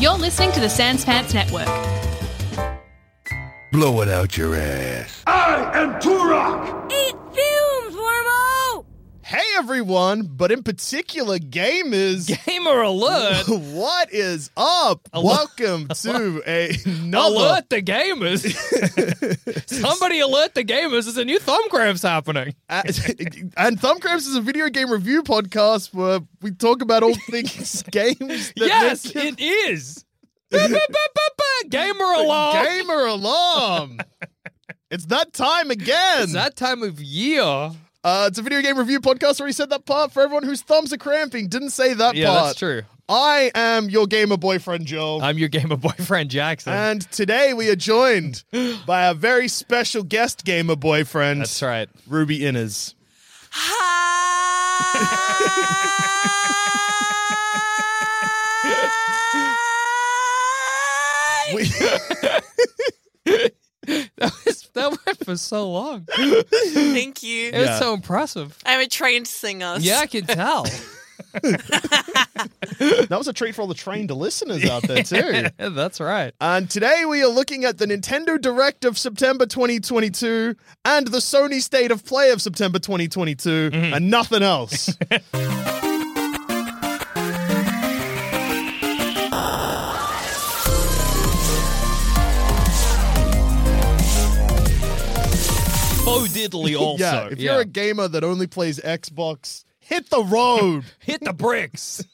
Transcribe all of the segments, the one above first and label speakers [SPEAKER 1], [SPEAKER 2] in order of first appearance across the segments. [SPEAKER 1] You're listening to the Sans Pants Network.
[SPEAKER 2] Blow it out your ass.
[SPEAKER 3] I am Turok!
[SPEAKER 4] Eat fumes, Wormo!
[SPEAKER 5] Hey everyone, but in particular, gamers.
[SPEAKER 6] Gamer alert!
[SPEAKER 5] what is up? Welcome to a
[SPEAKER 6] alert the gamers! Somebody alert the gamers! There's a new thumb cramps happening.
[SPEAKER 5] and Thumbcramps is a video game review podcast where we talk about all things games. That
[SPEAKER 6] yes,
[SPEAKER 5] make you-
[SPEAKER 6] it is. Ba- ba- ba- ba- ba- Gamer alert!
[SPEAKER 5] gamer alarm. it's that time again.
[SPEAKER 6] It's that time of year.
[SPEAKER 5] Uh, it's a video game review podcast. Already said that part for everyone whose thumbs are cramping. Didn't say that
[SPEAKER 6] Yeah,
[SPEAKER 5] part.
[SPEAKER 6] that's true.
[SPEAKER 5] I am your gamer boyfriend, Joel.
[SPEAKER 6] I'm your gamer boyfriend Jackson.
[SPEAKER 5] And today we are joined by a very special guest gamer boyfriend.
[SPEAKER 6] That's right.
[SPEAKER 5] Ruby Innes.
[SPEAKER 4] Hi!
[SPEAKER 5] We-
[SPEAKER 6] That was that went for so long. It
[SPEAKER 4] Thank you.
[SPEAKER 6] was
[SPEAKER 5] Yeah.
[SPEAKER 6] so impressive.
[SPEAKER 4] I'm a trained singer.
[SPEAKER 6] Yeah, I can tell.
[SPEAKER 5] that was a treat for all the trained listeners out there, too.
[SPEAKER 6] that's right.
[SPEAKER 5] And today we are looking at the Nintendo Direct of September 2022 and the Sony State of Play of September 2022
[SPEAKER 6] Mm-hmm.
[SPEAKER 5] and nothing else.
[SPEAKER 6] Bo diddly also.
[SPEAKER 5] yeah, if you're a gamer that only plays Xbox, hit the road.
[SPEAKER 6] hit the bricks.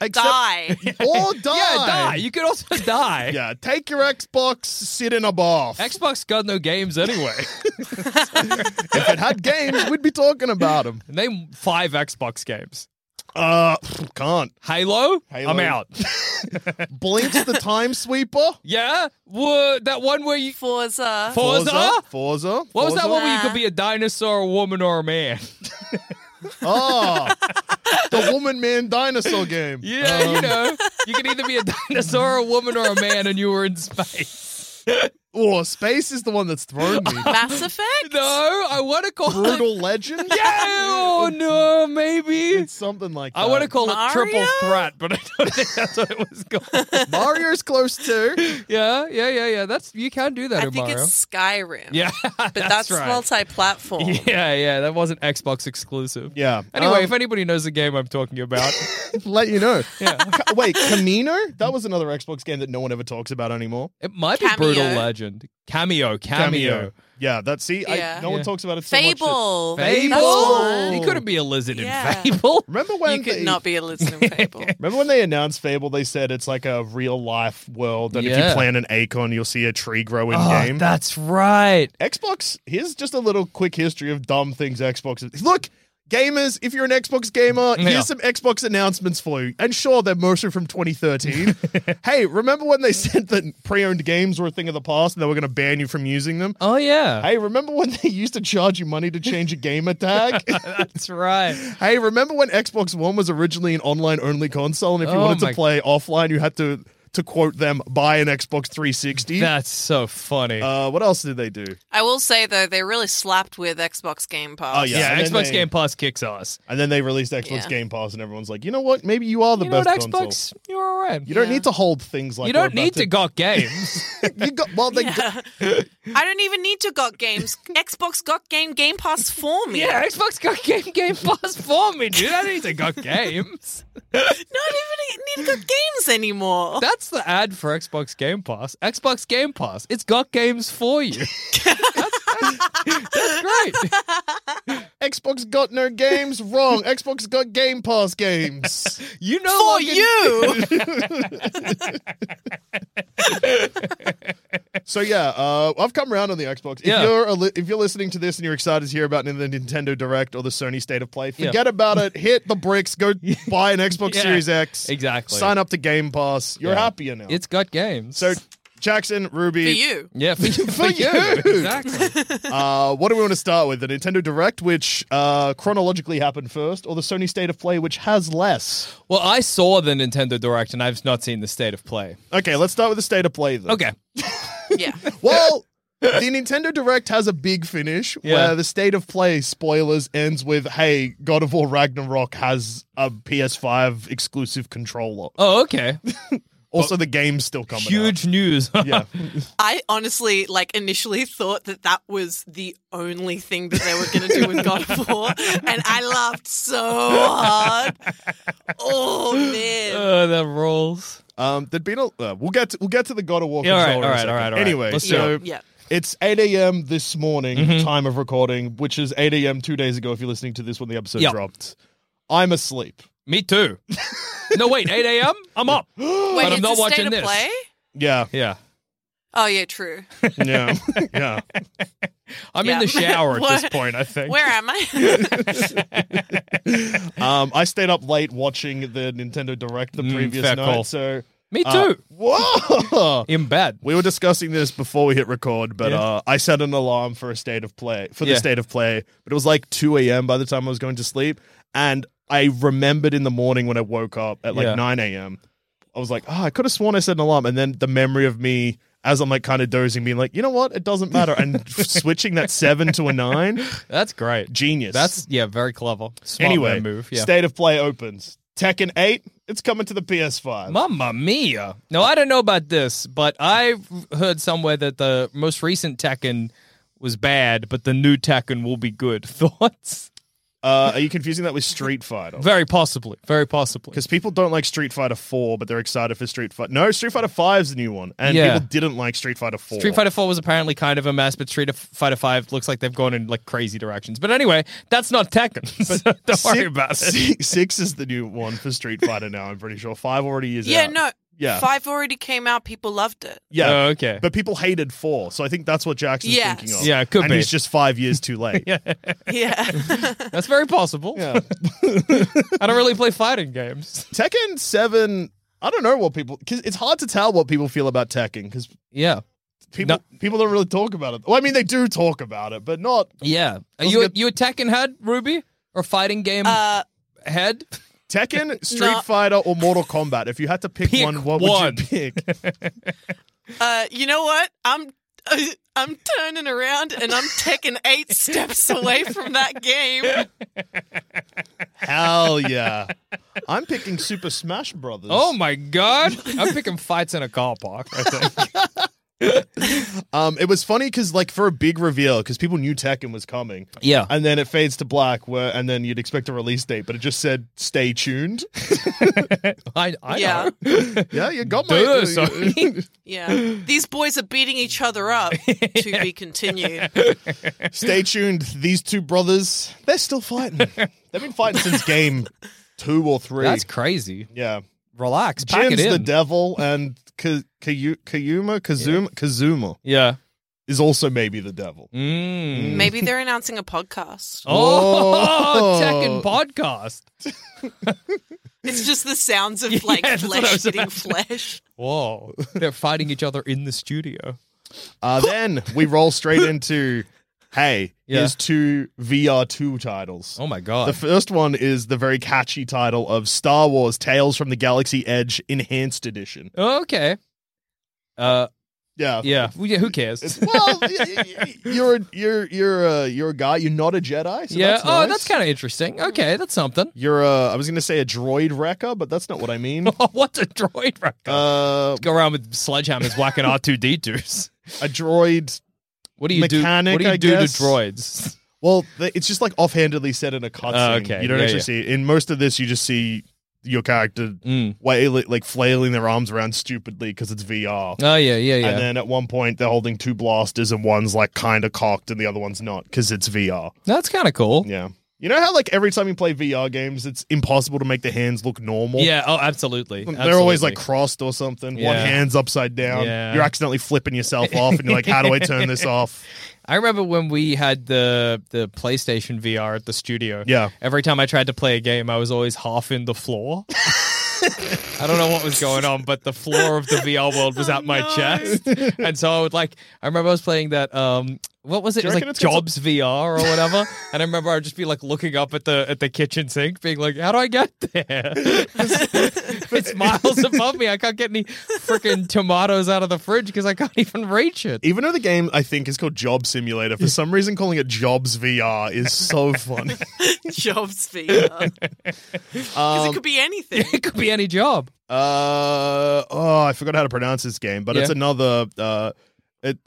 [SPEAKER 5] Except-
[SPEAKER 4] Die.
[SPEAKER 5] Or die.
[SPEAKER 6] Yeah, die. You could also die.
[SPEAKER 5] Yeah, take your Xbox, sit in a bath.
[SPEAKER 6] Xbox got no games anyway.
[SPEAKER 5] if it had games, we'd be talking about them.
[SPEAKER 6] Name five Xbox games.
[SPEAKER 5] Uh, can't.
[SPEAKER 6] Halo?
[SPEAKER 5] Halo.
[SPEAKER 6] I'm out.
[SPEAKER 5] Blinks the Time Sweeper.
[SPEAKER 6] yeah? Wha- that one where you.
[SPEAKER 4] Forza.
[SPEAKER 6] Forza?
[SPEAKER 5] Forza.
[SPEAKER 6] What was
[SPEAKER 5] Forza.
[SPEAKER 6] that one where you could be a dinosaur, a woman, or a man?
[SPEAKER 5] Oh, the Woman Man Dinosaur game. Um,
[SPEAKER 6] Yeah, you know. You could either be a dinosaur, a woman, or a man, and you were in space.
[SPEAKER 5] Oh, space is the one that's thrown me.
[SPEAKER 4] Mass Effect?
[SPEAKER 6] No, I want to call it.
[SPEAKER 5] Brutal Legend.
[SPEAKER 6] Yeah, oh, no, maybe.
[SPEAKER 5] It's something like that.
[SPEAKER 6] I want to call it Triple
[SPEAKER 4] Mario?
[SPEAKER 6] Threat, but I don't think that's what it was called.
[SPEAKER 5] Mario's close too.
[SPEAKER 6] yeah, yeah, yeah, yeah. That's You can do that
[SPEAKER 4] I
[SPEAKER 6] in
[SPEAKER 4] think
[SPEAKER 6] Mario.
[SPEAKER 4] it's Skyrim.
[SPEAKER 6] yeah,
[SPEAKER 4] But that's,
[SPEAKER 6] right.
[SPEAKER 4] multi-platform.
[SPEAKER 6] Yeah, yeah, that wasn't Xbox exclusive.
[SPEAKER 5] Yeah.
[SPEAKER 6] Anyway,
[SPEAKER 5] Um,
[SPEAKER 6] if anybody knows the game I'm talking about,
[SPEAKER 5] Let you know.
[SPEAKER 6] Yeah.
[SPEAKER 5] Ca- Wait, Camino? That was another Xbox game that no one ever talks about anymore.
[SPEAKER 6] it might
[SPEAKER 4] Cameo.
[SPEAKER 6] be Brutal Legend. Cameo, cameo.
[SPEAKER 5] Yeah, that see, I,
[SPEAKER 4] Yeah.
[SPEAKER 5] no one
[SPEAKER 6] Yeah.
[SPEAKER 5] talks about it so much.
[SPEAKER 4] Fable.
[SPEAKER 6] Fable.
[SPEAKER 4] That's one.
[SPEAKER 6] You couldn't be a lizard
[SPEAKER 4] Yeah.
[SPEAKER 6] in Fable.
[SPEAKER 5] Remember when
[SPEAKER 4] You could
[SPEAKER 5] they-
[SPEAKER 4] not be a listener in Fable.
[SPEAKER 5] Remember when they announced Fable? They said it's like a real life world, and if
[SPEAKER 6] Yeah. Ah,
[SPEAKER 5] you plant an acorn, you'll see a tree grow in game.
[SPEAKER 6] Oh, that's right.
[SPEAKER 5] Xbox. Here's just a little quick history of dumb things Xbox. is- Look, gamers, if you're an Xbox gamer,
[SPEAKER 6] Yeah.
[SPEAKER 5] here's some Xbox announcements for you. And sure, they're mostly from 2013. hey, remember when they said that pre-owned games were a thing of the past and they were going to ban you from using them?
[SPEAKER 6] Oh yeah,
[SPEAKER 5] Hey, remember when they used to charge you money to change a gamer tag?
[SPEAKER 6] that's right.
[SPEAKER 5] Hey, remember when Xbox One was originally an online only console, and if you
[SPEAKER 6] Oh
[SPEAKER 5] wanted
[SPEAKER 6] my-
[SPEAKER 5] to play offline, you had to to quote them, buy an Xbox 360.
[SPEAKER 6] That's so funny.
[SPEAKER 5] Uh, what else did they do?
[SPEAKER 4] I will say though, they really slapped with Xbox Game Pass.
[SPEAKER 5] Oh, yeah.
[SPEAKER 6] yeah,
[SPEAKER 5] and then
[SPEAKER 6] Xbox
[SPEAKER 5] they-
[SPEAKER 6] Game Pass kicks ass.
[SPEAKER 5] And then they released Xbox
[SPEAKER 4] Yeah.
[SPEAKER 5] Game Pass, and everyone's like, you know what? Maybe you are the
[SPEAKER 6] you know
[SPEAKER 5] best
[SPEAKER 6] what,
[SPEAKER 5] console.
[SPEAKER 6] Xbox? You're all right.
[SPEAKER 5] You don't
[SPEAKER 4] Yeah.
[SPEAKER 5] need to hold things like
[SPEAKER 6] you
[SPEAKER 5] we're
[SPEAKER 6] don't
[SPEAKER 5] about
[SPEAKER 6] need to got games.
[SPEAKER 5] you got well. They got,
[SPEAKER 4] I don't even need to got games. Xbox got game Game Pass for me.
[SPEAKER 6] yeah, Xbox got game Game Pass for me, dude. I don't need to got games.
[SPEAKER 4] not even need got games anymore.
[SPEAKER 6] That's the ad for Xbox Game Pass. Xbox Game Pass. It's got games for you. that's, that's, that's great.
[SPEAKER 5] Xbox got no games. Wrong. Xbox got Game Pass games.
[SPEAKER 6] You know,
[SPEAKER 4] for you.
[SPEAKER 5] so yeah, uh, I've come around on the Xbox. If
[SPEAKER 6] Yeah.
[SPEAKER 5] you're a li- if you're listening to this and you're excited to hear about the Nintendo Direct or the Sony State of Play,
[SPEAKER 6] Yeah.
[SPEAKER 5] forget about it. Hit the bricks. Go buy an Xbox
[SPEAKER 6] Yeah,
[SPEAKER 5] Series X.
[SPEAKER 6] exactly.
[SPEAKER 5] Sign up to Game Pass. You're
[SPEAKER 6] Yeah.
[SPEAKER 5] happier now.
[SPEAKER 6] It's got games.
[SPEAKER 5] so Jackson Ruby.
[SPEAKER 4] for you.
[SPEAKER 6] yeah, for you.
[SPEAKER 5] For you.
[SPEAKER 6] exactly.
[SPEAKER 5] Uh, what do we want to start with? The Nintendo Direct, which uh, chronologically happened first, or the Sony State of Play, which has less?
[SPEAKER 6] Well, I saw the Nintendo Direct, and I've not seen the State of Play.
[SPEAKER 5] Okay, let's start with the State of Play then.
[SPEAKER 6] Okay.
[SPEAKER 4] Yeah.
[SPEAKER 5] Well, the Nintendo Direct has a big finish
[SPEAKER 6] Yeah.
[SPEAKER 5] where the State of Play spoilers ends with, hey, God of War Ragnarok has a PS5 exclusive controller.
[SPEAKER 6] Oh, okay.
[SPEAKER 5] Also, the game's still coming
[SPEAKER 6] Huge news.
[SPEAKER 5] out. Yeah.
[SPEAKER 4] I honestly, like, initially thought that that was the only thing that they were going to do with God of War, and I laughed so hard. Oh man!
[SPEAKER 6] Oh, that rolls.
[SPEAKER 5] Um, there'd been a, uh, we'll get to, we'll get to the God of War.
[SPEAKER 6] Yeah, all right,
[SPEAKER 5] controller in a
[SPEAKER 6] all right,
[SPEAKER 5] second.
[SPEAKER 6] all right, all right.
[SPEAKER 5] Anyway,
[SPEAKER 6] Let's do
[SPEAKER 5] so
[SPEAKER 6] it. Mm-hmm.
[SPEAKER 4] Yeah.
[SPEAKER 5] it's eight a.m. this morning, time of recording, which is eight a.m. two days ago. If you're listening to this when the episode
[SPEAKER 6] Yep.
[SPEAKER 5] dropped, I'm asleep.
[SPEAKER 6] Me too. no, wait. 8 a.m. I'm up.
[SPEAKER 4] Wait,
[SPEAKER 6] I'm
[SPEAKER 4] it's
[SPEAKER 6] not
[SPEAKER 4] a
[SPEAKER 6] watching
[SPEAKER 4] state of
[SPEAKER 6] this.
[SPEAKER 4] play.
[SPEAKER 5] Yeah,
[SPEAKER 6] Yeah.
[SPEAKER 4] Oh yeah, true.
[SPEAKER 5] yeah, yeah.
[SPEAKER 6] I'm in
[SPEAKER 4] Yeah.
[SPEAKER 6] the shower at this
[SPEAKER 4] What?
[SPEAKER 6] point. I think.
[SPEAKER 4] Where am I?
[SPEAKER 5] Um, I stayed up late watching the Nintendo Direct the
[SPEAKER 6] Mm,
[SPEAKER 5] previous
[SPEAKER 6] fair
[SPEAKER 5] night.
[SPEAKER 6] call.
[SPEAKER 5] So
[SPEAKER 6] Me too.
[SPEAKER 5] uh, whoa.
[SPEAKER 6] in bed.
[SPEAKER 5] We were discussing this before we hit record, but
[SPEAKER 6] Yeah.
[SPEAKER 5] uh, I set an alarm for a state of play for the
[SPEAKER 6] Yeah.
[SPEAKER 5] state of play, but it was like two a.m. by the time I was going to sleep, and I remembered in the morning when I woke up at like
[SPEAKER 6] Yeah.
[SPEAKER 5] nine a.m. I was like, oh, I could have sworn I set an alarm, and then the memory of me as I'm like kind of dozing, being like, you know what, it doesn't matter, and switching that seven to a nine,
[SPEAKER 6] That's great.
[SPEAKER 5] genius.
[SPEAKER 6] That's yeah, very clever. Smart
[SPEAKER 5] anyway.
[SPEAKER 6] man move. Yeah.
[SPEAKER 5] State of play opens. Tekken eight, it's coming to the PS5.
[SPEAKER 6] Mamma mia! No, I don't know about this, but I've heard somewhere that the most recent Tekken was bad, but the new Tekken will be good. Thoughts?
[SPEAKER 5] Uh, are you confusing that with Street Fighter?
[SPEAKER 6] Very possibly. Very possibly.
[SPEAKER 5] Because people don't like Street Fighter 4, but they're excited for Street Fighter. No, Street Fighter 5's the new one, and
[SPEAKER 6] Yeah.
[SPEAKER 5] people didn't like Street Fighter 4.
[SPEAKER 6] Street Fighter Four was apparently kind of a mess, but Street Fighter Five looks like they've gone in like crazy directions. But anyway, that's not Tekken. so don't worry about it.
[SPEAKER 5] Six, six is the new one for Street Fighter now. I'm pretty sure five already is.
[SPEAKER 4] yeah,
[SPEAKER 5] out.
[SPEAKER 4] no.
[SPEAKER 5] Yeah.
[SPEAKER 4] Five already came out. People loved it.
[SPEAKER 5] Yeah,
[SPEAKER 6] Oh, okay.
[SPEAKER 5] But people hated four, so I think that's what Jackson's
[SPEAKER 4] Yes.
[SPEAKER 5] thinking of.
[SPEAKER 6] Yeah, it could
[SPEAKER 5] and
[SPEAKER 6] be.
[SPEAKER 5] he's just five years too late. yeah.
[SPEAKER 4] Yeah.
[SPEAKER 6] That's very possible. I don't really play fighting games.
[SPEAKER 5] Tekken seven. I don't know what people because it's hard to tell what people feel about Tekken because
[SPEAKER 6] Yeah.
[SPEAKER 5] people people don't really talk about it. Well, I mean they do talk about it, but not
[SPEAKER 6] Yeah. Are
[SPEAKER 5] Doesn't
[SPEAKER 6] you
[SPEAKER 5] get-
[SPEAKER 6] you a Tekken head, Ruby? Or fighting game
[SPEAKER 4] Uh,
[SPEAKER 6] head?
[SPEAKER 5] Tekken, Street Fighter, or Mortal Kombat. If you had to pick,
[SPEAKER 6] Pick
[SPEAKER 5] one, what
[SPEAKER 6] one.
[SPEAKER 5] would you pick?
[SPEAKER 4] uh, you know what? I'm. I'm turning around and I'm taking eight steps away from that game.
[SPEAKER 5] Hell yeah. I'm picking Super Smash Brothers.
[SPEAKER 6] Oh my god. I'm picking fights in a car park, I think.
[SPEAKER 5] Um, it was funny because like for a big reveal, because people knew Tekken was coming.
[SPEAKER 6] Yeah.
[SPEAKER 5] And then it fades to black, where and then you'd expect a release date, but it just said "Stay tuned."
[SPEAKER 6] I, I
[SPEAKER 4] Yeah.
[SPEAKER 6] know.
[SPEAKER 5] yeah, you got my.
[SPEAKER 6] Duh, Sony.
[SPEAKER 4] Yeah. These boys are beating each other up to be continued.
[SPEAKER 5] Stay tuned. These two brothers, they're still fighting. They've been fighting since game two or three.
[SPEAKER 6] That's crazy.
[SPEAKER 5] yeah.
[SPEAKER 6] Relax. Pack
[SPEAKER 5] Jin's
[SPEAKER 6] it in.
[SPEAKER 5] the devil, and Ka- Kayu- Kayuma Kazuma Kazuma
[SPEAKER 6] yeah.
[SPEAKER 5] is also maybe the devil.
[SPEAKER 6] Mm.
[SPEAKER 4] Maybe they're announcing a podcast.
[SPEAKER 5] Whoa.
[SPEAKER 6] Oh, Tekken podcast.
[SPEAKER 4] It's just the sounds of like
[SPEAKER 6] that's what I
[SPEAKER 4] flesh
[SPEAKER 6] was
[SPEAKER 4] hitting
[SPEAKER 6] imagining.
[SPEAKER 4] flesh.
[SPEAKER 6] Whoa. They're fighting each other in the studio.
[SPEAKER 5] Uh, then we roll straight into hey,
[SPEAKER 6] Yeah.
[SPEAKER 5] here's two VR2 titles.
[SPEAKER 6] Oh my god.
[SPEAKER 5] The first one is the very catchy title of Star Wars Tales from the Galaxy Edge Enhanced Edition.
[SPEAKER 6] okay. Uh,
[SPEAKER 5] Yeah.
[SPEAKER 6] yeah. Well, yeah. Who cares?
[SPEAKER 5] It's- well, y- y- y- you're a, you're you're a you're a guy. You're not a Jedi. So
[SPEAKER 6] yeah.
[SPEAKER 5] That's
[SPEAKER 6] Oh,
[SPEAKER 5] nice.
[SPEAKER 6] that's kind of interesting. Okay, that's something.
[SPEAKER 5] You're a. I was gonna say a droid wrecker, but that's not what I mean.
[SPEAKER 6] What's a droid record?
[SPEAKER 5] uh,
[SPEAKER 6] Go around with sledgehammers whacking R two D twos.
[SPEAKER 5] a droid.
[SPEAKER 6] What do you do?
[SPEAKER 5] Mechanic,
[SPEAKER 6] What do you
[SPEAKER 5] I
[SPEAKER 6] do
[SPEAKER 5] guess.
[SPEAKER 6] to droids?
[SPEAKER 5] Well, th- it's just like offhandedly said in a cutscene.
[SPEAKER 6] Oh, okay.
[SPEAKER 5] You don't
[SPEAKER 6] Yeah,
[SPEAKER 5] actually
[SPEAKER 6] yeah.
[SPEAKER 5] see it. in most of this. You just see your character
[SPEAKER 6] Mm.
[SPEAKER 5] wail- like flailing their arms around stupidly because it's VR.
[SPEAKER 6] Oh yeah, yeah, yeah.
[SPEAKER 5] And then at one point they're holding two blasters and one's like kind of cocked and the other one's not because it's VR.
[SPEAKER 6] that's kind of cool.
[SPEAKER 5] Yeah. You know how like every time you play VR games, it's impossible to make the hands look normal.
[SPEAKER 6] Yeah. Oh, absolutely.
[SPEAKER 5] They're always
[SPEAKER 6] Absolutely.
[SPEAKER 5] like crossed or something. One
[SPEAKER 6] Yeah.
[SPEAKER 5] hand's upside down.
[SPEAKER 6] Yeah.
[SPEAKER 5] You're accidentally flipping yourself off, and you're like, "How do I turn this off?"
[SPEAKER 6] I remember when we had the the PlayStation VR at the studio.
[SPEAKER 5] Yeah.
[SPEAKER 6] Every time I tried to play a game, I was always half in the floor. I don't know what was going on, but the floor of the VR world was at my chest, and so I would like. I remember I was playing that. Um, what was it?
[SPEAKER 5] Do
[SPEAKER 6] It
[SPEAKER 5] you
[SPEAKER 6] was
[SPEAKER 5] reckon
[SPEAKER 6] like
[SPEAKER 5] it's 'cause
[SPEAKER 6] Jobs VR or whatever. and I remember I'd just be like looking up at the at the kitchen sink, being like, "How do I get there? it's miles above me. I can't get any freaking tomatoes out of the fridge because I can't even reach it."
[SPEAKER 5] Even though the game I think is called Job Simulator, for some reason calling it Jobs VR is so funny.
[SPEAKER 4] Jobs fear. Because it could be anything.
[SPEAKER 6] It could be any job.
[SPEAKER 5] Uh oh, I forgot how to pronounce this game, but it's
[SPEAKER 6] Yeah.
[SPEAKER 5] another uh, it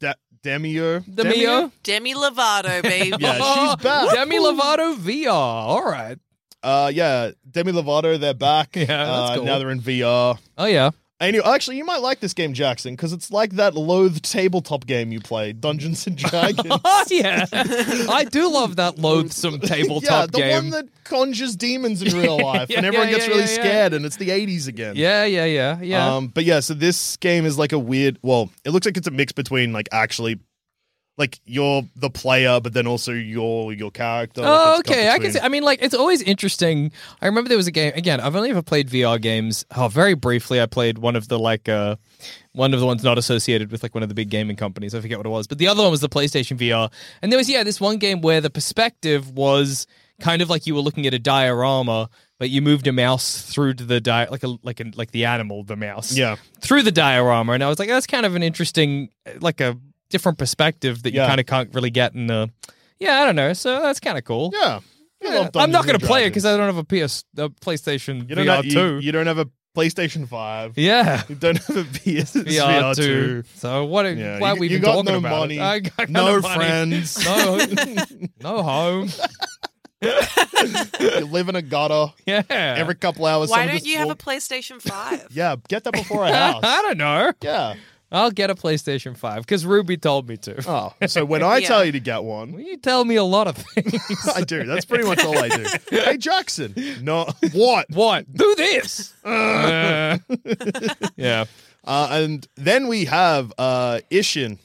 [SPEAKER 5] De- Demio
[SPEAKER 6] The Mio.
[SPEAKER 4] Demi Lovato, baby.
[SPEAKER 5] Yeah, she's back.
[SPEAKER 6] Demi Lovato VR. All right.
[SPEAKER 5] Uh, yeah, Demi Lovato, they're back.
[SPEAKER 6] Yeah, that's
[SPEAKER 5] uh,
[SPEAKER 6] cool.
[SPEAKER 5] now they're in VR.
[SPEAKER 6] Oh yeah.
[SPEAKER 5] Anyway, actually, you might like this game, Jackson, because it's like that loathed tabletop game you played, Dungeons and Dragons.
[SPEAKER 6] Oh yeah. I do love that loathsome
[SPEAKER 5] yeah,
[SPEAKER 6] tabletop
[SPEAKER 5] the
[SPEAKER 6] game.
[SPEAKER 5] one that conjures demons in real life,
[SPEAKER 6] Yeah,
[SPEAKER 5] and everyone
[SPEAKER 6] yeah,
[SPEAKER 5] gets
[SPEAKER 6] yeah,
[SPEAKER 5] really
[SPEAKER 6] yeah, yeah.
[SPEAKER 5] scared, and it's the '80s again.
[SPEAKER 6] yeah, yeah, yeah, yeah.
[SPEAKER 5] Um, but yeah, so this game is like a weird. Well, it looks like it's a mix between like actually, like you're the player, but then also you're your character.
[SPEAKER 6] Oh,
[SPEAKER 5] like, it's got
[SPEAKER 6] okay. I can
[SPEAKER 5] between-
[SPEAKER 6] see. I mean, like, it's always interesting. I remember there was a game. Again, I've only ever played VR games. Oh, very briefly, I played one of the like, uh, one of the ones not associated with like one of the big gaming companies. I forget what it was, but the other one was the PlayStation VR. And there was yeah, this one game where the perspective was kind of like you were looking at a diorama, but you moved a mouse through to the di like a like a, like the animal, the mouse.
[SPEAKER 5] Yeah.
[SPEAKER 6] Through the diorama, and I was like, that's kind of an interesting, like a different perspective that you
[SPEAKER 5] Yeah.
[SPEAKER 6] kind of can't really get in the. Yeah, I don't know. So that's kind of cool.
[SPEAKER 5] Yeah, You love
[SPEAKER 6] I'm
[SPEAKER 5] Dungeons
[SPEAKER 6] not going
[SPEAKER 5] and
[SPEAKER 6] to play it
[SPEAKER 5] Dragons.
[SPEAKER 6] because I don't have a PS, a PlayStation
[SPEAKER 5] You don't,
[SPEAKER 6] VR
[SPEAKER 5] have,
[SPEAKER 6] two.
[SPEAKER 5] you, you don't have a PlayStation 5.
[SPEAKER 6] yeah,
[SPEAKER 5] You don't have a PS,
[SPEAKER 6] VR
[SPEAKER 5] VR, 2.
[SPEAKER 6] two. So what?
[SPEAKER 5] Yeah,
[SPEAKER 6] why
[SPEAKER 5] you-
[SPEAKER 6] are we
[SPEAKER 5] you
[SPEAKER 6] even
[SPEAKER 5] got
[SPEAKER 6] talking
[SPEAKER 5] no
[SPEAKER 6] about
[SPEAKER 5] money,
[SPEAKER 6] it? I got
[SPEAKER 5] no
[SPEAKER 6] money,
[SPEAKER 5] friends.
[SPEAKER 6] no, no home.
[SPEAKER 5] you live in a gutter.
[SPEAKER 6] Yeah,
[SPEAKER 5] Every couple hours.
[SPEAKER 4] Why
[SPEAKER 5] someone
[SPEAKER 4] don't
[SPEAKER 5] just
[SPEAKER 4] you have a
[SPEAKER 5] walk-
[SPEAKER 4] PlayStation 5?
[SPEAKER 5] Yeah, get that before I
[SPEAKER 6] I,
[SPEAKER 5] house.
[SPEAKER 6] don't know.
[SPEAKER 5] yeah.
[SPEAKER 6] I'll get a PlayStation Five because Ruby told me to.
[SPEAKER 5] Oh, so when I
[SPEAKER 4] Yeah.
[SPEAKER 5] tell you to get one,
[SPEAKER 6] You tell me a lot of things.
[SPEAKER 5] I do. That's pretty much all I do. Hey, Jackson. No, what?
[SPEAKER 6] what? Do this. Uh, yeah.
[SPEAKER 5] Uh, and then we have uh, Ishin,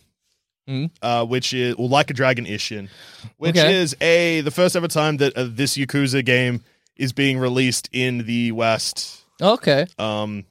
[SPEAKER 5] uh, which is well, like a dragon Ishin, which
[SPEAKER 6] Hmm? Okay.
[SPEAKER 5] is a the first ever time that uh, this Yakuza game is being released in the West.
[SPEAKER 6] Okay.
[SPEAKER 5] Um,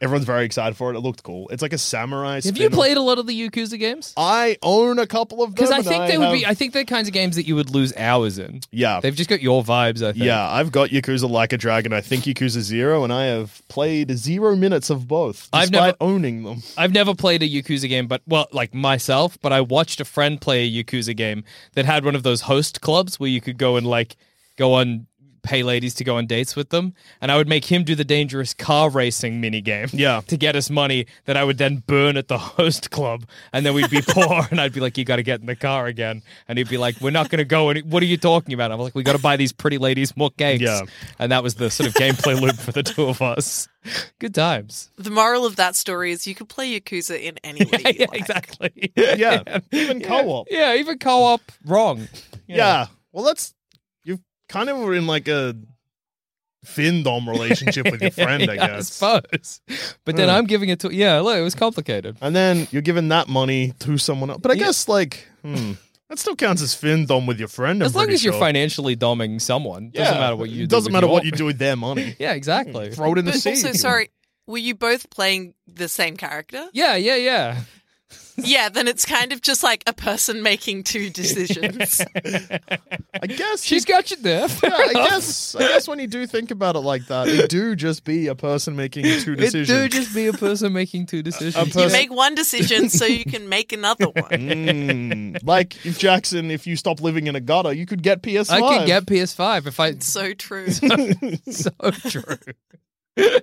[SPEAKER 5] everyone's very excited for it. It looked cool. It's like a samurai.
[SPEAKER 6] have you
[SPEAKER 5] spin-off.
[SPEAKER 6] played a lot of the Yakuza games?
[SPEAKER 5] I own a couple of them.
[SPEAKER 6] Because I
[SPEAKER 5] and
[SPEAKER 6] think they would be.
[SPEAKER 5] have-
[SPEAKER 6] I think they're kinds of games that you would lose hours in.
[SPEAKER 5] yeah,
[SPEAKER 6] They've just got your vibes. I think.
[SPEAKER 5] yeah. I've got Yakuza Like a Dragon. I think Yakuza Zero, and I have played zero minutes of both.
[SPEAKER 6] I've
[SPEAKER 5] despite
[SPEAKER 6] never-
[SPEAKER 5] owning them.
[SPEAKER 6] I've never played a Yakuza game, but well, like myself, but I watched a friend play a Yakuza game that had one of those host clubs where you could go and like go on pay ladies to go on dates with them, and I would make him do the dangerous car racing mini game,
[SPEAKER 5] Yeah.
[SPEAKER 6] to get us money that I would then burn at the host club, and then we'd be poor, and I'd be like, "You got to get in the car again," and he'd be like, "We're not going to go." And what are you talking about? I'm like, "We got to buy these pretty ladies more cakes,"
[SPEAKER 5] Yeah.
[SPEAKER 6] and that was the sort of gameplay loop for the two of us. Good times.
[SPEAKER 4] The moral of that story is you could play Yakuza in any way. you
[SPEAKER 6] yeah,
[SPEAKER 4] like.
[SPEAKER 6] exactly.
[SPEAKER 5] Yeah, even co-op.
[SPEAKER 6] Yeah, even co-op wrong.
[SPEAKER 5] Yeah. Well, that's you've kind of were in like a fin dom relationship with your friend, I
[SPEAKER 6] Yeah,
[SPEAKER 5] guess. Hmm.
[SPEAKER 6] suppose. But then I'm giving it to yeah. Look, it was complicated.
[SPEAKER 5] and then you're giving that money to someone else. But I guess like hmm, that still counts as fin dom with your friend. I'm
[SPEAKER 6] As long
[SPEAKER 5] pretty
[SPEAKER 6] as you're
[SPEAKER 5] sure.
[SPEAKER 6] financially doming someone, doesn't
[SPEAKER 5] Yeah.
[SPEAKER 6] matter what you.
[SPEAKER 5] It
[SPEAKER 6] do
[SPEAKER 5] doesn't
[SPEAKER 6] with
[SPEAKER 5] matter
[SPEAKER 6] your-
[SPEAKER 5] what you do with their money.
[SPEAKER 6] Yeah, exactly.
[SPEAKER 5] Throw it in the
[SPEAKER 4] But
[SPEAKER 5] sea.
[SPEAKER 4] also,
[SPEAKER 5] if you
[SPEAKER 4] sorry, were you both playing the same character?
[SPEAKER 6] Yeah, yeah, yeah.
[SPEAKER 4] yeah, then it's kind of just like a person making two decisions.
[SPEAKER 5] I guess
[SPEAKER 6] She's got you there.
[SPEAKER 5] Yeah, I guess I guess when you do think about it like that, it do just be a person making two
[SPEAKER 6] It
[SPEAKER 5] decisions.
[SPEAKER 6] do just be a person making two
[SPEAKER 5] A
[SPEAKER 6] decisions.
[SPEAKER 5] person-
[SPEAKER 4] you make one decision so you can make another one.
[SPEAKER 5] Mm. like if Jackson, if you stop living in a gutter, you could get PS5.
[SPEAKER 6] I could get PS5 if I.
[SPEAKER 4] So true.
[SPEAKER 6] so true.
[SPEAKER 5] Uh,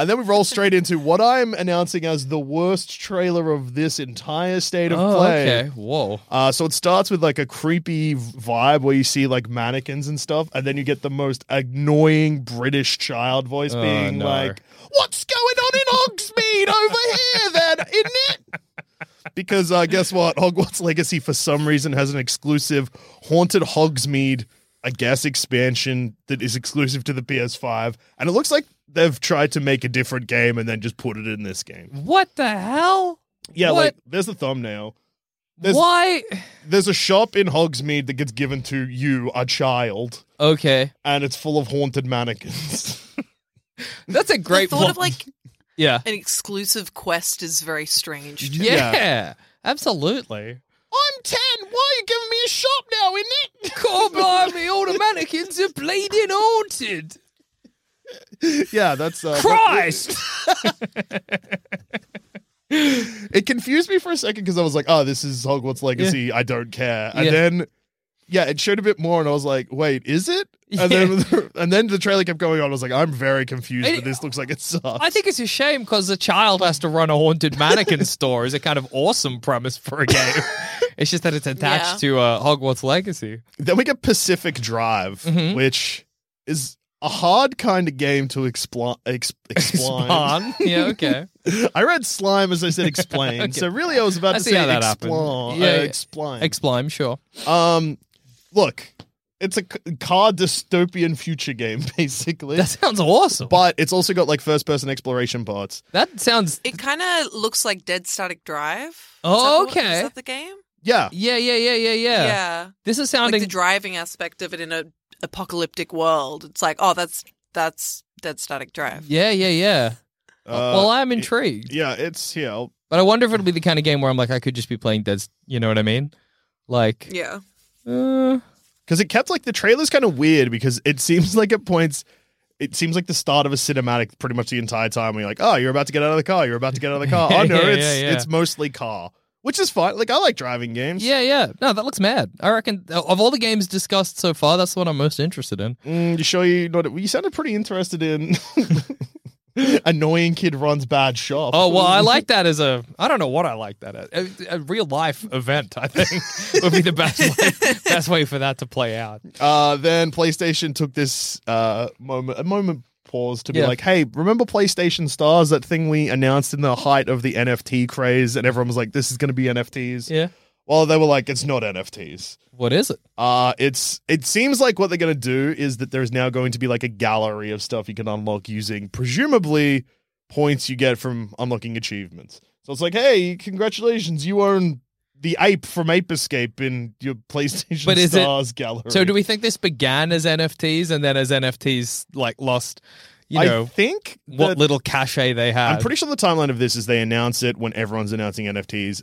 [SPEAKER 5] and then we roll straight into what I'm announcing as the worst trailer of this entire state of
[SPEAKER 6] Oh,
[SPEAKER 5] play.
[SPEAKER 6] okay. Whoa.
[SPEAKER 5] Uh, so it starts with like a creepy vibe where you see like mannequins and stuff, and then you get the most annoying British child voice
[SPEAKER 6] Oh,
[SPEAKER 5] being
[SPEAKER 6] no.
[SPEAKER 5] like, "What's going on in Hogsmeade over here, then, isn't it?" Because uh, guess what, Hogwarts Legacy for some reason has an exclusive haunted Hogsmeade, I guess, expansion that is exclusive to the PS5, and it looks like they've tried to make a different game and then just put it in this game.
[SPEAKER 6] What the hell?
[SPEAKER 5] Yeah,
[SPEAKER 6] What?
[SPEAKER 5] like there's the thumbnail. There's-
[SPEAKER 6] Why?
[SPEAKER 5] There's a shop in Hogsmeade that gets given to you, a child,
[SPEAKER 6] Okay.
[SPEAKER 5] and it's full of haunted mannequins.
[SPEAKER 6] That's a
[SPEAKER 4] The
[SPEAKER 6] great
[SPEAKER 4] thought
[SPEAKER 6] plot.
[SPEAKER 4] of like
[SPEAKER 6] yeah.
[SPEAKER 4] an exclusive quest is very strange. To me.
[SPEAKER 6] yeah.
[SPEAKER 5] Yeah.
[SPEAKER 6] Absolutely.
[SPEAKER 5] I'm 10. Why are you giving me a shop now, innit?
[SPEAKER 6] God blimey, all the mannequins are bleeding haunted.
[SPEAKER 5] Yeah, that's. Uh,
[SPEAKER 6] Christ!
[SPEAKER 5] It confused me for a second because I was like, oh, this is Hogwarts Legacy. I don't care. And
[SPEAKER 6] Yeah.
[SPEAKER 5] then. Yeah, it showed a bit more, and I was like, "Wait, is it?" And then, and then the trailer kept going on. I was like, "I'm very confused,
[SPEAKER 6] It-
[SPEAKER 5] but this looks like it sucks."
[SPEAKER 6] I think it's a shame because a child has to run a haunted mannequin store is a kind of awesome premise for a game. it's just that it's attached
[SPEAKER 4] Yeah.
[SPEAKER 6] to uh, Hogwarts Legacy.
[SPEAKER 5] Then we get Pacific Drive,
[SPEAKER 6] Mm-hmm.
[SPEAKER 5] which is a hard kind of game to expl- ex- explain.
[SPEAKER 6] Spawn. Yeah, okay.
[SPEAKER 5] I read slime as I said explain, so really I was about
[SPEAKER 6] I
[SPEAKER 5] to
[SPEAKER 6] see
[SPEAKER 5] say
[SPEAKER 6] how that happened.
[SPEAKER 5] explore,
[SPEAKER 6] Yeah,
[SPEAKER 5] uh,
[SPEAKER 6] yeah.
[SPEAKER 5] explain.
[SPEAKER 6] Explime, sure.
[SPEAKER 5] um, look, it's a c- car dystopian future game, basically.
[SPEAKER 6] That sounds awesome.
[SPEAKER 5] but it's also got like first person exploration parts.
[SPEAKER 6] that sounds.
[SPEAKER 4] It kind of looks like Dead Static Drive. Is
[SPEAKER 6] Oh,
[SPEAKER 4] that the one-
[SPEAKER 6] okay.
[SPEAKER 4] Is that the game?
[SPEAKER 5] Yeah.
[SPEAKER 6] Yeah, yeah, yeah, yeah, yeah. This is
[SPEAKER 4] Like
[SPEAKER 6] sounding.
[SPEAKER 4] the driving aspect of it in an apocalyptic world. It's like, oh, that's that's Dead Static Drive.
[SPEAKER 6] yeah, yeah, yeah.
[SPEAKER 5] Uh,
[SPEAKER 6] well, I'm intrigued,
[SPEAKER 5] yeah, it's here. I'll-
[SPEAKER 6] but I wonder if it'll be the kind of game where I'm like, I could just be playing Dead. You know what I mean? Like,
[SPEAKER 4] Yeah.
[SPEAKER 6] uh,
[SPEAKER 5] because it kept like the trailer's kind of weird because it seems like at points it seems like the start of a cinematic pretty much the entire time we're like oh you're about to get out of the car you're about to get out of the car oh no
[SPEAKER 6] Yeah,
[SPEAKER 5] it's
[SPEAKER 6] yeah, yeah.
[SPEAKER 5] it's mostly car which is fine like i like driving games
[SPEAKER 6] yeah, yeah. No, that looks mad. I reckon of all the games discussed so far, that's the one I'm most interested in.
[SPEAKER 5] mm, you sure you not you sounded pretty interested in annoying kid runs bad shop
[SPEAKER 6] Oh well, I like that as a. I don't know what I like that as a, a real life event. I think would be the best way, best way for that to play out.
[SPEAKER 5] uh then playstation took this uh moment a moment pause to be
[SPEAKER 6] Yeah.
[SPEAKER 5] like hey remember playstation stars that thing we announced in the height of the nft craze and everyone was like this is going to be nfts
[SPEAKER 6] Yeah.
[SPEAKER 5] Well, they were like, it's not NFTs.
[SPEAKER 6] What is it?
[SPEAKER 5] Uh, it's it seems like what they're gonna do is that there's now going to be like a gallery of stuff you can unlock using presumably points you get from unlocking achievements. So it's like, hey, congratulations, you earn the ape from Ape Escape in your PlayStation
[SPEAKER 6] But is it-
[SPEAKER 5] Stars gallery.
[SPEAKER 6] So do we think this began as NFTs and then as NFTs like lost, you
[SPEAKER 5] I
[SPEAKER 6] know,
[SPEAKER 5] think
[SPEAKER 6] what
[SPEAKER 5] that-
[SPEAKER 6] little cachet they had?
[SPEAKER 5] I'm pretty sure the timeline of this is they announce it when everyone's announcing NFTs,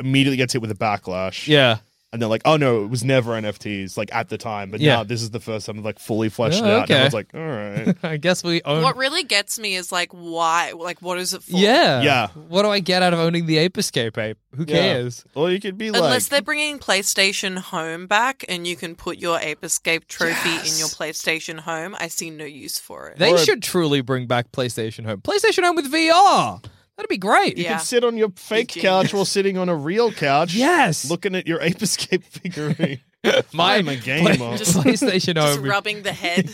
[SPEAKER 5] immediately gets hit with a backlash.
[SPEAKER 6] Yeah.
[SPEAKER 5] and they're like, "Oh no, it was never NFTs like at the time, but
[SPEAKER 6] Yeah.
[SPEAKER 5] now this is the first time they've like fully fleshed
[SPEAKER 6] Oh,
[SPEAKER 5] it out."
[SPEAKER 6] okay.
[SPEAKER 5] And everyone's like, "All right,
[SPEAKER 6] I guess we own.
[SPEAKER 4] What really gets me is like, why? Like, what is it for?
[SPEAKER 6] yeah.
[SPEAKER 5] Yeah.
[SPEAKER 6] What do I get out of owning the Ape Escape ape? Who
[SPEAKER 5] Yeah.
[SPEAKER 6] cares?
[SPEAKER 5] Or you could be like,
[SPEAKER 4] Unless they're bringing PlayStation Home back and you can put your Ape Escape trophy in your PlayStation Home, I see no use for it.
[SPEAKER 6] They
[SPEAKER 5] Or a-
[SPEAKER 6] should truly bring back PlayStation Home. PlayStation Home with VR. That'd be great.
[SPEAKER 5] you
[SPEAKER 4] Yeah.
[SPEAKER 5] can sit on your fake
[SPEAKER 4] Genius.
[SPEAKER 5] couch while sitting on a real couch,
[SPEAKER 6] Yes.
[SPEAKER 5] looking at your Ape Escape figurine."
[SPEAKER 6] My
[SPEAKER 5] I'm a gamer.
[SPEAKER 6] Just PlayStation
[SPEAKER 4] Just
[SPEAKER 6] Home.
[SPEAKER 4] rubbing the head.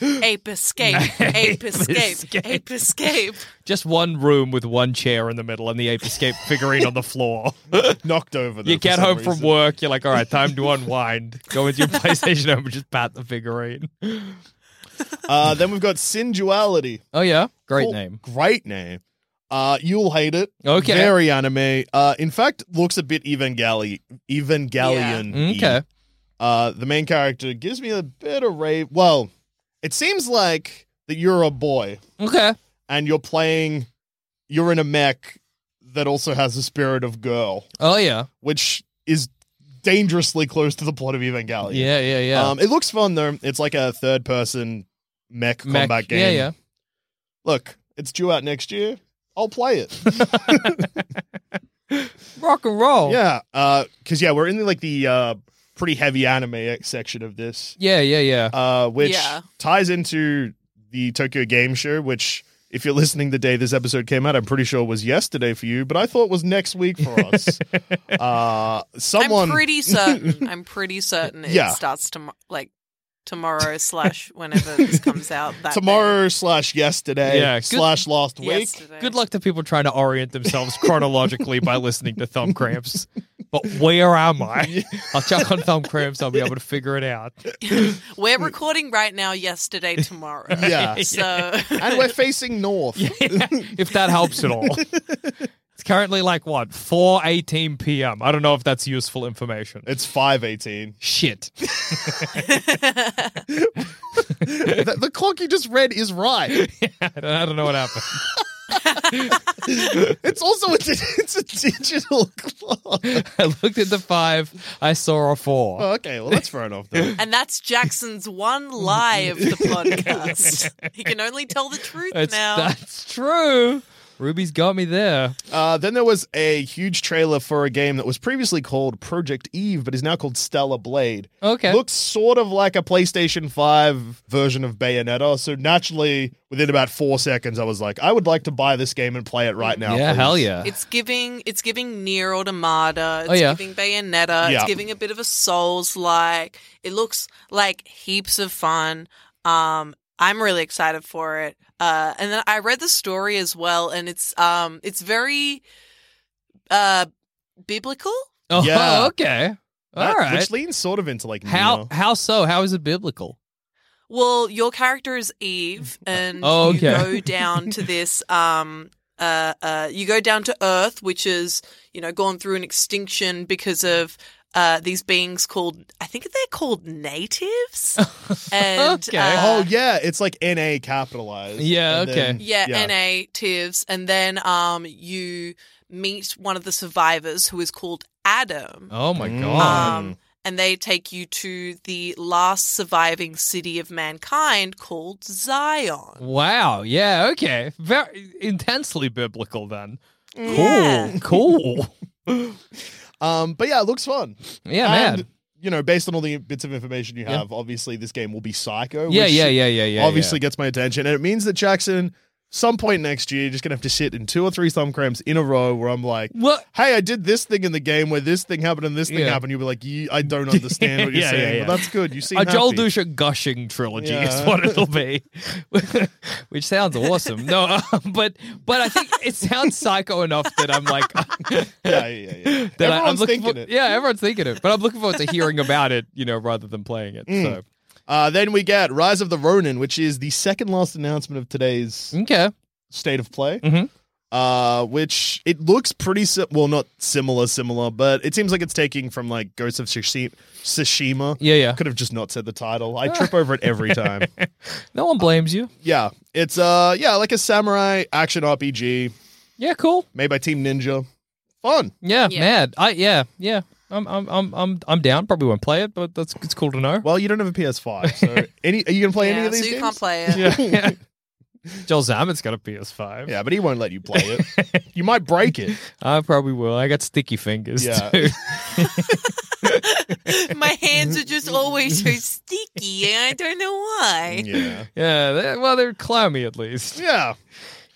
[SPEAKER 4] ape escape, ape escape, ape escape.
[SPEAKER 6] just one room with one chair in the middle and the ape escape figurine on the floor.
[SPEAKER 5] Knocked over. them
[SPEAKER 6] You
[SPEAKER 5] for
[SPEAKER 6] get
[SPEAKER 5] some
[SPEAKER 6] home from
[SPEAKER 5] reason.
[SPEAKER 6] work, you're like, all right, time to unwind. Go into your PlayStation Home and just pat the figurine.
[SPEAKER 5] Uh, then we've got Sin Duality.
[SPEAKER 6] Oh yeah, great
[SPEAKER 5] Cool.
[SPEAKER 6] name.
[SPEAKER 5] Great name. Uh, you'll hate it.
[SPEAKER 6] Okay.
[SPEAKER 5] Very anime. Uh, in fact, looks a bit Evangeli- Evangelion.
[SPEAKER 6] Mm, Okay.
[SPEAKER 5] uh, the main character gives me a bit of rave. Well, it seems like that you're a boy
[SPEAKER 6] Okay.
[SPEAKER 5] and you're playing, you're in a mech that also has the spirit of girl,
[SPEAKER 6] Oh yeah,
[SPEAKER 5] which is dangerously close to the plot of Evangelion.
[SPEAKER 6] yeah, yeah, yeah.
[SPEAKER 5] Um, it looks fun though. It's like a third person mech,
[SPEAKER 6] Mech-
[SPEAKER 5] combat game.
[SPEAKER 6] Yeah, yeah.
[SPEAKER 5] Look, it's due out next year. I'll play it.
[SPEAKER 6] Rock and roll.
[SPEAKER 5] yeah. Uh, cause yeah, we're in the, like the, uh, pretty heavy anime section of this,
[SPEAKER 6] yeah, yeah, yeah.
[SPEAKER 5] uh, which
[SPEAKER 4] Yeah.
[SPEAKER 5] ties into the Tokyo Game Show, which if you're listening the day this episode came out, I'm pretty sure was yesterday for you, but I thought was next week for us. uh, someone.
[SPEAKER 4] I'm pretty certain. I'm pretty certain it
[SPEAKER 5] Yeah.
[SPEAKER 4] starts tom- like tomorrow slash whenever this comes out. That
[SPEAKER 5] Tomorrow slash yesterday
[SPEAKER 6] Yeah, good-
[SPEAKER 5] slash last
[SPEAKER 4] day,
[SPEAKER 5] week.
[SPEAKER 4] yesterday.
[SPEAKER 6] Good luck to people trying to orient themselves chronologically by listening to thumb cramps. But where am I? I'll check on thumb cramps. I'll be able to figure it out.
[SPEAKER 4] We're recording right now. Yesterday, tomorrow.
[SPEAKER 5] Yeah.
[SPEAKER 4] So
[SPEAKER 5] and we're facing north.
[SPEAKER 6] if that helps at all. It's currently like what four eighteen p.m. I don't know if that's useful information.
[SPEAKER 5] It's five eighteen.
[SPEAKER 6] Shit.
[SPEAKER 5] the, the clock you just read is right.
[SPEAKER 6] I don't- I don't know what happened.
[SPEAKER 5] It's also a, di- it's a digital clock.
[SPEAKER 6] I looked at the five. I saw a four.
[SPEAKER 5] Oh, okay, well that's fair enough. Though.
[SPEAKER 4] and that's Jackson's one lie of the podcast. he can only tell the truth
[SPEAKER 6] It's-
[SPEAKER 4] now.
[SPEAKER 6] That's true. Ruby's got me there.
[SPEAKER 5] Uh, then there was a huge trailer for a game that was previously called Project Eve, but is now called Stellar Blade.
[SPEAKER 6] Okay.
[SPEAKER 5] looks sort of like a PlayStation Five version of Bayonetta. So naturally, within about four seconds, I was like, I would like to buy this game and play it right now.
[SPEAKER 6] yeah,
[SPEAKER 5] please.
[SPEAKER 6] hell yeah.
[SPEAKER 4] It's giving it's giving near automata, it's
[SPEAKER 6] Oh, yeah.
[SPEAKER 4] giving bayonetta,
[SPEAKER 5] Yeah.
[SPEAKER 4] it's giving a bit of a souls like. It looks like heaps of fun. Um I'm really excited for it. Uh and then I read the story as well and it's um it's very uh biblical.
[SPEAKER 6] oh,
[SPEAKER 5] Yeah.
[SPEAKER 6] okay. All right.
[SPEAKER 5] That- Which leans sort of into like
[SPEAKER 6] how
[SPEAKER 5] Neo.
[SPEAKER 6] how so? How is it biblical?
[SPEAKER 4] Well, your character is Eve, and
[SPEAKER 6] Oh, okay.
[SPEAKER 4] you go down to this. Um, uh, uh, you go down to Earth, which is you know gone through an extinction because of uh, these beings called I think they're called natives. and
[SPEAKER 6] Okay.
[SPEAKER 4] uh,
[SPEAKER 5] Oh yeah, it's like NA capitalized.
[SPEAKER 6] Yeah,
[SPEAKER 5] And
[SPEAKER 6] okay.
[SPEAKER 5] then-
[SPEAKER 4] yeah, natives, and then um, you meet one of the survivors who is called Adam.
[SPEAKER 6] Oh my
[SPEAKER 5] Mm.
[SPEAKER 6] god.
[SPEAKER 4] Um, and they take you to the last surviving city of mankind called Zion.
[SPEAKER 6] Wow. Yeah. Okay. Very intensely biblical then. Cool.
[SPEAKER 4] Yeah.
[SPEAKER 6] Cool.
[SPEAKER 5] Um, but yeah, it looks fun.
[SPEAKER 6] Yeah,
[SPEAKER 5] and,
[SPEAKER 6] man.
[SPEAKER 5] You know, based on all the bits of information you
[SPEAKER 6] Yeah.
[SPEAKER 5] have, obviously this game will be Psycho.
[SPEAKER 6] Yeah.
[SPEAKER 5] which
[SPEAKER 6] Yeah. Yeah. Yeah. Yeah.
[SPEAKER 5] Obviously gets my attention, and it means that Jackson, some point next year, you're just gonna have to sit in two or three thumb cramps in a row where I'm like,
[SPEAKER 6] Yeah. What?
[SPEAKER 5] "Hey, I did this thing in the game where this thing happened and this thing
[SPEAKER 6] Yeah.
[SPEAKER 5] happened." You'll be like, "Ye- "I don't understand what you're
[SPEAKER 6] Yeah, yeah,
[SPEAKER 5] saying,"
[SPEAKER 6] yeah.
[SPEAKER 5] but that's good. You seem
[SPEAKER 6] a Joel
[SPEAKER 5] happy.
[SPEAKER 6] Dusha gushing trilogy is
[SPEAKER 5] Yeah.
[SPEAKER 6] what it'll be, which sounds awesome. No, um, but but I think it sounds psycho enough that I'm like
[SPEAKER 5] Yeah, yeah, yeah.
[SPEAKER 6] that I, I'm
[SPEAKER 5] Everyone's
[SPEAKER 6] looking
[SPEAKER 5] thinking
[SPEAKER 6] for-
[SPEAKER 5] it.
[SPEAKER 6] Yeah, everyone's thinking it, but I'm looking forward to hearing about it, you know, rather than playing it.
[SPEAKER 5] Uh, then we get Rise of the Ronin, which is the second last announcement of today's
[SPEAKER 6] So okay,
[SPEAKER 5] state of play.
[SPEAKER 6] Mhm.
[SPEAKER 5] Uh, which it looks pretty si- well, not similar, similar, but it seems like it's taking from like Ghost of Tsushi- Tsushima.
[SPEAKER 6] yeah, yeah.
[SPEAKER 5] Could have just not said the title. I trip over it every time.
[SPEAKER 6] No one blames you.
[SPEAKER 5] yeah, it's uh, yeah, like a samurai action RPG
[SPEAKER 6] Yeah, cool.
[SPEAKER 5] made by Team Ninja. Fun.
[SPEAKER 6] Yeah,
[SPEAKER 4] Yeah.
[SPEAKER 6] mad. I yeah yeah. I'm I'm I'm I'm I'm down. Probably won't play it, but that's it's cool to know.
[SPEAKER 5] Well, you don't have a PS5, so any are you gonna play any
[SPEAKER 4] Yeah,
[SPEAKER 5] of these
[SPEAKER 4] so you
[SPEAKER 5] games?
[SPEAKER 4] can't play it.
[SPEAKER 6] yeah. Joel Zamet's got a PS5.
[SPEAKER 5] yeah, but he won't let you play it. you might break it.
[SPEAKER 6] I probably will. I got sticky fingers
[SPEAKER 5] Yeah.
[SPEAKER 6] too.
[SPEAKER 4] My hands are just always so sticky, and I don't know why.
[SPEAKER 5] Yeah,
[SPEAKER 6] Yeah, they, well, they're clammy at least.
[SPEAKER 5] yeah.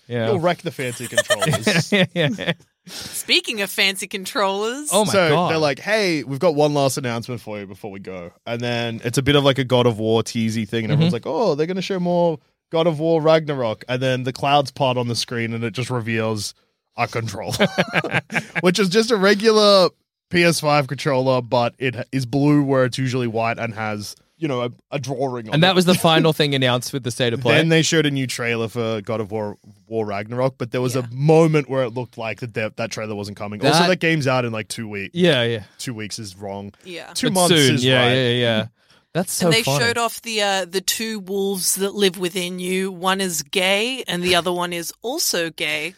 [SPEAKER 5] You'll
[SPEAKER 6] Yeah.
[SPEAKER 5] wreck the fancy controllers.
[SPEAKER 4] Speaking of fancy controllers,
[SPEAKER 6] oh my
[SPEAKER 5] so
[SPEAKER 6] god!
[SPEAKER 5] they're like, hey, we've got one last announcement for you before we go. And then it's a bit of like a God of War teasy thing. And everyone's
[SPEAKER 6] Mm-hmm.
[SPEAKER 5] like, oh, they're going to show more God of War Ragnarok. And then the clouds part on the screen and it just reveals a controller, which is just a regular PS5 controller, but it is blue where it's usually white and has, you know, a, a drawing on
[SPEAKER 6] and
[SPEAKER 5] it.
[SPEAKER 6] that was the final thing announced with the state of play.
[SPEAKER 5] Then they showed a new trailer for God of War, War Ragnarok, but there was a moment where it looked like that that, that trailer wasn't coming. also,
[SPEAKER 6] That-
[SPEAKER 5] that game's out in like two weeks.
[SPEAKER 6] yeah, yeah,
[SPEAKER 5] Two weeks is wrong
[SPEAKER 4] yeah.
[SPEAKER 5] two
[SPEAKER 6] But
[SPEAKER 5] months
[SPEAKER 6] soon.
[SPEAKER 5] is
[SPEAKER 6] yeah,
[SPEAKER 5] right.
[SPEAKER 6] yeah, yeah, That's so
[SPEAKER 4] And they
[SPEAKER 6] funny.
[SPEAKER 4] showed off the uh, the two wolves that live within you. One is gay, and the other one is also gay.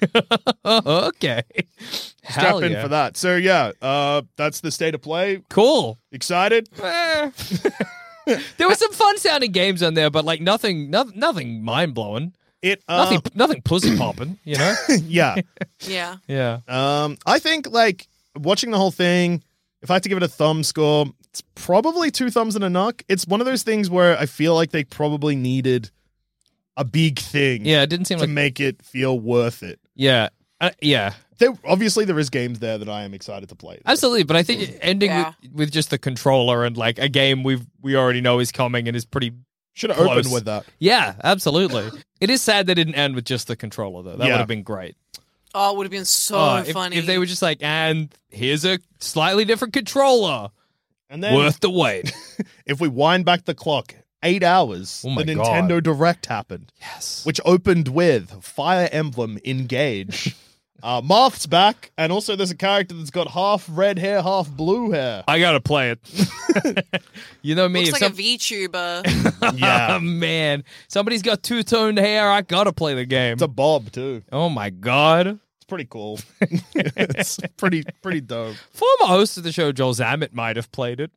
[SPEAKER 6] Oh, okay.
[SPEAKER 5] Strap
[SPEAKER 6] Hell
[SPEAKER 5] in
[SPEAKER 6] yeah.
[SPEAKER 5] for that. So yeah, uh, that's the state of play.
[SPEAKER 6] Cool.
[SPEAKER 5] Excited?
[SPEAKER 6] Eh. there were some fun sounding games on there, but like nothing, no, nothing mind blowing.
[SPEAKER 5] It uh,
[SPEAKER 6] Nothing, nothing pussy popping. You know?
[SPEAKER 5] Yeah.
[SPEAKER 4] Yeah,
[SPEAKER 6] yeah.
[SPEAKER 5] Um, I think like watching the whole thing. If I had to give it a thumb score, it's probably two thumbs and a knock. It's one of those things where I feel like they probably needed a big thing
[SPEAKER 6] Yeah. It didn't seem
[SPEAKER 5] to
[SPEAKER 6] like.
[SPEAKER 5] make it feel worth it.
[SPEAKER 6] yeah. Uh, yeah.
[SPEAKER 5] There, obviously, there is games there that I am excited to play.
[SPEAKER 6] Absolutely, but I think ending
[SPEAKER 4] Yeah.
[SPEAKER 6] with, with just the controller and like a game we we already know is coming and is pretty.
[SPEAKER 5] Should have opened
[SPEAKER 6] Close.
[SPEAKER 5] with that.
[SPEAKER 6] Yeah, absolutely. it is sad they didn't end with just the controller though. That
[SPEAKER 5] Yeah.
[SPEAKER 6] would have been great.
[SPEAKER 4] oh, it would have been so
[SPEAKER 6] Oh, if,
[SPEAKER 4] funny
[SPEAKER 6] if they were just like, and here's a slightly different controller,
[SPEAKER 5] And then
[SPEAKER 6] worth the wait.
[SPEAKER 5] if we wind back the clock, eight hours,
[SPEAKER 6] Oh my
[SPEAKER 5] the
[SPEAKER 6] God.
[SPEAKER 5] Nintendo Direct happened,
[SPEAKER 6] yes.
[SPEAKER 5] which opened with Fire Emblem Engage. uh, Marth's back, and also there's a character that's got half red hair, half blue hair.
[SPEAKER 6] I gotta play it. you know me.
[SPEAKER 4] Looks
[SPEAKER 6] if
[SPEAKER 4] like
[SPEAKER 6] some-
[SPEAKER 4] a VTuber.
[SPEAKER 6] Oh, man, somebody's got two toned hair. I gotta play the game.
[SPEAKER 5] It's a bob too.
[SPEAKER 6] oh my god.
[SPEAKER 5] It's pretty cool. it's pretty pretty dope.
[SPEAKER 6] Former host of the show, Joel Zammit, might have played it.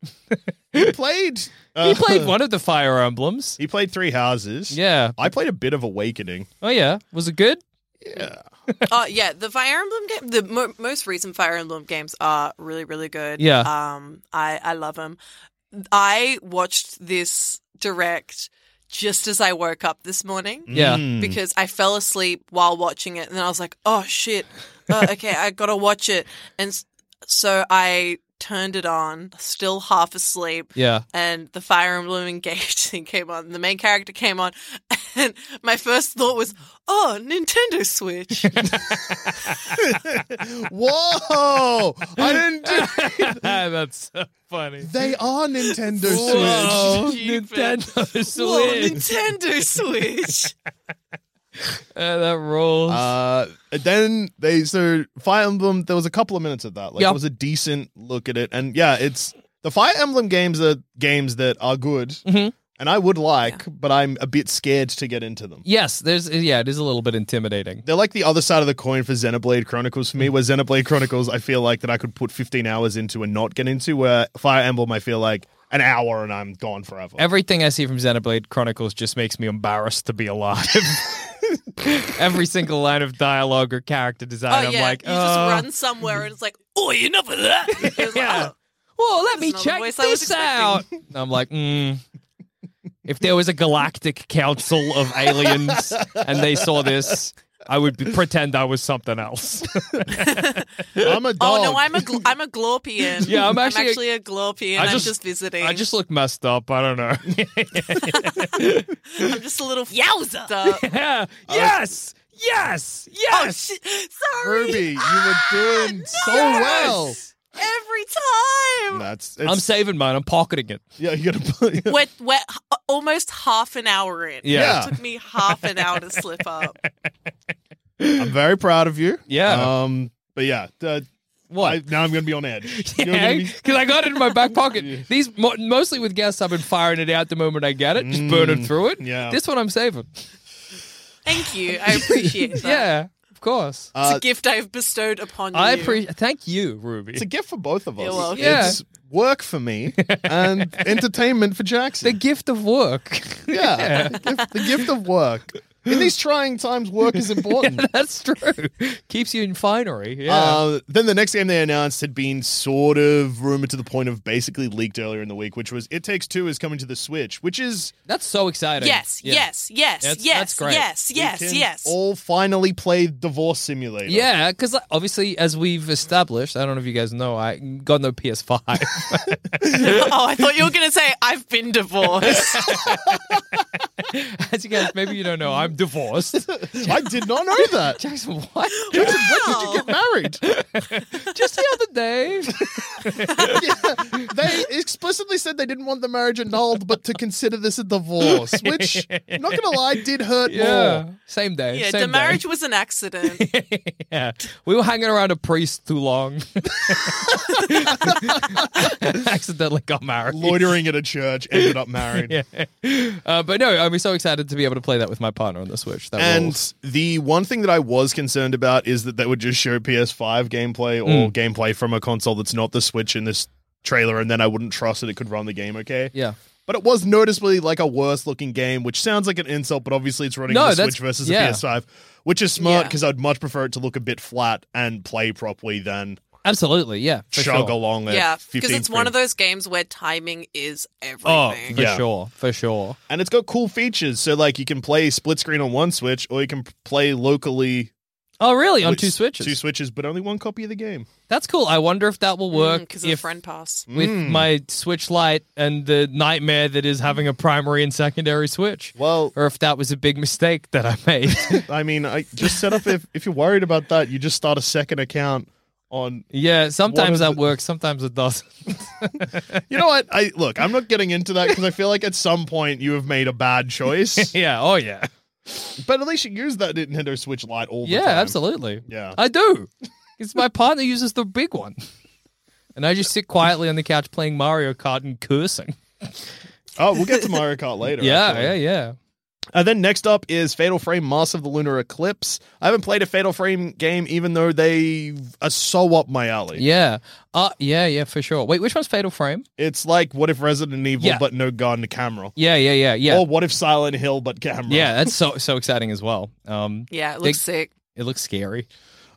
[SPEAKER 5] He played.
[SPEAKER 6] He
[SPEAKER 5] uh,
[SPEAKER 6] played one of the Fire Emblems.
[SPEAKER 5] He played Three Houses.
[SPEAKER 6] Yeah.
[SPEAKER 5] I played a bit of Awakening.
[SPEAKER 6] Oh yeah. Was it good?
[SPEAKER 4] Oh yeah, the Fire Emblem game. The mo- most recent Fire Emblem games are really, really good.
[SPEAKER 6] Yeah.
[SPEAKER 4] um, I I love them. I watched this direct just as I woke up this morning
[SPEAKER 6] Yeah.
[SPEAKER 4] because I fell asleep while watching it, and then I was like, "Oh shit, uh, okay, I gotta watch it." And s- so I turned it on, still half asleep,
[SPEAKER 6] Yeah.
[SPEAKER 4] and the Fire Emblem Engage thing came on. The main character came on, and my first thought was, "Oh, Nintendo Switch."
[SPEAKER 5] Whoa! I didn't do.
[SPEAKER 6] Ah, That's so funny.
[SPEAKER 5] They are Nintendo Switch.
[SPEAKER 6] Whoa,
[SPEAKER 4] Stupid.
[SPEAKER 6] Nintendo
[SPEAKER 4] Whoa,
[SPEAKER 6] Switch.
[SPEAKER 4] Nintendo Switch.
[SPEAKER 6] Uh, that rules.
[SPEAKER 5] Uh, then they so Fire Emblem. There was a couple of minutes of that. Like
[SPEAKER 6] Yeah.
[SPEAKER 5] it was a decent look at it, and yeah, it's the Fire Emblem games are games that are good,
[SPEAKER 4] Mm-hmm.
[SPEAKER 5] and I would like, but I'm a bit scared to get into them.
[SPEAKER 6] yes. There's. Yeah. It is a little bit intimidating.
[SPEAKER 5] They're like the other side of the coin for Xenoblade Chronicles for me, where Xenoblade Chronicles I feel like that I could put 15 hours into and not get into, where Fire Emblem I feel like an hour and I'm gone forever.
[SPEAKER 6] Everything I see from Xenoblade Chronicles just makes me embarrassed to be alive. Every single line of dialogue or character design,
[SPEAKER 4] oh
[SPEAKER 6] I'm
[SPEAKER 4] yeah,
[SPEAKER 6] like,
[SPEAKER 4] you just
[SPEAKER 6] oh,
[SPEAKER 4] run somewhere and it's like, "Oh, enough of that." It was like,
[SPEAKER 6] Yeah.
[SPEAKER 4] "Oh,
[SPEAKER 6] Well, let me
[SPEAKER 4] That's not the
[SPEAKER 6] check
[SPEAKER 4] voice I was
[SPEAKER 6] this out. I'm like, mm. if there was a galactic council of aliens and they saw this, I would be, pretend I was something else.
[SPEAKER 5] I'm a
[SPEAKER 4] Oh
[SPEAKER 5] dog.
[SPEAKER 4] no, I'm a gl- I'm a Glorpian.
[SPEAKER 6] Yeah, I'm actually a-
[SPEAKER 4] a, Glorpian.
[SPEAKER 6] I
[SPEAKER 4] I'm
[SPEAKER 6] just-
[SPEAKER 4] just, visiting.
[SPEAKER 6] I just look messed up. I don't know.
[SPEAKER 4] I'm just a little yowza.
[SPEAKER 6] yeah. Yes. Yes. Yes.
[SPEAKER 4] Oh, Sorry.
[SPEAKER 5] Ruby, you were doing so well.
[SPEAKER 4] Every time.
[SPEAKER 5] That's
[SPEAKER 6] I'm
[SPEAKER 5] it's,
[SPEAKER 6] saving mine. I'm pocketing it.
[SPEAKER 5] yeah, you gotta play.
[SPEAKER 4] We're, we're h- almost half an hour in.
[SPEAKER 6] Yeah.
[SPEAKER 4] It took me half an hour to slip up.
[SPEAKER 5] I'm very proud of you.
[SPEAKER 6] Yeah.
[SPEAKER 5] Um, but yeah, uh,
[SPEAKER 6] What?
[SPEAKER 5] I, now I'm gonna be on edge. You're gonna be-
[SPEAKER 6] because I got it in my back pocket. These mo- mostly with guests, I've been firing it out the moment I get it, just burning through it.
[SPEAKER 5] Mm. yeah.
[SPEAKER 6] This one I'm saving.
[SPEAKER 4] Thank you. I appreciate that.
[SPEAKER 6] Yeah, of course.
[SPEAKER 4] It's
[SPEAKER 5] Uh,
[SPEAKER 4] a gift I've bestowed upon
[SPEAKER 6] I
[SPEAKER 4] you.
[SPEAKER 6] appreciate. Thank you, Ruby.
[SPEAKER 5] it's a gift for both of us.
[SPEAKER 4] You're welcome.
[SPEAKER 6] Yeah.
[SPEAKER 5] It's work for me and entertainment for
[SPEAKER 6] the
[SPEAKER 5] Jackson.
[SPEAKER 6] gift of work.
[SPEAKER 5] yeah, The, gift, the gift of work. In these trying times, work is important.
[SPEAKER 6] That's true. Keeps you in finery. Yeah.
[SPEAKER 5] Uh, then the next game they announced had been sort of rumored to the point of basically leaked earlier in the week, which was It Takes Two is coming to the Switch, which is
[SPEAKER 6] that's so exciting.
[SPEAKER 4] Yes,
[SPEAKER 6] Yeah.
[SPEAKER 4] yes, yes,
[SPEAKER 6] That's-
[SPEAKER 4] yes,
[SPEAKER 6] that's great.
[SPEAKER 4] yes,
[SPEAKER 5] we
[SPEAKER 4] yes,
[SPEAKER 5] can
[SPEAKER 4] yes.
[SPEAKER 5] all finally play Divorce Simulator.
[SPEAKER 6] Yeah, because obviously, as we've established, I don't know if you guys know, I got no PS5.
[SPEAKER 4] oh, I thought you were going to say I've been divorced.
[SPEAKER 6] as you guys maybe you don't know, I'm divorced.
[SPEAKER 5] I did not know that.
[SPEAKER 6] Jackson, what?
[SPEAKER 5] Jackson, when did you get married?
[SPEAKER 6] Just the other day.
[SPEAKER 5] Yeah, they explicitly said they didn't want the marriage annulled, but to consider this a divorce, which, not gonna lie, did hurt
[SPEAKER 6] Yeah.
[SPEAKER 5] more.
[SPEAKER 6] Same day.
[SPEAKER 4] Yeah,
[SPEAKER 6] same
[SPEAKER 4] the marriage
[SPEAKER 6] day.
[SPEAKER 4] was an accident.
[SPEAKER 6] yeah. We were hanging around a priest too long. Accidentally got married.
[SPEAKER 5] Loitering at a church, ended up married.
[SPEAKER 6] Uh, but no, I'm so excited to be able to play that with my partner on the Switch. That
[SPEAKER 5] And
[SPEAKER 6] rules.
[SPEAKER 5] the one thing that I was concerned about is that they would just show PS5 gameplay or gameplay from a console that's not the Switch in this trailer, and then I wouldn't trust that it could run the game okay.
[SPEAKER 6] yeah.
[SPEAKER 5] But it was noticeably like a worse looking game, which sounds like an insult, but obviously it's running
[SPEAKER 6] No,
[SPEAKER 5] on the
[SPEAKER 6] that's-
[SPEAKER 5] Switch versus
[SPEAKER 6] yeah.
[SPEAKER 5] a PS5, which is
[SPEAKER 4] Yeah.
[SPEAKER 5] smart because I'd much prefer it to look a bit flat and play properly than
[SPEAKER 6] Absolutely, yeah. For
[SPEAKER 5] chug
[SPEAKER 6] sure.
[SPEAKER 5] along at
[SPEAKER 4] yeah,
[SPEAKER 5] 15
[SPEAKER 4] because it's one of
[SPEAKER 5] frames.
[SPEAKER 4] those games where timing is
[SPEAKER 6] Oh,
[SPEAKER 4] everything.
[SPEAKER 6] for
[SPEAKER 5] Yeah.
[SPEAKER 6] sure, for sure.
[SPEAKER 5] And it's got cool features. So, like, you can play split screen on one Switch or you can play locally
[SPEAKER 6] Oh, really? On
[SPEAKER 5] with
[SPEAKER 6] two
[SPEAKER 5] s-
[SPEAKER 6] switches.
[SPEAKER 5] Two Switches, but only one copy of the game.
[SPEAKER 6] That's cool. I wonder if that will work
[SPEAKER 4] because Mm, of
[SPEAKER 6] if
[SPEAKER 4] friend pass.
[SPEAKER 6] with my Switch Lite and the nightmare that is having a primary and secondary Switch.
[SPEAKER 5] Well,
[SPEAKER 6] or if that was a big mistake that I made.
[SPEAKER 5] I mean, I just set up if, if you're worried about that, you just start a second account on.
[SPEAKER 6] yeah,
[SPEAKER 5] One of
[SPEAKER 6] sometimes that
[SPEAKER 5] the-
[SPEAKER 6] works, sometimes it doesn't.
[SPEAKER 5] You know what? I look, I'm not getting into that because I feel like at some point you have made a bad choice.
[SPEAKER 6] yeah, oh yeah.
[SPEAKER 5] but at least you use that Nintendo Switch Lite all the
[SPEAKER 6] Yeah,
[SPEAKER 5] time.
[SPEAKER 6] absolutely.
[SPEAKER 5] Yeah.
[SPEAKER 6] I do. It's my partner uses the big one. And I just sit quietly on the couch playing Mario Kart and cursing.
[SPEAKER 5] Oh, we'll get to Mario Kart later.
[SPEAKER 6] Yeah,
[SPEAKER 5] actually.
[SPEAKER 6] yeah, yeah.
[SPEAKER 5] And then next up is Fatal Frame Master of the Lunar Eclipse. I haven't played a Fatal Frame game, even though they are so up my alley.
[SPEAKER 6] Yeah. Uh yeah, yeah, for sure. Wait, which one's Fatal Frame?
[SPEAKER 5] It's like what if Resident Evil,
[SPEAKER 6] Yeah.
[SPEAKER 5] but no gun camera,
[SPEAKER 6] Yeah, yeah, yeah, yeah.
[SPEAKER 5] or what if Silent Hill, but camera.
[SPEAKER 6] yeah, that's so so exciting as well. Um
[SPEAKER 4] Yeah, it looks sick.
[SPEAKER 6] it looks scary.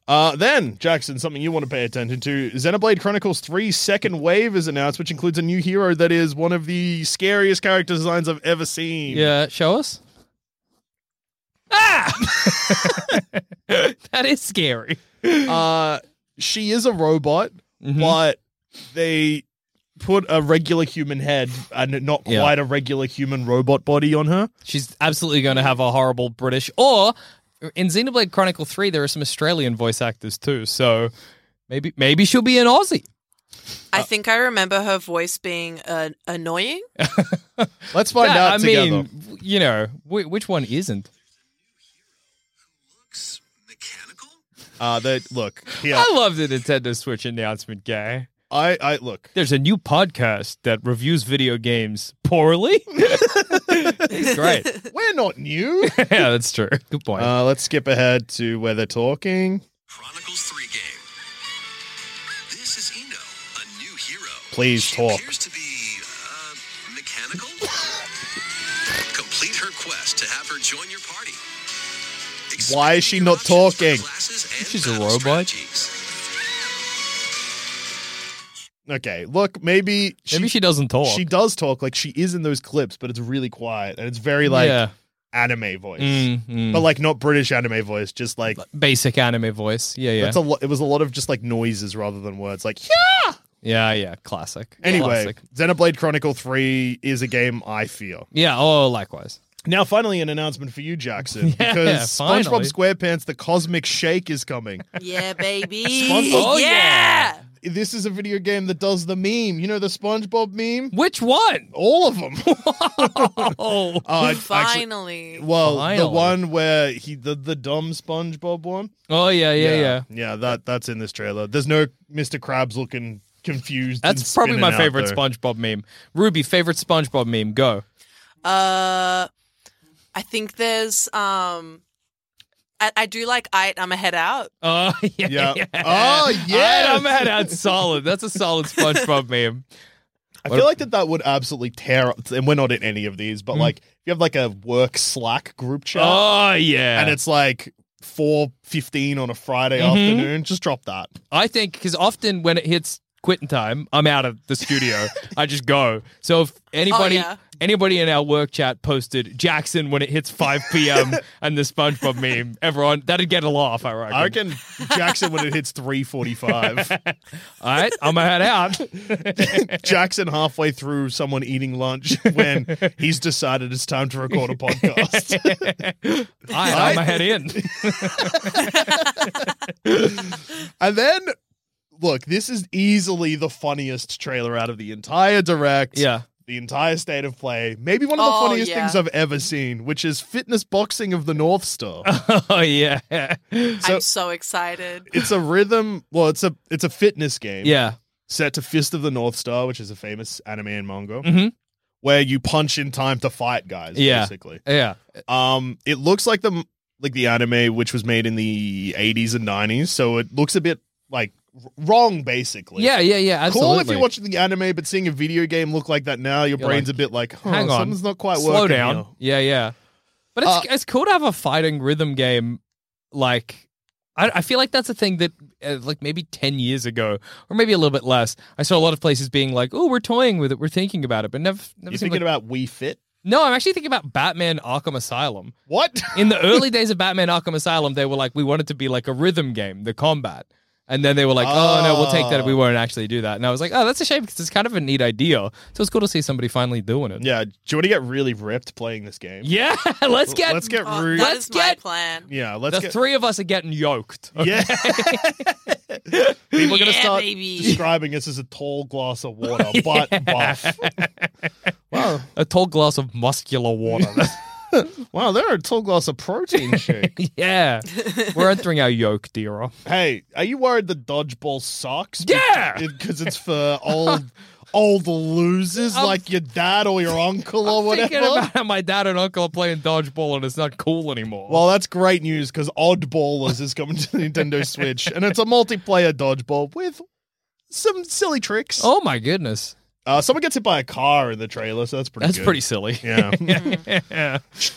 [SPEAKER 5] Uh, then Jackson, something you want to pay attention to: Xenoblade Chronicles 3 Second Wave is announced, which includes a new hero that is one of the scariest character designs I've ever seen.
[SPEAKER 6] Yeah, show us. Ah! that is scary.
[SPEAKER 5] Uh, she is a robot,
[SPEAKER 6] Mm-hmm.
[SPEAKER 5] but they put a regular human head and not
[SPEAKER 6] Yeah.
[SPEAKER 5] quite a regular human robot body on her.
[SPEAKER 6] She's absolutely going to have a horrible British. Or in Xenoblade Chronicle Three, there are some Australian voice actors too. So maybe maybe she'll be an Aussie.
[SPEAKER 4] I think I remember her voice being uh, annoying.
[SPEAKER 5] Let's find
[SPEAKER 6] That-
[SPEAKER 5] out
[SPEAKER 6] I
[SPEAKER 5] together.
[SPEAKER 6] mean, w- you know, wh- which one isn't?
[SPEAKER 5] uh, that look here.
[SPEAKER 6] I love the Nintendo Switch announcement, guy.
[SPEAKER 5] I, I look.
[SPEAKER 6] There's a new podcast that reviews video games poorly. it's great.
[SPEAKER 5] We're not new.
[SPEAKER 6] Yeah, that's true. Good point.
[SPEAKER 5] uh, let's skip ahead to where they're talking.
[SPEAKER 7] Chronicles 3 game. This is Eno, a new hero.
[SPEAKER 5] Please
[SPEAKER 7] she
[SPEAKER 5] talk.
[SPEAKER 7] appears to be uh, mechanical. Complete her quest to have her join your party.
[SPEAKER 5] Why is she
[SPEAKER 7] Expand
[SPEAKER 5] not
[SPEAKER 7] your options for
[SPEAKER 5] talking?
[SPEAKER 7] classes and
[SPEAKER 6] She's a
[SPEAKER 7] battle
[SPEAKER 6] robot.
[SPEAKER 7] strategies.
[SPEAKER 5] Okay, look, maybe she,
[SPEAKER 6] maybe she doesn't talk.
[SPEAKER 5] she does talk like she is in those clips, but it's really quiet and it's very like
[SPEAKER 6] yeah.
[SPEAKER 5] anime voice,
[SPEAKER 6] Mm, mm.
[SPEAKER 5] but like not British anime voice, just like
[SPEAKER 6] basic anime voice. Yeah, yeah,
[SPEAKER 5] that's a lo- it was a lot of just like noises rather than words. Like
[SPEAKER 6] yeah, yeah. Classic.
[SPEAKER 5] anyway,
[SPEAKER 6] Classic.
[SPEAKER 5] Xenoblade Chronicle Three is a game I fear.
[SPEAKER 6] yeah. Oh, likewise.
[SPEAKER 5] Now, finally, an announcement for you, Jackson,
[SPEAKER 6] Yeah,
[SPEAKER 5] because
[SPEAKER 6] finally.
[SPEAKER 5] SpongeBob SquarePants: The Cosmic Shake is coming.
[SPEAKER 4] Yeah, baby.
[SPEAKER 6] Oh, yeah.
[SPEAKER 4] yeah.
[SPEAKER 5] this is a video game that does the meme. You know the SpongeBob meme.
[SPEAKER 6] Which one?
[SPEAKER 5] All of them.
[SPEAKER 6] Oh,
[SPEAKER 5] Uh, actually-
[SPEAKER 4] Finally.
[SPEAKER 5] well, the
[SPEAKER 6] Finally.
[SPEAKER 5] one where he the the dumb SpongeBob one.
[SPEAKER 6] oh yeah, yeah, yeah.
[SPEAKER 5] yeah. That that's in this trailer. There's no Mr. Krabs looking confused. and
[SPEAKER 6] That's probably
[SPEAKER 5] spinning out
[SPEAKER 6] my favorite
[SPEAKER 5] there.
[SPEAKER 6] SpongeBob meme. Ruby, favorite SpongeBob meme. Go.
[SPEAKER 4] uh, I think there's um, I, I do like I. I'm a head out.
[SPEAKER 6] Oh yeah.
[SPEAKER 5] Yeah. Oh yeah.
[SPEAKER 6] I'm at out solid. That's a solid SpongeBob meme.
[SPEAKER 5] I feel like that that would absolutely tear up. And we're not in any of these, but like if you have like a work Slack group chat,
[SPEAKER 6] Hmm. Oh yeah.
[SPEAKER 5] and it's like
[SPEAKER 6] Mm-hmm.
[SPEAKER 5] four fifteen on a Friday afternoon, just drop that.
[SPEAKER 6] I think because often when it hits quitting time. I'm out of the studio. I just go. So if anybody
[SPEAKER 4] yeah.
[SPEAKER 6] anybody in our work chat posted Jackson when it hits 5 p.m. and the SpongeBob meme, everyone that'd get a laugh. I reckon.
[SPEAKER 5] I reckon Jackson when it hits three forty-five.
[SPEAKER 6] All right, I'm gonna head out.
[SPEAKER 5] Jackson halfway through someone eating lunch when he's decided it's time to record a podcast.
[SPEAKER 6] I, I'm gonna head in.
[SPEAKER 5] And then, look, this is easily the funniest trailer out of the entire direct.
[SPEAKER 6] Yeah.
[SPEAKER 5] The entire state of play. Maybe one of the
[SPEAKER 4] Oh,
[SPEAKER 5] funniest
[SPEAKER 4] yeah.
[SPEAKER 5] things I've ever seen, which is fitness boxing of the North Star.
[SPEAKER 6] oh yeah,
[SPEAKER 5] So-
[SPEAKER 4] I'm so excited.
[SPEAKER 5] it's a rhythm. Well, it's a it's a fitness game.
[SPEAKER 6] yeah.
[SPEAKER 5] Set to Fist of the North Star, which is a famous anime and manga,
[SPEAKER 6] Mhm.
[SPEAKER 5] where you punch in time to fight guys.
[SPEAKER 6] Yeah.
[SPEAKER 5] Basically.
[SPEAKER 6] Yeah.
[SPEAKER 5] Um, it looks like the like the anime which was made in the 80s and 90s, so it looks a bit like r- wrong basically.
[SPEAKER 6] Yeah, yeah, yeah. Absolutely.
[SPEAKER 5] Cool if you're watching the anime, but seeing a video game look like that now, your
[SPEAKER 6] You're
[SPEAKER 5] brain's
[SPEAKER 6] like,
[SPEAKER 5] a bit like, huh,
[SPEAKER 6] Hang on.
[SPEAKER 5] Oh, something's not quite
[SPEAKER 6] Slow
[SPEAKER 5] working.
[SPEAKER 6] down.
[SPEAKER 5] here."
[SPEAKER 6] Yeah, yeah. But it's,
[SPEAKER 5] Uh,
[SPEAKER 6] it's cool to have a fighting rhythm game. Like, I, I feel like that's a thing that, uh, like, maybe 10 years ago, or maybe a little bit less, I saw a lot of places being like, oh, we're toying with it. We're thinking about it. But never, never
[SPEAKER 5] You're
[SPEAKER 6] seemed
[SPEAKER 5] thinking
[SPEAKER 6] like-
[SPEAKER 5] about We Fit?
[SPEAKER 6] No, I'm actually thinking about Batman Arkham Asylum.
[SPEAKER 5] What?
[SPEAKER 6] In the early days of Batman Arkham Asylum, they were like, we want it to be like a rhythm game, the combat. And then they were like, oh, no, we'll take that. if We
[SPEAKER 5] Oh.
[SPEAKER 6] won't actually do that. And I was like, oh, that's a shame because it's kind of a neat idea. So it's cool to see somebody finally doing it.
[SPEAKER 5] yeah. Do you want to get really ripped playing this game?
[SPEAKER 6] Yeah, let's get
[SPEAKER 5] Let's get
[SPEAKER 4] Oh,
[SPEAKER 5] rude.
[SPEAKER 4] that
[SPEAKER 6] Let's
[SPEAKER 4] is my
[SPEAKER 6] get-
[SPEAKER 4] plan.
[SPEAKER 5] yeah. Let's
[SPEAKER 6] the
[SPEAKER 5] get.
[SPEAKER 6] three of us are getting yoked.
[SPEAKER 5] yeah. People are gonna
[SPEAKER 4] Yeah,
[SPEAKER 5] start
[SPEAKER 4] baby.
[SPEAKER 5] describing us as a tall glass of water, but buff.
[SPEAKER 6] Wow. A tall glass of muscular water.
[SPEAKER 5] Wow, they're a tall glass of protein shake.
[SPEAKER 6] yeah. We're entering our yoke, dearer.
[SPEAKER 5] Hey, are you worried the dodgeball sucks?
[SPEAKER 6] Yeah!
[SPEAKER 5] because it's for old old losers
[SPEAKER 6] I'm-
[SPEAKER 5] like your dad or your uncle or whatever.
[SPEAKER 6] Thinking about how my dad and uncle are playing dodgeball and it's not cool anymore.
[SPEAKER 5] well, that's great news because Oddballers is coming to the Nintendo Switch, and it's a multiplayer dodgeball with some silly tricks.
[SPEAKER 6] oh my goodness.
[SPEAKER 5] Uh, someone gets hit by a car in the trailer, so that's pretty.
[SPEAKER 6] That's
[SPEAKER 5] good.
[SPEAKER 6] pretty silly.
[SPEAKER 5] Yeah.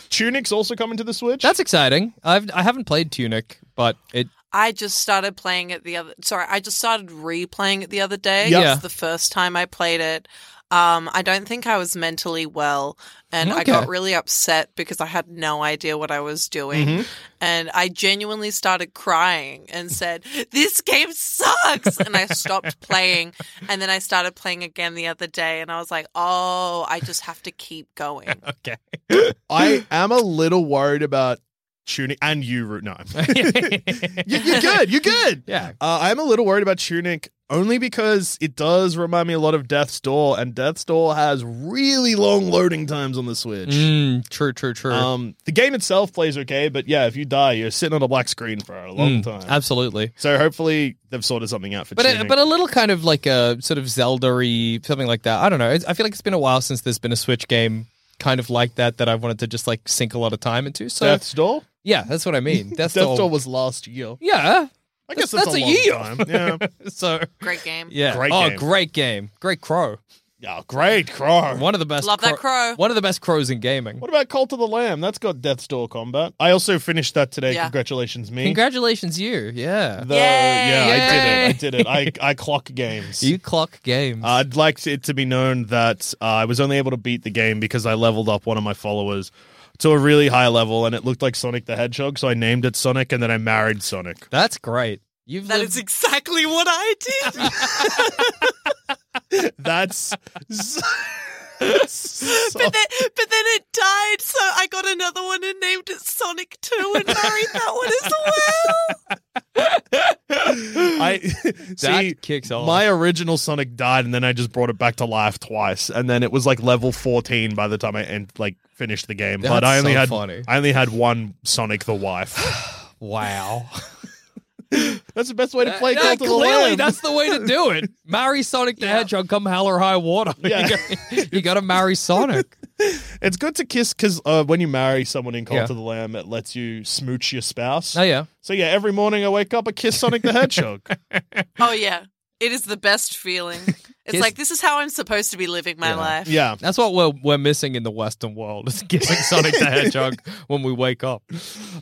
[SPEAKER 5] Tunic's also coming to the Switch.
[SPEAKER 6] That's exciting. I've I haven't played Tunic, but it
[SPEAKER 4] I just started playing it the other. Sorry, I just started replaying it the other day.
[SPEAKER 5] Yeah.
[SPEAKER 4] It was the first time I played it. Um, I don't think I was mentally well, and I
[SPEAKER 6] Okay.
[SPEAKER 4] got really upset because I had no idea what I was doing,
[SPEAKER 6] Mm-hmm.
[SPEAKER 4] and I genuinely started crying and said, "This game sucks!" and I stopped playing, and then I started playing again the other day, and I was like, "Oh, I just have to keep going."
[SPEAKER 6] okay.
[SPEAKER 5] I am a little worried about Tunic and you. Ru- No, You- you're good. You're good.
[SPEAKER 6] yeah.
[SPEAKER 5] Uh, I'm a little worried about Tunic only because it does remind me a lot of Death's Door, and Death's Door has really long loading times on the Switch.
[SPEAKER 6] Mm, true, true, true.
[SPEAKER 5] Um, the game itself plays okay, but yeah, if you die, you're sitting on a black screen for a long
[SPEAKER 6] Mm,
[SPEAKER 5] time.
[SPEAKER 6] Absolutely.
[SPEAKER 5] so hopefully they've sorted something out for
[SPEAKER 6] But a,
[SPEAKER 5] Tunic.
[SPEAKER 6] but a little kind of like a sort of Zelda-y, something like that. I don't know. It's, I feel like it's been a while since there's been a Switch game kind of like that that I wanted to just like sink a lot of time into. So
[SPEAKER 5] Death's Door.
[SPEAKER 6] yeah, that's what I mean. That's
[SPEAKER 5] Death's
[SPEAKER 6] all.
[SPEAKER 5] Door was last year.
[SPEAKER 6] yeah.
[SPEAKER 5] I guess
[SPEAKER 6] That's-
[SPEAKER 5] that's,
[SPEAKER 6] that's a
[SPEAKER 5] a, long
[SPEAKER 6] year.
[SPEAKER 5] time. Yeah.
[SPEAKER 6] So
[SPEAKER 4] Great game.
[SPEAKER 6] yeah.
[SPEAKER 5] Great
[SPEAKER 6] oh,
[SPEAKER 5] game.
[SPEAKER 6] great game. Great crow.
[SPEAKER 5] oh, great crow.
[SPEAKER 6] One of the best.
[SPEAKER 4] Love that crow.
[SPEAKER 6] One of the best crows in gaming.
[SPEAKER 5] What about Cult of the Lamb? That's got Death's Door combat. I also finished that today.
[SPEAKER 4] Yeah.
[SPEAKER 5] Congratulations, me.
[SPEAKER 6] Congratulations, you. Yeah.
[SPEAKER 5] The-
[SPEAKER 4] Yay.
[SPEAKER 5] Yeah,
[SPEAKER 6] Yay.
[SPEAKER 5] I did it. I did it. I, I clock games.
[SPEAKER 6] You clock games.
[SPEAKER 5] I'd like it to be known that uh, I was only able to beat the game because I leveled up one of my followers to a really high level, and it looked like Sonic the Hedgehog, so I named it Sonic, and then I married Sonic.
[SPEAKER 6] that's great. You've
[SPEAKER 4] That
[SPEAKER 6] lived-
[SPEAKER 4] is exactly what I did.
[SPEAKER 5] That's so-
[SPEAKER 4] But then, but then it died, so I got another one and named it Sonic 2 and married that one as well.
[SPEAKER 5] I
[SPEAKER 6] that
[SPEAKER 5] see.
[SPEAKER 6] kicks off.
[SPEAKER 5] My original Sonic died, and then I just brought it back to life twice, and then it was like level fourteen by the time I end, like finished the game. but
[SPEAKER 6] That's
[SPEAKER 5] I only
[SPEAKER 6] so
[SPEAKER 5] had
[SPEAKER 6] funny.
[SPEAKER 5] I only had one Sonic the wife.
[SPEAKER 6] wow.
[SPEAKER 5] That's the best way to play
[SPEAKER 6] Yeah,
[SPEAKER 5] Call Cult of the
[SPEAKER 6] Uh, clearly,
[SPEAKER 5] Lamb.
[SPEAKER 6] that's the way to do it. Marry Sonic the Hedgehog, come hell or high water.
[SPEAKER 5] Yeah.
[SPEAKER 6] you got to marry Sonic.
[SPEAKER 5] It's good to kiss because uh, when you marry someone in Cult
[SPEAKER 6] Yeah.
[SPEAKER 5] of the Lamb, it lets you smooch your spouse.
[SPEAKER 6] Oh yeah,
[SPEAKER 5] So yeah, every morning I wake up, I kiss Sonic the Hedgehog.
[SPEAKER 4] Oh, yeah. It is the best feeling. It's
[SPEAKER 6] Kiss-
[SPEAKER 4] like, this is how I'm supposed to be living my life.
[SPEAKER 5] yeah,
[SPEAKER 6] that's what we're we're missing in the Western world. Is giving Sonic the Hedgehog when we wake up.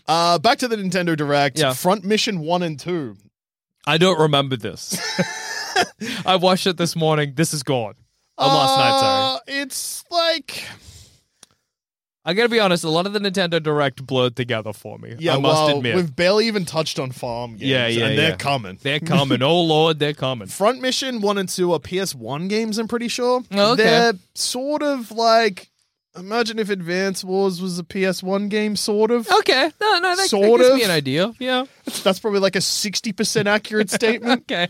[SPEAKER 5] uh, back to the Nintendo Direct.
[SPEAKER 6] Yeah.
[SPEAKER 5] Front Mission One and Two.
[SPEAKER 6] I don't remember this. I watched it this morning. This is gone. Or last night, sorry.
[SPEAKER 5] Uh, It's like
[SPEAKER 6] I gotta be honest. A lot of the Nintendo Direct blurred together for me.
[SPEAKER 5] yeah,
[SPEAKER 6] I must
[SPEAKER 5] well,
[SPEAKER 6] admit.
[SPEAKER 5] we've barely even touched on farm games.
[SPEAKER 6] Yeah, yeah,
[SPEAKER 5] and they're
[SPEAKER 6] yeah.
[SPEAKER 5] coming.
[SPEAKER 6] They're coming. oh lord, they're coming.
[SPEAKER 5] Front Mission One and Two are PS1 games. I'm pretty sure.
[SPEAKER 6] Oh, okay.
[SPEAKER 5] They're sort of like imagine if Advance Wars was a PS1 game, sort of.
[SPEAKER 6] Okay. No, no, that,
[SPEAKER 5] Sort
[SPEAKER 6] that gives
[SPEAKER 5] of.
[SPEAKER 6] me an idea. Yeah.
[SPEAKER 5] That's probably like a sixty percent accurate statement.
[SPEAKER 6] Okay.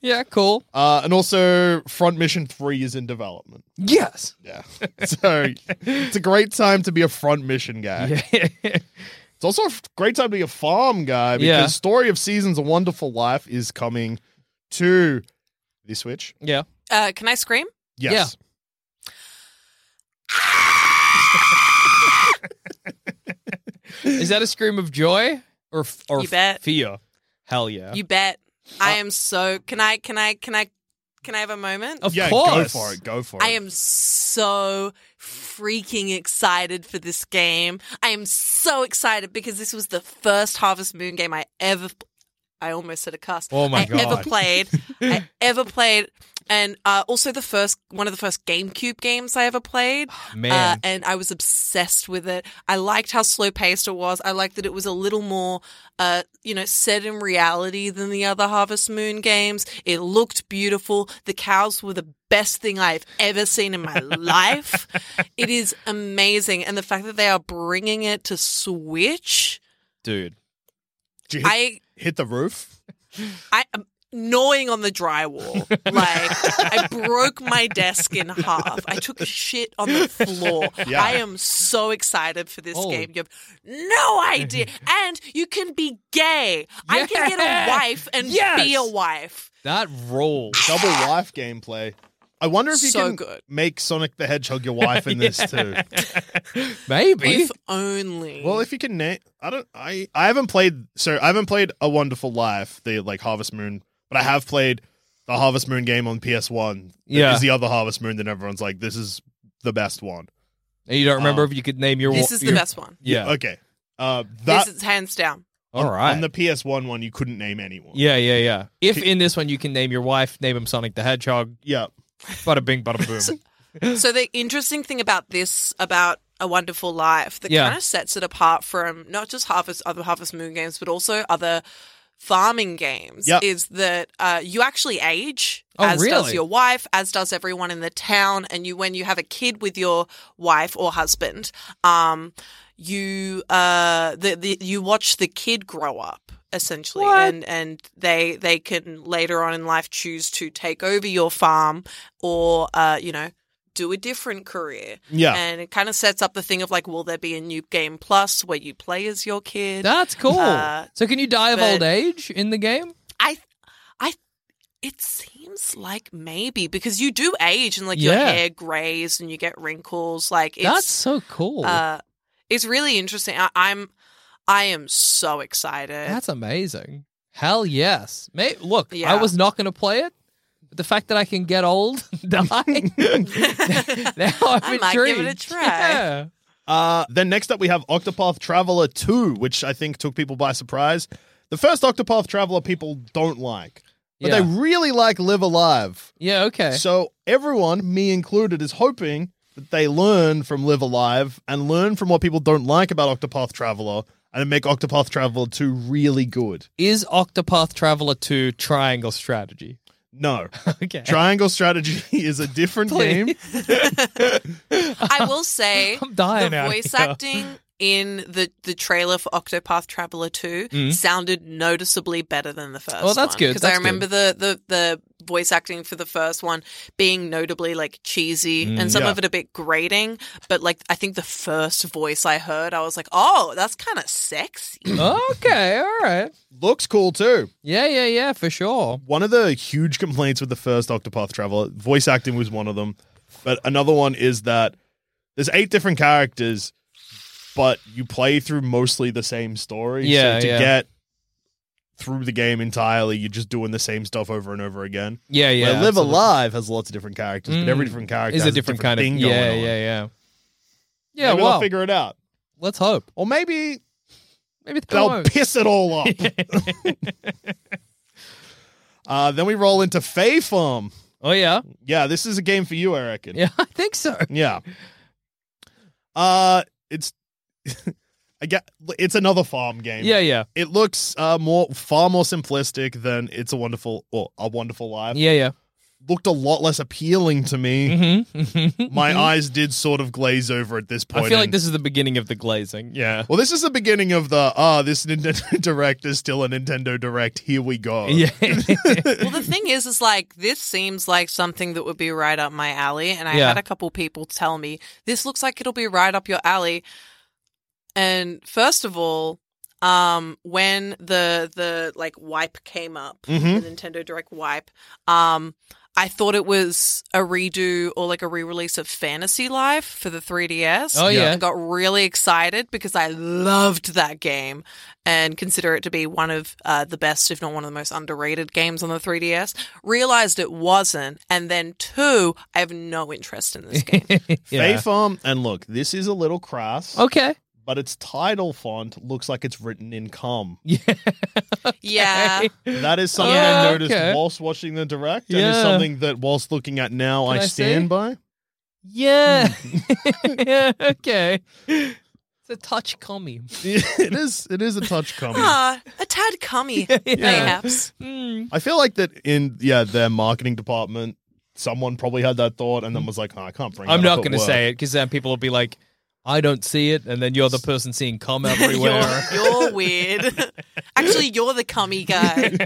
[SPEAKER 6] Yeah. Cool.
[SPEAKER 5] Uh, and also, Front Mission 3 is in development.
[SPEAKER 6] Yes.
[SPEAKER 5] Yeah. So it's a great time to be a Front Mission guy. It's also a f- great time to be a farm guy because
[SPEAKER 6] Yeah.
[SPEAKER 5] Story of Seasons A Wonderful Life is coming to the Switch.
[SPEAKER 6] yeah.
[SPEAKER 4] Uh, can I scream?
[SPEAKER 5] Yes.
[SPEAKER 6] Is that a scream of joy or f- or
[SPEAKER 4] You bet.
[SPEAKER 6] fear? Hell yeah. Uh,
[SPEAKER 4] You bet. I am so. Can I? Can I? Can I? Can I have a moment?
[SPEAKER 6] of
[SPEAKER 5] Yeah,
[SPEAKER 6] course.
[SPEAKER 5] go for it. Go for it.
[SPEAKER 4] I am so freaking excited for this game. I am so excited because this was the first Harvest Moon game I ever. I almost said a cuss.
[SPEAKER 6] Oh my
[SPEAKER 4] I Ever
[SPEAKER 6] God.
[SPEAKER 4] played? I ever played, and uh, also the first one of the first GameCube games I ever played.
[SPEAKER 6] Oh, Man.
[SPEAKER 4] Uh, and I was obsessed with it. I liked how slow paced it was. I liked that it was a little more, uh, you know, set in reality than the other Harvest Moon games. It looked beautiful. The cows were the best thing I've ever seen in my life. It is amazing. And the fact that they are bringing it to Switch,
[SPEAKER 6] Dude.
[SPEAKER 5] Did you hit,
[SPEAKER 4] I,
[SPEAKER 5] hit the roof.
[SPEAKER 4] I am gnawing on the drywall. Like, I broke my desk in half. I took a shit on the floor.
[SPEAKER 5] Yeah.
[SPEAKER 4] I am so excited for this
[SPEAKER 6] Oh.
[SPEAKER 4] game. You have no idea. And you can be gay. I can get
[SPEAKER 6] Yeah.
[SPEAKER 4] a wife and
[SPEAKER 6] Yes.
[SPEAKER 4] be a wife.
[SPEAKER 6] That rolls.
[SPEAKER 5] Double wife gameplay. I wonder if you
[SPEAKER 4] So
[SPEAKER 5] can
[SPEAKER 4] good.
[SPEAKER 5] make Sonic the Hedgehog your wife in this too.
[SPEAKER 6] Maybe.
[SPEAKER 4] If only.
[SPEAKER 5] Well, if you can name, I don't, I, I haven't played, so I haven't played A Wonderful Life, the like Harvest Moon, but I have played the Harvest Moon game on PS1. that
[SPEAKER 6] Yeah.
[SPEAKER 5] is the other Harvest Moon that everyone's like, this is the best one.
[SPEAKER 6] And you don't remember
[SPEAKER 5] Oh.
[SPEAKER 6] if you could name your.
[SPEAKER 4] this is the
[SPEAKER 6] your-
[SPEAKER 4] best one.
[SPEAKER 6] Yeah.
[SPEAKER 5] Okay. Uh, that
[SPEAKER 4] this is hands down.
[SPEAKER 6] All right.
[SPEAKER 5] on the PS1 one, you couldn't name anyone.
[SPEAKER 6] yeah, yeah, yeah. If in this one you can name your wife, name him Sonic the Hedgehog,
[SPEAKER 5] Yeah.
[SPEAKER 6] bada bing, bada boom.
[SPEAKER 4] So the interesting thing about this, about A Wonderful Life, that
[SPEAKER 6] Yeah.
[SPEAKER 4] kind of sets it apart from not just Harvest other Harvest Moon games, but also other farming games,
[SPEAKER 5] Yep.
[SPEAKER 4] is that uh, you actually age,
[SPEAKER 6] Oh,
[SPEAKER 4] as does
[SPEAKER 6] really?
[SPEAKER 4] your wife, as does everyone in the town, and you when you have a kid with your wife or husband, um, you uh, the, the you watch the kid grow up essentially and and they they can later on in life choose to take over your farm or uh, you know do a different career
[SPEAKER 5] Yeah.
[SPEAKER 4] and it kind of sets up the thing of like will there be a new game plus where you play as your kid
[SPEAKER 6] That's cool.
[SPEAKER 4] Uh,
[SPEAKER 6] so can you die of
[SPEAKER 4] but-
[SPEAKER 6] old age in the game?
[SPEAKER 4] i i it seems like maybe because you do age and like your
[SPEAKER 6] Yeah.
[SPEAKER 4] hair grays and you get wrinkles like it's
[SPEAKER 6] That's so cool.
[SPEAKER 4] uh it's really interesting I, i'm i am so excited
[SPEAKER 6] That's amazing. Hell yes. Mate, look,
[SPEAKER 4] Yeah.
[SPEAKER 6] I was not going to play it. But the fact that I can get old, and die. now I'm
[SPEAKER 4] I might give it a
[SPEAKER 6] intrigued.
[SPEAKER 4] try.
[SPEAKER 6] Yeah.
[SPEAKER 5] Uh, then next up, we have Octopath Traveler 2, which I think took people by surprise. The first Octopath Traveler people don't like, but
[SPEAKER 6] Yeah.
[SPEAKER 5] they really like Live Alive.
[SPEAKER 6] Yeah. Okay.
[SPEAKER 5] So everyone, me included, is hoping that they learn from Live Alive and learn from what people don't like about Octopath Traveler and make Octopath Traveler 2 really good.
[SPEAKER 6] is Octopath Traveler 2 triangle strategy?
[SPEAKER 5] No.
[SPEAKER 6] Okay.
[SPEAKER 5] Triangle Strategy is a different
[SPEAKER 6] Please.
[SPEAKER 5] game.
[SPEAKER 4] I will say
[SPEAKER 6] I'm dying
[SPEAKER 4] the
[SPEAKER 6] out
[SPEAKER 4] voice
[SPEAKER 6] here.
[SPEAKER 4] acting in the, the trailer for Octopath Traveler 2 sounded noticeably better than the first
[SPEAKER 6] Mm. Well, that's good,
[SPEAKER 4] Because
[SPEAKER 6] that's
[SPEAKER 4] I
[SPEAKER 6] good.
[SPEAKER 4] remember the, the, the voice acting for the first one being notably like cheesy
[SPEAKER 6] Mm,
[SPEAKER 4] and some
[SPEAKER 5] Yeah.
[SPEAKER 4] of it a bit grating. But like, I think the first voice I heard, I was like, oh, that's kind of sexy.
[SPEAKER 6] okay. All right.
[SPEAKER 5] Looks cool too.
[SPEAKER 6] Yeah. Yeah. Yeah. For sure.
[SPEAKER 5] One of the huge complaints with the first Octopath Traveler, voice acting was one of them. But another one is that there's eight different characters, but you play through mostly the same story.
[SPEAKER 6] Yeah,
[SPEAKER 5] so to
[SPEAKER 6] yeah.
[SPEAKER 5] get through the game entirely, you're just doing the same stuff over and over again.
[SPEAKER 6] Yeah. Yeah.
[SPEAKER 5] Where Live
[SPEAKER 6] absolutely.
[SPEAKER 5] Alive has lots of different characters, but every
[SPEAKER 6] Mm.
[SPEAKER 5] different character
[SPEAKER 6] is
[SPEAKER 5] has
[SPEAKER 6] a different, kind of.
[SPEAKER 5] thing
[SPEAKER 6] Yeah.
[SPEAKER 5] going
[SPEAKER 6] Yeah.
[SPEAKER 5] on.
[SPEAKER 6] Yeah. Yeah.
[SPEAKER 5] Maybe
[SPEAKER 6] well,
[SPEAKER 5] they'll figure it out,
[SPEAKER 6] let's hope.
[SPEAKER 5] or maybe
[SPEAKER 6] Maybe they
[SPEAKER 5] they'll
[SPEAKER 6] won't.
[SPEAKER 5] piss it all off. Uh, then we roll into Fay Farm.
[SPEAKER 6] Oh yeah,
[SPEAKER 5] Yeah, this is a game for you, I reckon.
[SPEAKER 6] yeah, I think so.
[SPEAKER 5] Yeah. Uh, it's I get it's another farm game.
[SPEAKER 6] Yeah, yeah,
[SPEAKER 5] It looks uh more far more simplistic than It's a Wonderful or A Wonderful Life.
[SPEAKER 6] yeah, Mm-hmm. yeah.
[SPEAKER 5] Looked a lot less appealing to me. My eyes did sort of glaze over at this point.
[SPEAKER 6] Mm-hmm. I feel like
[SPEAKER 5] and-
[SPEAKER 6] this is the beginning of the glazing. Yeah,
[SPEAKER 5] Well, this is the beginning of the ah, this Nintendo Direct is still a Nintendo Direct. Here we go.
[SPEAKER 6] yeah,
[SPEAKER 4] Well, the thing is, is like this seems like something that would be right up my alley, and I
[SPEAKER 6] Yeah.
[SPEAKER 4] had a couple people tell me this looks like it'll be right up your alley. And first of all, um, when the the like wipe came up,
[SPEAKER 5] Mhm.
[SPEAKER 4] the Nintendo Direct wipe, um, I thought it was a redo or like a re release of Fantasy Life for the 3DS.
[SPEAKER 6] Oh, yeah.
[SPEAKER 4] I got really excited because I loved that game and consider it to be one of uh, the best, if not one of the most underrated games on the 3DS. Realized it wasn't, and then two, I have no interest in this game.
[SPEAKER 5] Fay
[SPEAKER 6] yeah. Oh.
[SPEAKER 5] Farm, and look, this is a little crass,
[SPEAKER 6] Okay.
[SPEAKER 5] but its title font looks like it's written in cum.
[SPEAKER 4] yeah,
[SPEAKER 5] That is something
[SPEAKER 6] Yeah,
[SPEAKER 5] I noticed
[SPEAKER 6] okay.
[SPEAKER 5] whilst watching the direct, and
[SPEAKER 6] Yeah.
[SPEAKER 5] it's something that whilst looking at now, I,
[SPEAKER 6] Can I
[SPEAKER 5] stand
[SPEAKER 6] see?
[SPEAKER 5] by.
[SPEAKER 6] Yeah.
[SPEAKER 5] Hmm.
[SPEAKER 6] yeah. Okay. It's a touch commie.
[SPEAKER 5] it is, it is a touch comedy.
[SPEAKER 4] ah, a tad cummy, mayhaps.
[SPEAKER 6] Hmm.
[SPEAKER 5] I feel like that in yeah their marketing department, someone probably had that thought and then was like, oh, I can't bring.
[SPEAKER 6] I'm
[SPEAKER 5] that
[SPEAKER 6] not
[SPEAKER 5] up at
[SPEAKER 6] going to
[SPEAKER 5] work."
[SPEAKER 6] say it because then people will be like, I don't see it. And then you're the person seeing cum everywhere.
[SPEAKER 4] You're, you're weird. Actually, you're the cummy guy.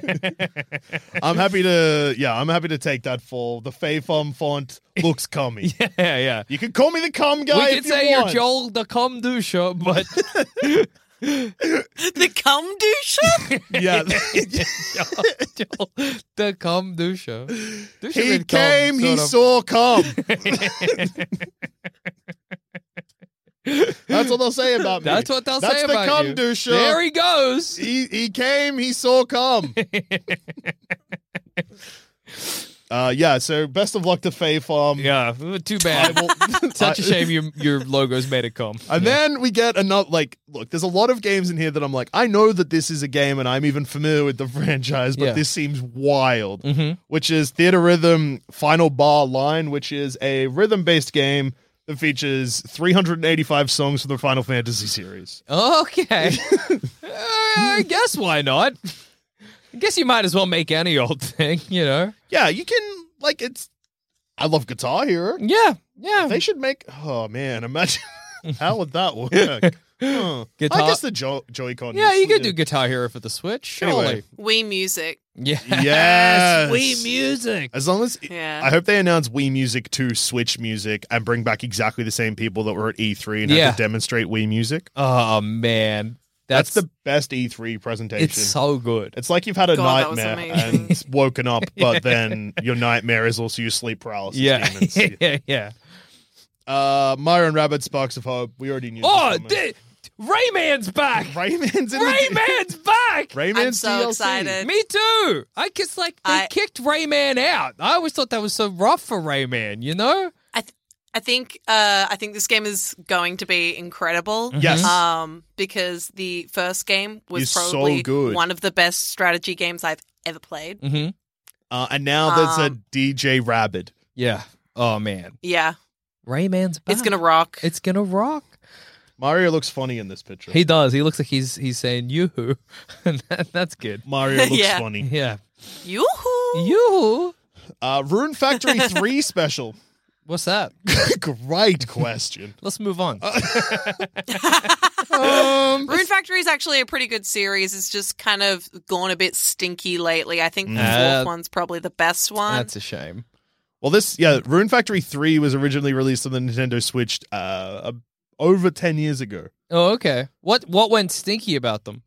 [SPEAKER 5] I'm happy to yeah, I'm happy to take that fall. The Fay Farm font looks cummy.
[SPEAKER 6] yeah, yeah.
[SPEAKER 5] You can call me the cum guy.
[SPEAKER 6] we
[SPEAKER 5] if
[SPEAKER 6] could
[SPEAKER 5] you
[SPEAKER 6] say you're
[SPEAKER 5] want.
[SPEAKER 6] Joel the cum douche, but
[SPEAKER 4] the cum douche?
[SPEAKER 5] Yeah.
[SPEAKER 6] Joel the cum douche. douche
[SPEAKER 5] he
[SPEAKER 6] with cum,
[SPEAKER 5] came, he
[SPEAKER 6] sort of.
[SPEAKER 5] saw cum. That's what they'll say about me.
[SPEAKER 6] That's what they'll
[SPEAKER 5] That's
[SPEAKER 6] say
[SPEAKER 5] the
[SPEAKER 6] about
[SPEAKER 5] cum
[SPEAKER 6] you.
[SPEAKER 5] douche.
[SPEAKER 6] There he goes.
[SPEAKER 5] he he came, he saw cum. uh yeah, so best of luck to Fay Farm.
[SPEAKER 6] Yeah, too bad. Such a shame your your logo's made of cum.
[SPEAKER 5] And then we get another like look, there's a lot of games in here that I'm like, I know that this is a game and I'm even familiar with the franchise, but
[SPEAKER 6] Yeah. Mm-hmm.
[SPEAKER 5] this seems wild. Which is Theater Rhythm Final Bar Line, which is a rhythm-based game that features 385 songs from the Final Fantasy series.
[SPEAKER 6] Okay. Uh, I guess why not? I guess you might as well make any old thing, you know?
[SPEAKER 5] Yeah, you can like it's I love Guitar Hero.
[SPEAKER 6] Yeah, yeah.
[SPEAKER 5] They should make oh man, imagine how would that work? Huh. I
[SPEAKER 6] Guitar-
[SPEAKER 5] guess the jo- Joy-Con.
[SPEAKER 6] yeah,
[SPEAKER 5] is-
[SPEAKER 6] you could do Guitar Hero for the Switch, surely.
[SPEAKER 5] Anyway.
[SPEAKER 4] We music.
[SPEAKER 6] Yeah.
[SPEAKER 5] Yes.
[SPEAKER 6] Wii Music.
[SPEAKER 5] As long as
[SPEAKER 4] Yeah.
[SPEAKER 5] I hope they announce Wii Music to Switch Music and bring back exactly the same people that were at E3 and
[SPEAKER 6] Yeah.
[SPEAKER 5] had to demonstrate Wii Music.
[SPEAKER 6] Oh man.
[SPEAKER 5] That's,
[SPEAKER 6] That's,
[SPEAKER 5] the best E3 presentation.
[SPEAKER 6] it's so good.
[SPEAKER 5] It's like you've had a
[SPEAKER 4] God, that was
[SPEAKER 5] nightmare
[SPEAKER 4] amazing.
[SPEAKER 5] and woken up, but then your nightmare is also your sleep paralysis.
[SPEAKER 6] Yeah.
[SPEAKER 5] demons.
[SPEAKER 6] yeah, yeah.
[SPEAKER 5] uh, Mario and Rabbit Sparks of Hope. We already knew. this
[SPEAKER 6] Oh,
[SPEAKER 5] coming.
[SPEAKER 6] di- Rayman's back.
[SPEAKER 5] Rayman's in
[SPEAKER 6] Rayman's back.
[SPEAKER 5] the Rayman's
[SPEAKER 4] I'm so
[SPEAKER 5] DLC.
[SPEAKER 4] excited.
[SPEAKER 6] Me too. I guess like they
[SPEAKER 4] I-
[SPEAKER 6] kicked Rayman out. I always thought that was so rough for Rayman, you know?
[SPEAKER 4] I, th- I think uh, I think this game is going to be incredible.
[SPEAKER 5] Mm-hmm. Yes.
[SPEAKER 4] Um, because the first game was
[SPEAKER 5] Is so
[SPEAKER 4] probably
[SPEAKER 5] good. Mm.
[SPEAKER 4] one of the best strategy games I've ever played.
[SPEAKER 6] Mm-hmm.
[SPEAKER 5] Uh, and now there's
[SPEAKER 4] Um,
[SPEAKER 5] a DJ Rabbit.
[SPEAKER 6] Yeah. Oh man.
[SPEAKER 4] Yeah,
[SPEAKER 5] Ah.
[SPEAKER 6] Rayman's back.
[SPEAKER 4] it's gonna rock.
[SPEAKER 6] It's gonna rock.
[SPEAKER 5] Mario looks funny in this picture.
[SPEAKER 6] He does. He looks like he's he's saying yoo-hoo. and that, that's good.
[SPEAKER 5] Mario looks
[SPEAKER 4] Yeah.
[SPEAKER 5] funny.
[SPEAKER 6] Yeah.
[SPEAKER 4] Yoo-hoo!
[SPEAKER 6] Yoo-hoo.
[SPEAKER 5] Uh, Rune Factory 3 special.
[SPEAKER 6] What's that?
[SPEAKER 5] Great question.
[SPEAKER 6] Let's move on.
[SPEAKER 4] Uh, Rune Factory is actually a pretty good series. It's just kind of gone a bit stinky lately. I think the
[SPEAKER 5] Mm.
[SPEAKER 6] Nah.
[SPEAKER 4] fourth one's probably the best one.
[SPEAKER 6] That's a shame.
[SPEAKER 5] Well, this yeah, Rune Factory three was originally released on the Nintendo Switch uh, uh, over ten years ago.
[SPEAKER 6] Oh, okay. What what went stinky about them?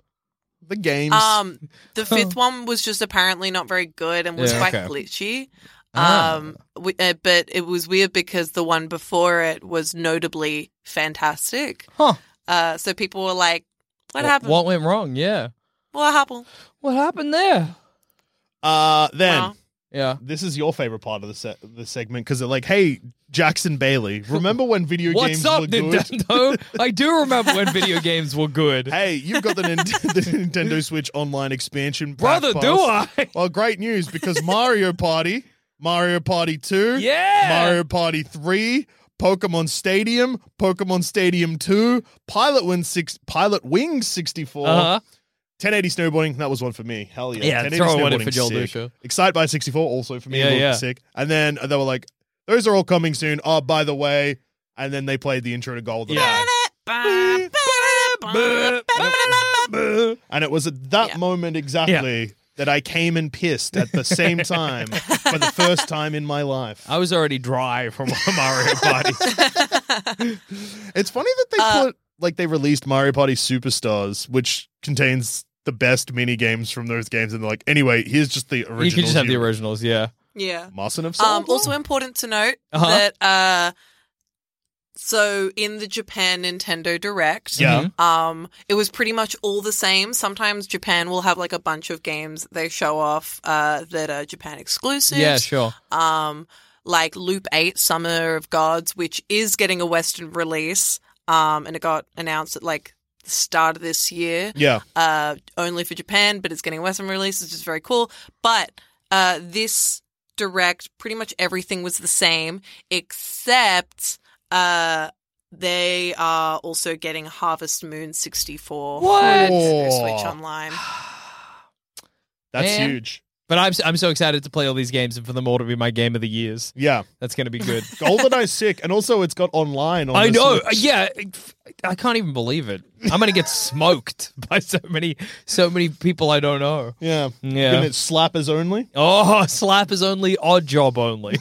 [SPEAKER 5] The games,
[SPEAKER 4] um, the fifth one was just apparently not very good and was
[SPEAKER 6] Oh. Yeah,
[SPEAKER 4] quite
[SPEAKER 6] okay.
[SPEAKER 4] glitchy.
[SPEAKER 6] Ah.
[SPEAKER 4] Um, we, uh, but it was weird because the one before it was notably fantastic.
[SPEAKER 6] Huh.
[SPEAKER 4] Uh, so people were like, "What
[SPEAKER 6] Wh-
[SPEAKER 4] happened?
[SPEAKER 6] What went wrong? Yeah.
[SPEAKER 4] What happened?"
[SPEAKER 6] What happened there?
[SPEAKER 5] uh, then
[SPEAKER 4] Wow.
[SPEAKER 6] Yeah.
[SPEAKER 5] This is your favorite part of the se- the segment because they're like, "Hey, Jackson Bailey, remember when video games
[SPEAKER 6] What's up,
[SPEAKER 5] were good?
[SPEAKER 6] Nintendo? I do remember when video games were good.
[SPEAKER 5] Hey, you've got the, Nin- the Nintendo Switch Online expansion, Back
[SPEAKER 6] Brother,
[SPEAKER 5] Pass.
[SPEAKER 6] do I?
[SPEAKER 5] Well, great news because Mario Party, Mario Party Two,
[SPEAKER 6] Yeah.
[SPEAKER 5] Mario Party Three, Pokemon Stadium, Pokemon Stadium Two, Pilot Wing Six, Pilot Wings Sixty Four.
[SPEAKER 6] Uh-huh.
[SPEAKER 5] 1080 snowboarding, that was one for me. Hell yeah.
[SPEAKER 6] Yeah,
[SPEAKER 5] 1080
[SPEAKER 6] throw one in
[SPEAKER 5] snowboarding,
[SPEAKER 6] for Joel
[SPEAKER 5] sick.
[SPEAKER 6] Dusha.
[SPEAKER 5] Excite by 64, also for me.
[SPEAKER 6] Yeah,
[SPEAKER 5] looked
[SPEAKER 6] yeah.
[SPEAKER 5] Sick. And then they were like, those are all coming soon. Oh, by the way. And then they played the intro to Golden.
[SPEAKER 6] Yeah. Uh-huh.
[SPEAKER 5] And it was at that
[SPEAKER 4] Yeah.
[SPEAKER 5] moment exactly that I came and pissed at the same time for the first time in my life.
[SPEAKER 6] I was already dry from Mario Party.
[SPEAKER 5] It's funny that they put like they released Mario Party Superstars, which contains the best mini games from those games, and they're like, anyway, here's just the original.
[SPEAKER 6] you can just have the originals, yeah.
[SPEAKER 4] Yeah.
[SPEAKER 5] Mustn't have
[SPEAKER 4] Um,
[SPEAKER 5] sold
[SPEAKER 4] also
[SPEAKER 5] well.
[SPEAKER 4] important to note
[SPEAKER 6] Uh-huh.
[SPEAKER 4] that uh, so in the Japan Nintendo Direct,
[SPEAKER 6] Mm-hmm.
[SPEAKER 5] yeah,
[SPEAKER 4] um, it was pretty much all the same. Sometimes Japan will have like a bunch of games they show off uh, that are Japan exclusive.
[SPEAKER 6] Yeah, sure.
[SPEAKER 4] um, like Loop 8 Summer of Gods, which is getting a Western release. Um, and it got announced at like the start of this year,
[SPEAKER 5] yeah.
[SPEAKER 4] uh, only for Japan, but it's getting a Western release, which is very cool. But uh, this direct, pretty much everything was the same, except uh, they are also getting Harvest Moon 64
[SPEAKER 6] What?
[SPEAKER 4] for
[SPEAKER 5] Oh.
[SPEAKER 4] Switch Online.
[SPEAKER 5] That's
[SPEAKER 6] Man.
[SPEAKER 5] huge.
[SPEAKER 6] But I'm, I'm so excited to play all these games and for them all to be my game of the years.
[SPEAKER 5] Yeah,
[SPEAKER 6] That's going to be good.
[SPEAKER 5] GoldenEye's sick, and also it's got online. On
[SPEAKER 6] I
[SPEAKER 5] the
[SPEAKER 6] know.
[SPEAKER 5] Switch.
[SPEAKER 6] Yeah, I can't even believe it. I'm going to get smoked by so many, so many people I don't know.
[SPEAKER 5] yeah,
[SPEAKER 6] Yeah.
[SPEAKER 5] And it's slappers only.
[SPEAKER 6] Oh, slap is only odd job only.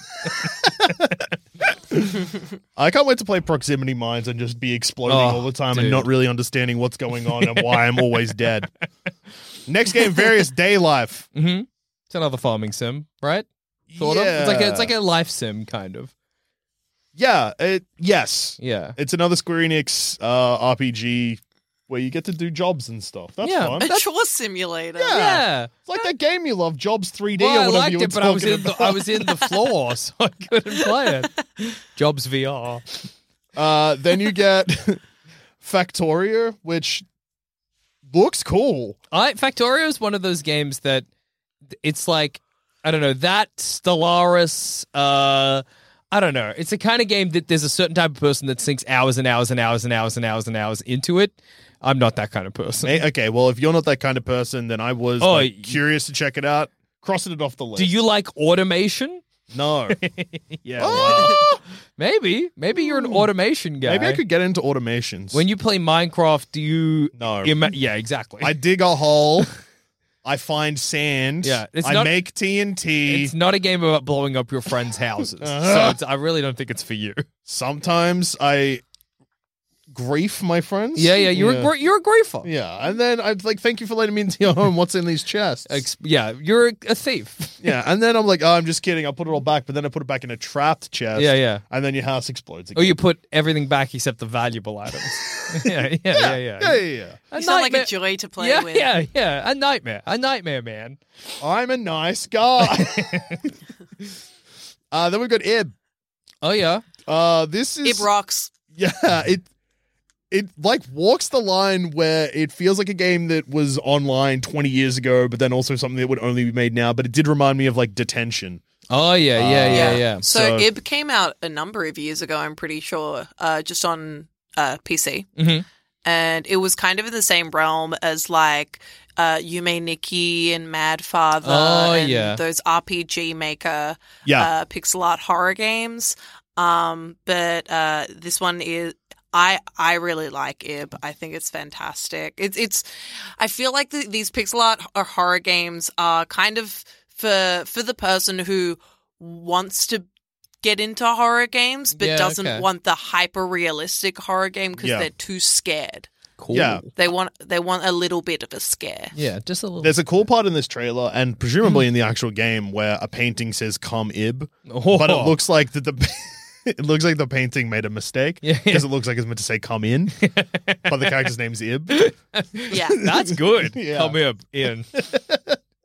[SPEAKER 5] I can't wait to play Proximity Mines and just be exploding
[SPEAKER 6] Oh,
[SPEAKER 5] all the time and
[SPEAKER 6] dude.
[SPEAKER 5] not really understanding what's going on and why I'm always dead. Next game, various day life.
[SPEAKER 6] hmm It's another farming sim, right? Sort of. It's like a, it's like a life sim kind of.
[SPEAKER 5] yeah. It, yes,
[SPEAKER 6] Yeah.
[SPEAKER 5] It's another Square Enix uh, RPG where you get to do jobs and stuff. That's
[SPEAKER 6] Yeah.
[SPEAKER 5] fun.
[SPEAKER 4] A
[SPEAKER 5] It's
[SPEAKER 4] chore simulator.
[SPEAKER 5] Yeah.
[SPEAKER 6] yeah.
[SPEAKER 5] like that game you love, Jobs 3D
[SPEAKER 6] Well,
[SPEAKER 5] or
[SPEAKER 6] I
[SPEAKER 5] whatever
[SPEAKER 6] liked
[SPEAKER 5] you
[SPEAKER 6] it,
[SPEAKER 5] were
[SPEAKER 6] but I was
[SPEAKER 5] talking
[SPEAKER 6] in the,
[SPEAKER 5] about.
[SPEAKER 6] I was in the floor, so I couldn't play it. Jobs VR.
[SPEAKER 5] Uh, then you get Factorio, which looks cool.
[SPEAKER 6] I Factorio is one of those games that it's like I don't know that Stellaris. Uh, I don't know. It's the kind of game that there's a certain type of person that sinks hours and hours and hours and hours and hours and hours into it. I'm not that kind of person.
[SPEAKER 5] Eh, Okay, well, if you're not that kind of person, then I was
[SPEAKER 6] Oh,
[SPEAKER 5] like,
[SPEAKER 6] y-
[SPEAKER 5] curious to check it out. Crossing it off the list.
[SPEAKER 6] Do you like automation?
[SPEAKER 5] No.
[SPEAKER 6] Yeah.
[SPEAKER 5] Ah!
[SPEAKER 6] Maybe. Maybe you're an automation guy.
[SPEAKER 5] Maybe I could get into automations.
[SPEAKER 6] When you play Minecraft, do you?
[SPEAKER 5] No.
[SPEAKER 6] Ima- yeah. Exactly.
[SPEAKER 5] I dig a hole, I find sand.
[SPEAKER 6] Yeah, it's
[SPEAKER 5] I
[SPEAKER 6] not-
[SPEAKER 5] make TNT.
[SPEAKER 6] it's not a game about blowing up your friends' houses, so
[SPEAKER 5] Uh-huh.
[SPEAKER 6] it's, I really don't think it's for you.
[SPEAKER 5] Sometimes I grief my friends.
[SPEAKER 6] Yeah, yeah, you're
[SPEAKER 5] yeah.
[SPEAKER 6] A, you're a griefer.
[SPEAKER 5] Yeah, and then I'm like, thank you for letting me into your home. What's in these chests?
[SPEAKER 6] Ex- yeah, you're a, a thief.
[SPEAKER 5] yeah, and then I'm like, oh, I'm just kidding. I'll put it all back, but then I put it back in a trapped chest.
[SPEAKER 6] Yeah, yeah.
[SPEAKER 5] And then your house explodes again.
[SPEAKER 6] Or you put everything back except the valuable items. yeah, yeah, yeah, yeah.
[SPEAKER 5] yeah, yeah, yeah.
[SPEAKER 6] A
[SPEAKER 4] You sound like a
[SPEAKER 6] nightmare-
[SPEAKER 4] joy to play
[SPEAKER 6] yeah,
[SPEAKER 4] with.
[SPEAKER 6] yeah, yeah. A nightmare. A nightmare, man.
[SPEAKER 5] I'm a nice guy. uh, then we've got Ib.
[SPEAKER 6] Oh yeah.
[SPEAKER 5] Uh, this is
[SPEAKER 4] It rocks.
[SPEAKER 5] Yeah, it it like walks the line where it feels like a game that was online 20 years ago, but then also something that would only be made now. But it did remind me of like detention.
[SPEAKER 6] Oh yeah, yeah, yeah, yeah.
[SPEAKER 4] So,
[SPEAKER 5] Uh, So-
[SPEAKER 4] Ib came out a number of years ago, I'm pretty sure, uh, just on uh, PC.
[SPEAKER 6] Mhm.
[SPEAKER 4] And it was kind of in the same realm as like uh, Yume Nikki and Mad Father
[SPEAKER 6] Oh,
[SPEAKER 4] and
[SPEAKER 6] yeah.
[SPEAKER 4] those RPG maker
[SPEAKER 5] Yeah.
[SPEAKER 4] uh, pixel art horror games. Um, but uh, this one is. I, I really like Ib. I think it's fantastic. It's it's. I feel like the, these pixel art h- or horror games are kind of for for the person who wants to get into horror games but
[SPEAKER 6] Yeah,
[SPEAKER 4] doesn't
[SPEAKER 6] okay.
[SPEAKER 4] want um, the hyper realistic horror game because
[SPEAKER 5] Yeah.
[SPEAKER 4] they're too scared.
[SPEAKER 6] Cool.
[SPEAKER 5] Yeah.
[SPEAKER 4] They want they want a little bit of a scare.
[SPEAKER 6] Yeah, just a little.
[SPEAKER 5] There's a cool part in this trailer, and presumably in the actual game, where a painting says "Come Ib,"
[SPEAKER 6] Oh.
[SPEAKER 5] but it looks like that the. It looks like the painting made a mistake
[SPEAKER 6] Yeah,
[SPEAKER 5] because
[SPEAKER 6] yeah.
[SPEAKER 5] it looks like it's meant to say "come in," but the character's name's Ib.
[SPEAKER 4] Yeah.
[SPEAKER 6] That's good.
[SPEAKER 5] Yeah.
[SPEAKER 6] Come here, Ian.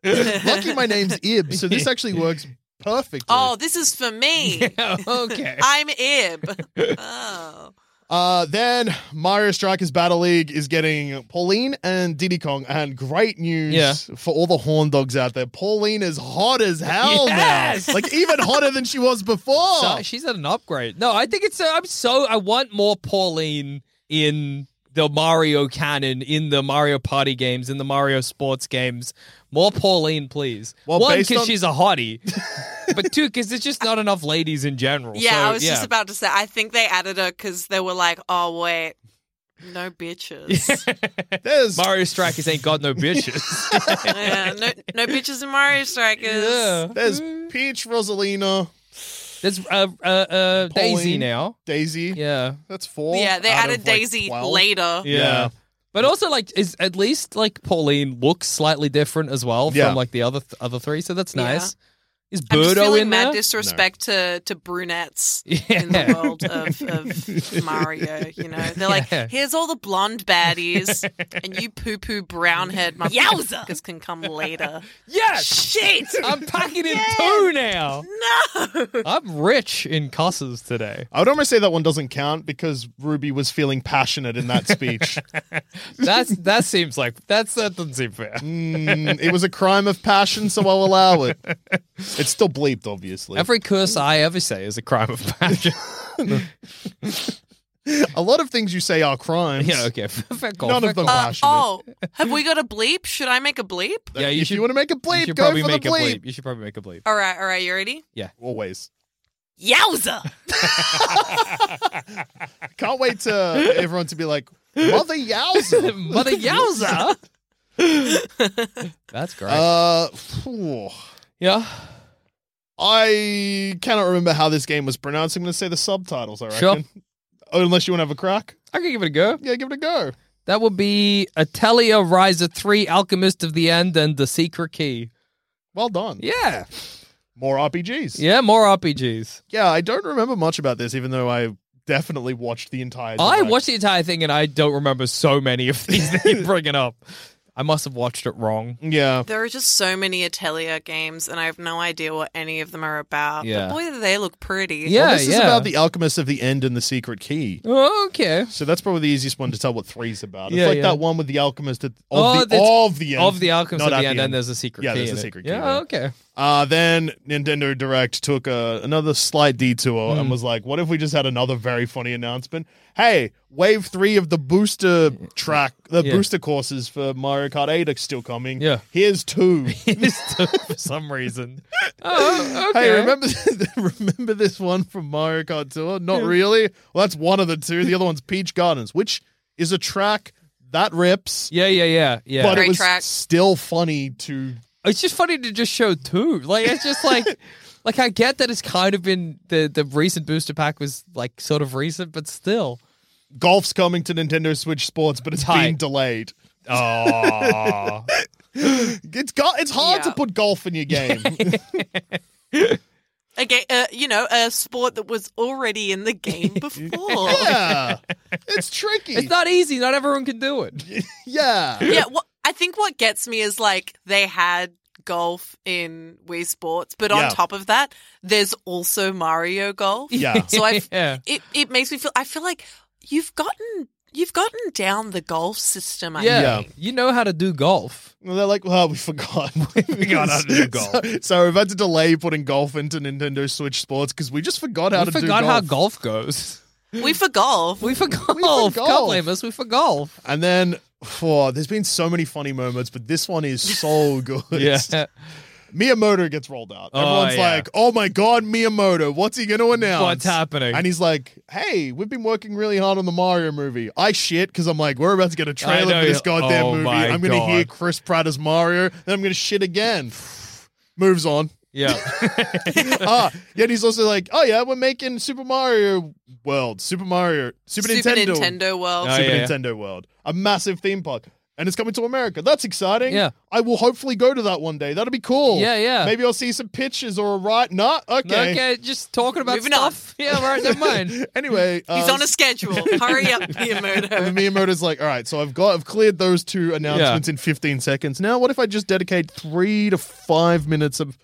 [SPEAKER 5] Lucky my name's Ib, so this actually works perfectly.
[SPEAKER 4] Oh, this is for me.
[SPEAKER 6] okay.
[SPEAKER 4] I'm Ib. Oh.
[SPEAKER 5] Uh, then Mario Strikers Battle League is getting Pauline and Diddy Kong, and great news
[SPEAKER 6] Yeah.
[SPEAKER 5] for all the horn dogs out there. Pauline is hot as hell
[SPEAKER 6] Yes!
[SPEAKER 5] now, like even hotter than she was before.
[SPEAKER 4] Oh.
[SPEAKER 6] So- she's at an upgrade. No, I think it's. uh, I'm so. I want more Pauline in the Mario canon, in the Mario Party games, in the Mario Sports games. More Pauline, please.
[SPEAKER 5] Well,
[SPEAKER 6] One,
[SPEAKER 5] based
[SPEAKER 6] because
[SPEAKER 5] on-
[SPEAKER 6] she's a hottie, but two, because there's just not enough ladies in general.
[SPEAKER 4] Yeah,
[SPEAKER 6] So,
[SPEAKER 4] I was just about to say. I think they added her because they were like, "Oh wait, no bitches,
[SPEAKER 5] There's
[SPEAKER 6] Mario Strikers ain't got no bitches.
[SPEAKER 4] yeah, no, no bitches in Mario Strikers."
[SPEAKER 6] yeah.
[SPEAKER 5] there's
[SPEAKER 6] Mm-hmm.
[SPEAKER 5] Peach, Rosalina,
[SPEAKER 6] There's uh, uh, uh, Daisy
[SPEAKER 5] Pauline.
[SPEAKER 6] now.
[SPEAKER 5] Daisy.
[SPEAKER 6] Yeah.
[SPEAKER 5] That's four.
[SPEAKER 4] Yeah, they
[SPEAKER 5] out
[SPEAKER 4] added
[SPEAKER 5] of, like,
[SPEAKER 4] Daisy
[SPEAKER 5] 12.
[SPEAKER 4] later.
[SPEAKER 6] Yeah.
[SPEAKER 5] Yeah.
[SPEAKER 6] But also, like, is at least like Pauline looks slightly different as well from
[SPEAKER 5] Yeah.
[SPEAKER 6] like the other th- other three, so that's
[SPEAKER 4] Yeah.
[SPEAKER 6] nice. Is
[SPEAKER 4] I'm just
[SPEAKER 6] Birdo
[SPEAKER 4] feeling
[SPEAKER 6] in
[SPEAKER 4] mad
[SPEAKER 6] there?
[SPEAKER 4] disrespect to, to brunettes in
[SPEAKER 6] Yeah.
[SPEAKER 4] the world of, of Mario. You know, they're like,
[SPEAKER 6] Yeah.
[SPEAKER 4] here's all the blonde baddies, and you poo poo brown haired motherfuckers can come later.
[SPEAKER 6] yes,
[SPEAKER 4] Shit!
[SPEAKER 6] I'm packing in two now.
[SPEAKER 4] No!
[SPEAKER 6] I'm rich in cusses today.
[SPEAKER 5] I would almost say that one doesn't count because Ruby was feeling passionate in that speech.
[SPEAKER 6] That's that seems like that's that doesn't seem fair.
[SPEAKER 5] Mm, it was a crime of passion, so I'll allow it. It's still bleeped, obviously.
[SPEAKER 6] Every curse I ever say is a crime of passion.
[SPEAKER 5] a lot of things you say are crimes.
[SPEAKER 6] yeah, okay, fair call.
[SPEAKER 5] None
[SPEAKER 6] fair
[SPEAKER 5] of them
[SPEAKER 6] call.
[SPEAKER 4] Uh,
[SPEAKER 5] passionate.
[SPEAKER 4] oh, have we got a bleep? Should I make a bleep?
[SPEAKER 6] yeah, you
[SPEAKER 5] if
[SPEAKER 6] should.
[SPEAKER 5] you want to make a
[SPEAKER 6] you
[SPEAKER 5] bleep,
[SPEAKER 6] should
[SPEAKER 5] go
[SPEAKER 6] probably
[SPEAKER 5] for
[SPEAKER 6] make
[SPEAKER 5] the
[SPEAKER 6] a
[SPEAKER 5] bleep.
[SPEAKER 6] You should probably make a bleep.
[SPEAKER 4] All right, all right, you ready?
[SPEAKER 5] Always.
[SPEAKER 4] Yowza!
[SPEAKER 5] Can't wait to everyone to be like, mother yowza.
[SPEAKER 6] Mother yowza. that's great.
[SPEAKER 5] Uh, phew.
[SPEAKER 6] yeah,
[SPEAKER 5] I cannot remember how this game was pronounced. I'm going to say the subtitles, I reckon. Oh,
[SPEAKER 6] Sure.
[SPEAKER 5] Unless you want to have a crack.
[SPEAKER 6] I can give it a go.
[SPEAKER 5] Yeah, give it a go.
[SPEAKER 6] That would be Atelia Riser 3, Alchemist of the End, and The Secret Key.
[SPEAKER 5] Well done.
[SPEAKER 6] Yeah.
[SPEAKER 5] More RPGs.
[SPEAKER 6] Yeah, more RPGs.
[SPEAKER 5] Yeah, I don't remember much about this, even though I definitely watched the entire.
[SPEAKER 6] I
[SPEAKER 5] direct.
[SPEAKER 6] watched the entire thing and I don't remember so many of these that you're bringing up. I must have watched it wrong.
[SPEAKER 5] Yeah,
[SPEAKER 4] There are just so many Atelier games, and I have no idea what any of them are about.
[SPEAKER 6] Yeah.
[SPEAKER 4] But boy, do they look pretty.
[SPEAKER 6] Yeah,
[SPEAKER 5] well, this
[SPEAKER 6] yeah.
[SPEAKER 5] is about the alchemist of the end and the secret key.
[SPEAKER 6] Oh, Okay.
[SPEAKER 5] So that's probably the easiest one to tell what three's about. It's
[SPEAKER 6] Yeah,
[SPEAKER 5] like
[SPEAKER 6] yeah.
[SPEAKER 5] that one with the alchemist at, of,
[SPEAKER 6] Oh,
[SPEAKER 5] the,
[SPEAKER 6] that's-
[SPEAKER 5] of the end,
[SPEAKER 6] Of the Alchemist
[SPEAKER 5] not
[SPEAKER 6] of
[SPEAKER 5] at
[SPEAKER 6] the End, and there's a secret
[SPEAKER 5] Yeah,
[SPEAKER 6] key.
[SPEAKER 5] there's
[SPEAKER 6] in
[SPEAKER 5] a
[SPEAKER 6] it.
[SPEAKER 5] secret key,
[SPEAKER 6] Yeah,
[SPEAKER 5] yeah.
[SPEAKER 6] okay.
[SPEAKER 5] Uh, then Nintendo Direct took a, another slight detour
[SPEAKER 6] Hmm.
[SPEAKER 5] and was like, "What if we just had another very funny announcement? Hey, Wave Three of the booster track, the
[SPEAKER 6] Yeah.
[SPEAKER 5] booster courses for Mario Kart Eight are still coming.
[SPEAKER 6] Yeah.
[SPEAKER 5] here's two.
[SPEAKER 6] For some reason. Oh, okay.
[SPEAKER 5] Hey, remember remember this one from Mario Kart Tour? Not really. Well, that's one of the two. The other one's Peach Gardens, which is a track that rips,
[SPEAKER 6] Yeah, yeah, yeah, yeah.
[SPEAKER 5] but
[SPEAKER 4] Great
[SPEAKER 5] it was
[SPEAKER 4] track.
[SPEAKER 5] still funny to.
[SPEAKER 6] It's just funny to just show two. Like it's just like like I get that it's kind of been the the recent booster pack was like sort of recent, but still.
[SPEAKER 5] Golf's coming to Nintendo Switch Sports, but it's
[SPEAKER 6] Tight.
[SPEAKER 5] being delayed.
[SPEAKER 6] Oh.
[SPEAKER 5] It's go- It's hard
[SPEAKER 4] Yeah.
[SPEAKER 5] to put golf in your game.
[SPEAKER 4] A ga- uh, you know, a sport that was already in the game before.
[SPEAKER 5] yeah, it's tricky.
[SPEAKER 6] it's not easy. Not everyone can do it.
[SPEAKER 5] yeah,
[SPEAKER 4] yeah, what I think what gets me is like they had golf in Wii Sports, but
[SPEAKER 5] Yeah.
[SPEAKER 4] on top of that, there's also Mario Golf.
[SPEAKER 5] Yeah.
[SPEAKER 4] So I
[SPEAKER 6] Yeah.
[SPEAKER 4] it it makes me feel I feel like you've gotten you've gotten down the golf system. I
[SPEAKER 6] Yeah.
[SPEAKER 5] Yeah.
[SPEAKER 4] think.
[SPEAKER 6] You know how to do golf.
[SPEAKER 5] Well, they're like, well, we forgot. we
[SPEAKER 6] forgot how to do golf.
[SPEAKER 5] So, so we've had to delay putting golf into Nintendo Switch Sports because we just forgot how
[SPEAKER 6] we
[SPEAKER 5] to do
[SPEAKER 6] forgot how
[SPEAKER 5] golf.
[SPEAKER 6] golf goes.
[SPEAKER 4] We for golf.
[SPEAKER 6] We forgot.
[SPEAKER 5] golf.
[SPEAKER 6] Can't blame us. We forgot.
[SPEAKER 5] And then, oh, there's been so many funny moments, but this one is so good. Miyamoto gets rolled out.
[SPEAKER 6] Oh,
[SPEAKER 5] Everyone's
[SPEAKER 6] yeah.
[SPEAKER 5] like, oh my God, Miyamoto, what's he going to announce?
[SPEAKER 6] What's happening?
[SPEAKER 5] And he's like, hey, we've been working really hard on the Mario movie. I shit because I'm like, we're about to get a trailer
[SPEAKER 6] know,
[SPEAKER 5] for this
[SPEAKER 6] yeah.
[SPEAKER 5] goddamn
[SPEAKER 6] Oh,
[SPEAKER 5] movie.
[SPEAKER 6] my
[SPEAKER 5] I'm going to hear
[SPEAKER 6] God.
[SPEAKER 5] Chris Pratt as Mario, then I'm going to shit again. Moves on.
[SPEAKER 6] Yeah.
[SPEAKER 5] ah, yet he's also like, oh yeah, we're making Super Mario World, Super Mario, Super,
[SPEAKER 4] Super Nintendo World.
[SPEAKER 6] Oh,
[SPEAKER 5] Super
[SPEAKER 6] yeah.
[SPEAKER 5] Nintendo World, a massive theme park. and it's coming to America. That's exciting.
[SPEAKER 6] Yeah.
[SPEAKER 5] I will hopefully go to that one day. That'll be cool.
[SPEAKER 6] Yeah, yeah.
[SPEAKER 5] Maybe I'll see some pictures or a ride. No, okay.
[SPEAKER 6] Okay. just talking about
[SPEAKER 4] Moving on.
[SPEAKER 6] stuff. Yeah, all right, never mind.
[SPEAKER 5] Anyway,
[SPEAKER 4] He's
[SPEAKER 5] uh,
[SPEAKER 4] on a schedule. Hurry up,
[SPEAKER 5] And
[SPEAKER 4] Miyamoto.
[SPEAKER 5] then Miyamoto's like, all right, so I've got I've cleared those two announcements in 15 seconds. Now, what if I just dedicate three to five minutes of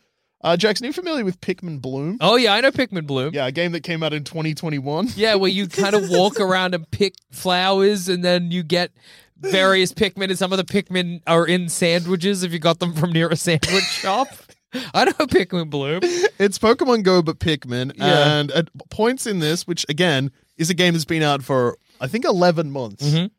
[SPEAKER 5] uh, Jackson? Are you familiar with Pikmin Bloom?
[SPEAKER 6] Oh yeah, I know Pikmin Bloom.
[SPEAKER 5] Yeah, a game that came out in 2021.
[SPEAKER 6] Yeah, where you kind of walk around and pick flowers, and then you get various Pikmin, and some of the Pikmin are in sandwiches if you got them from near a sandwich shop. I know Pikmin Bloom.
[SPEAKER 5] It's Pokemon Go but Pikmin,
[SPEAKER 6] Yeah.
[SPEAKER 5] and at points in this, which again is a game that's been out for I think 11 months.
[SPEAKER 6] Mhm.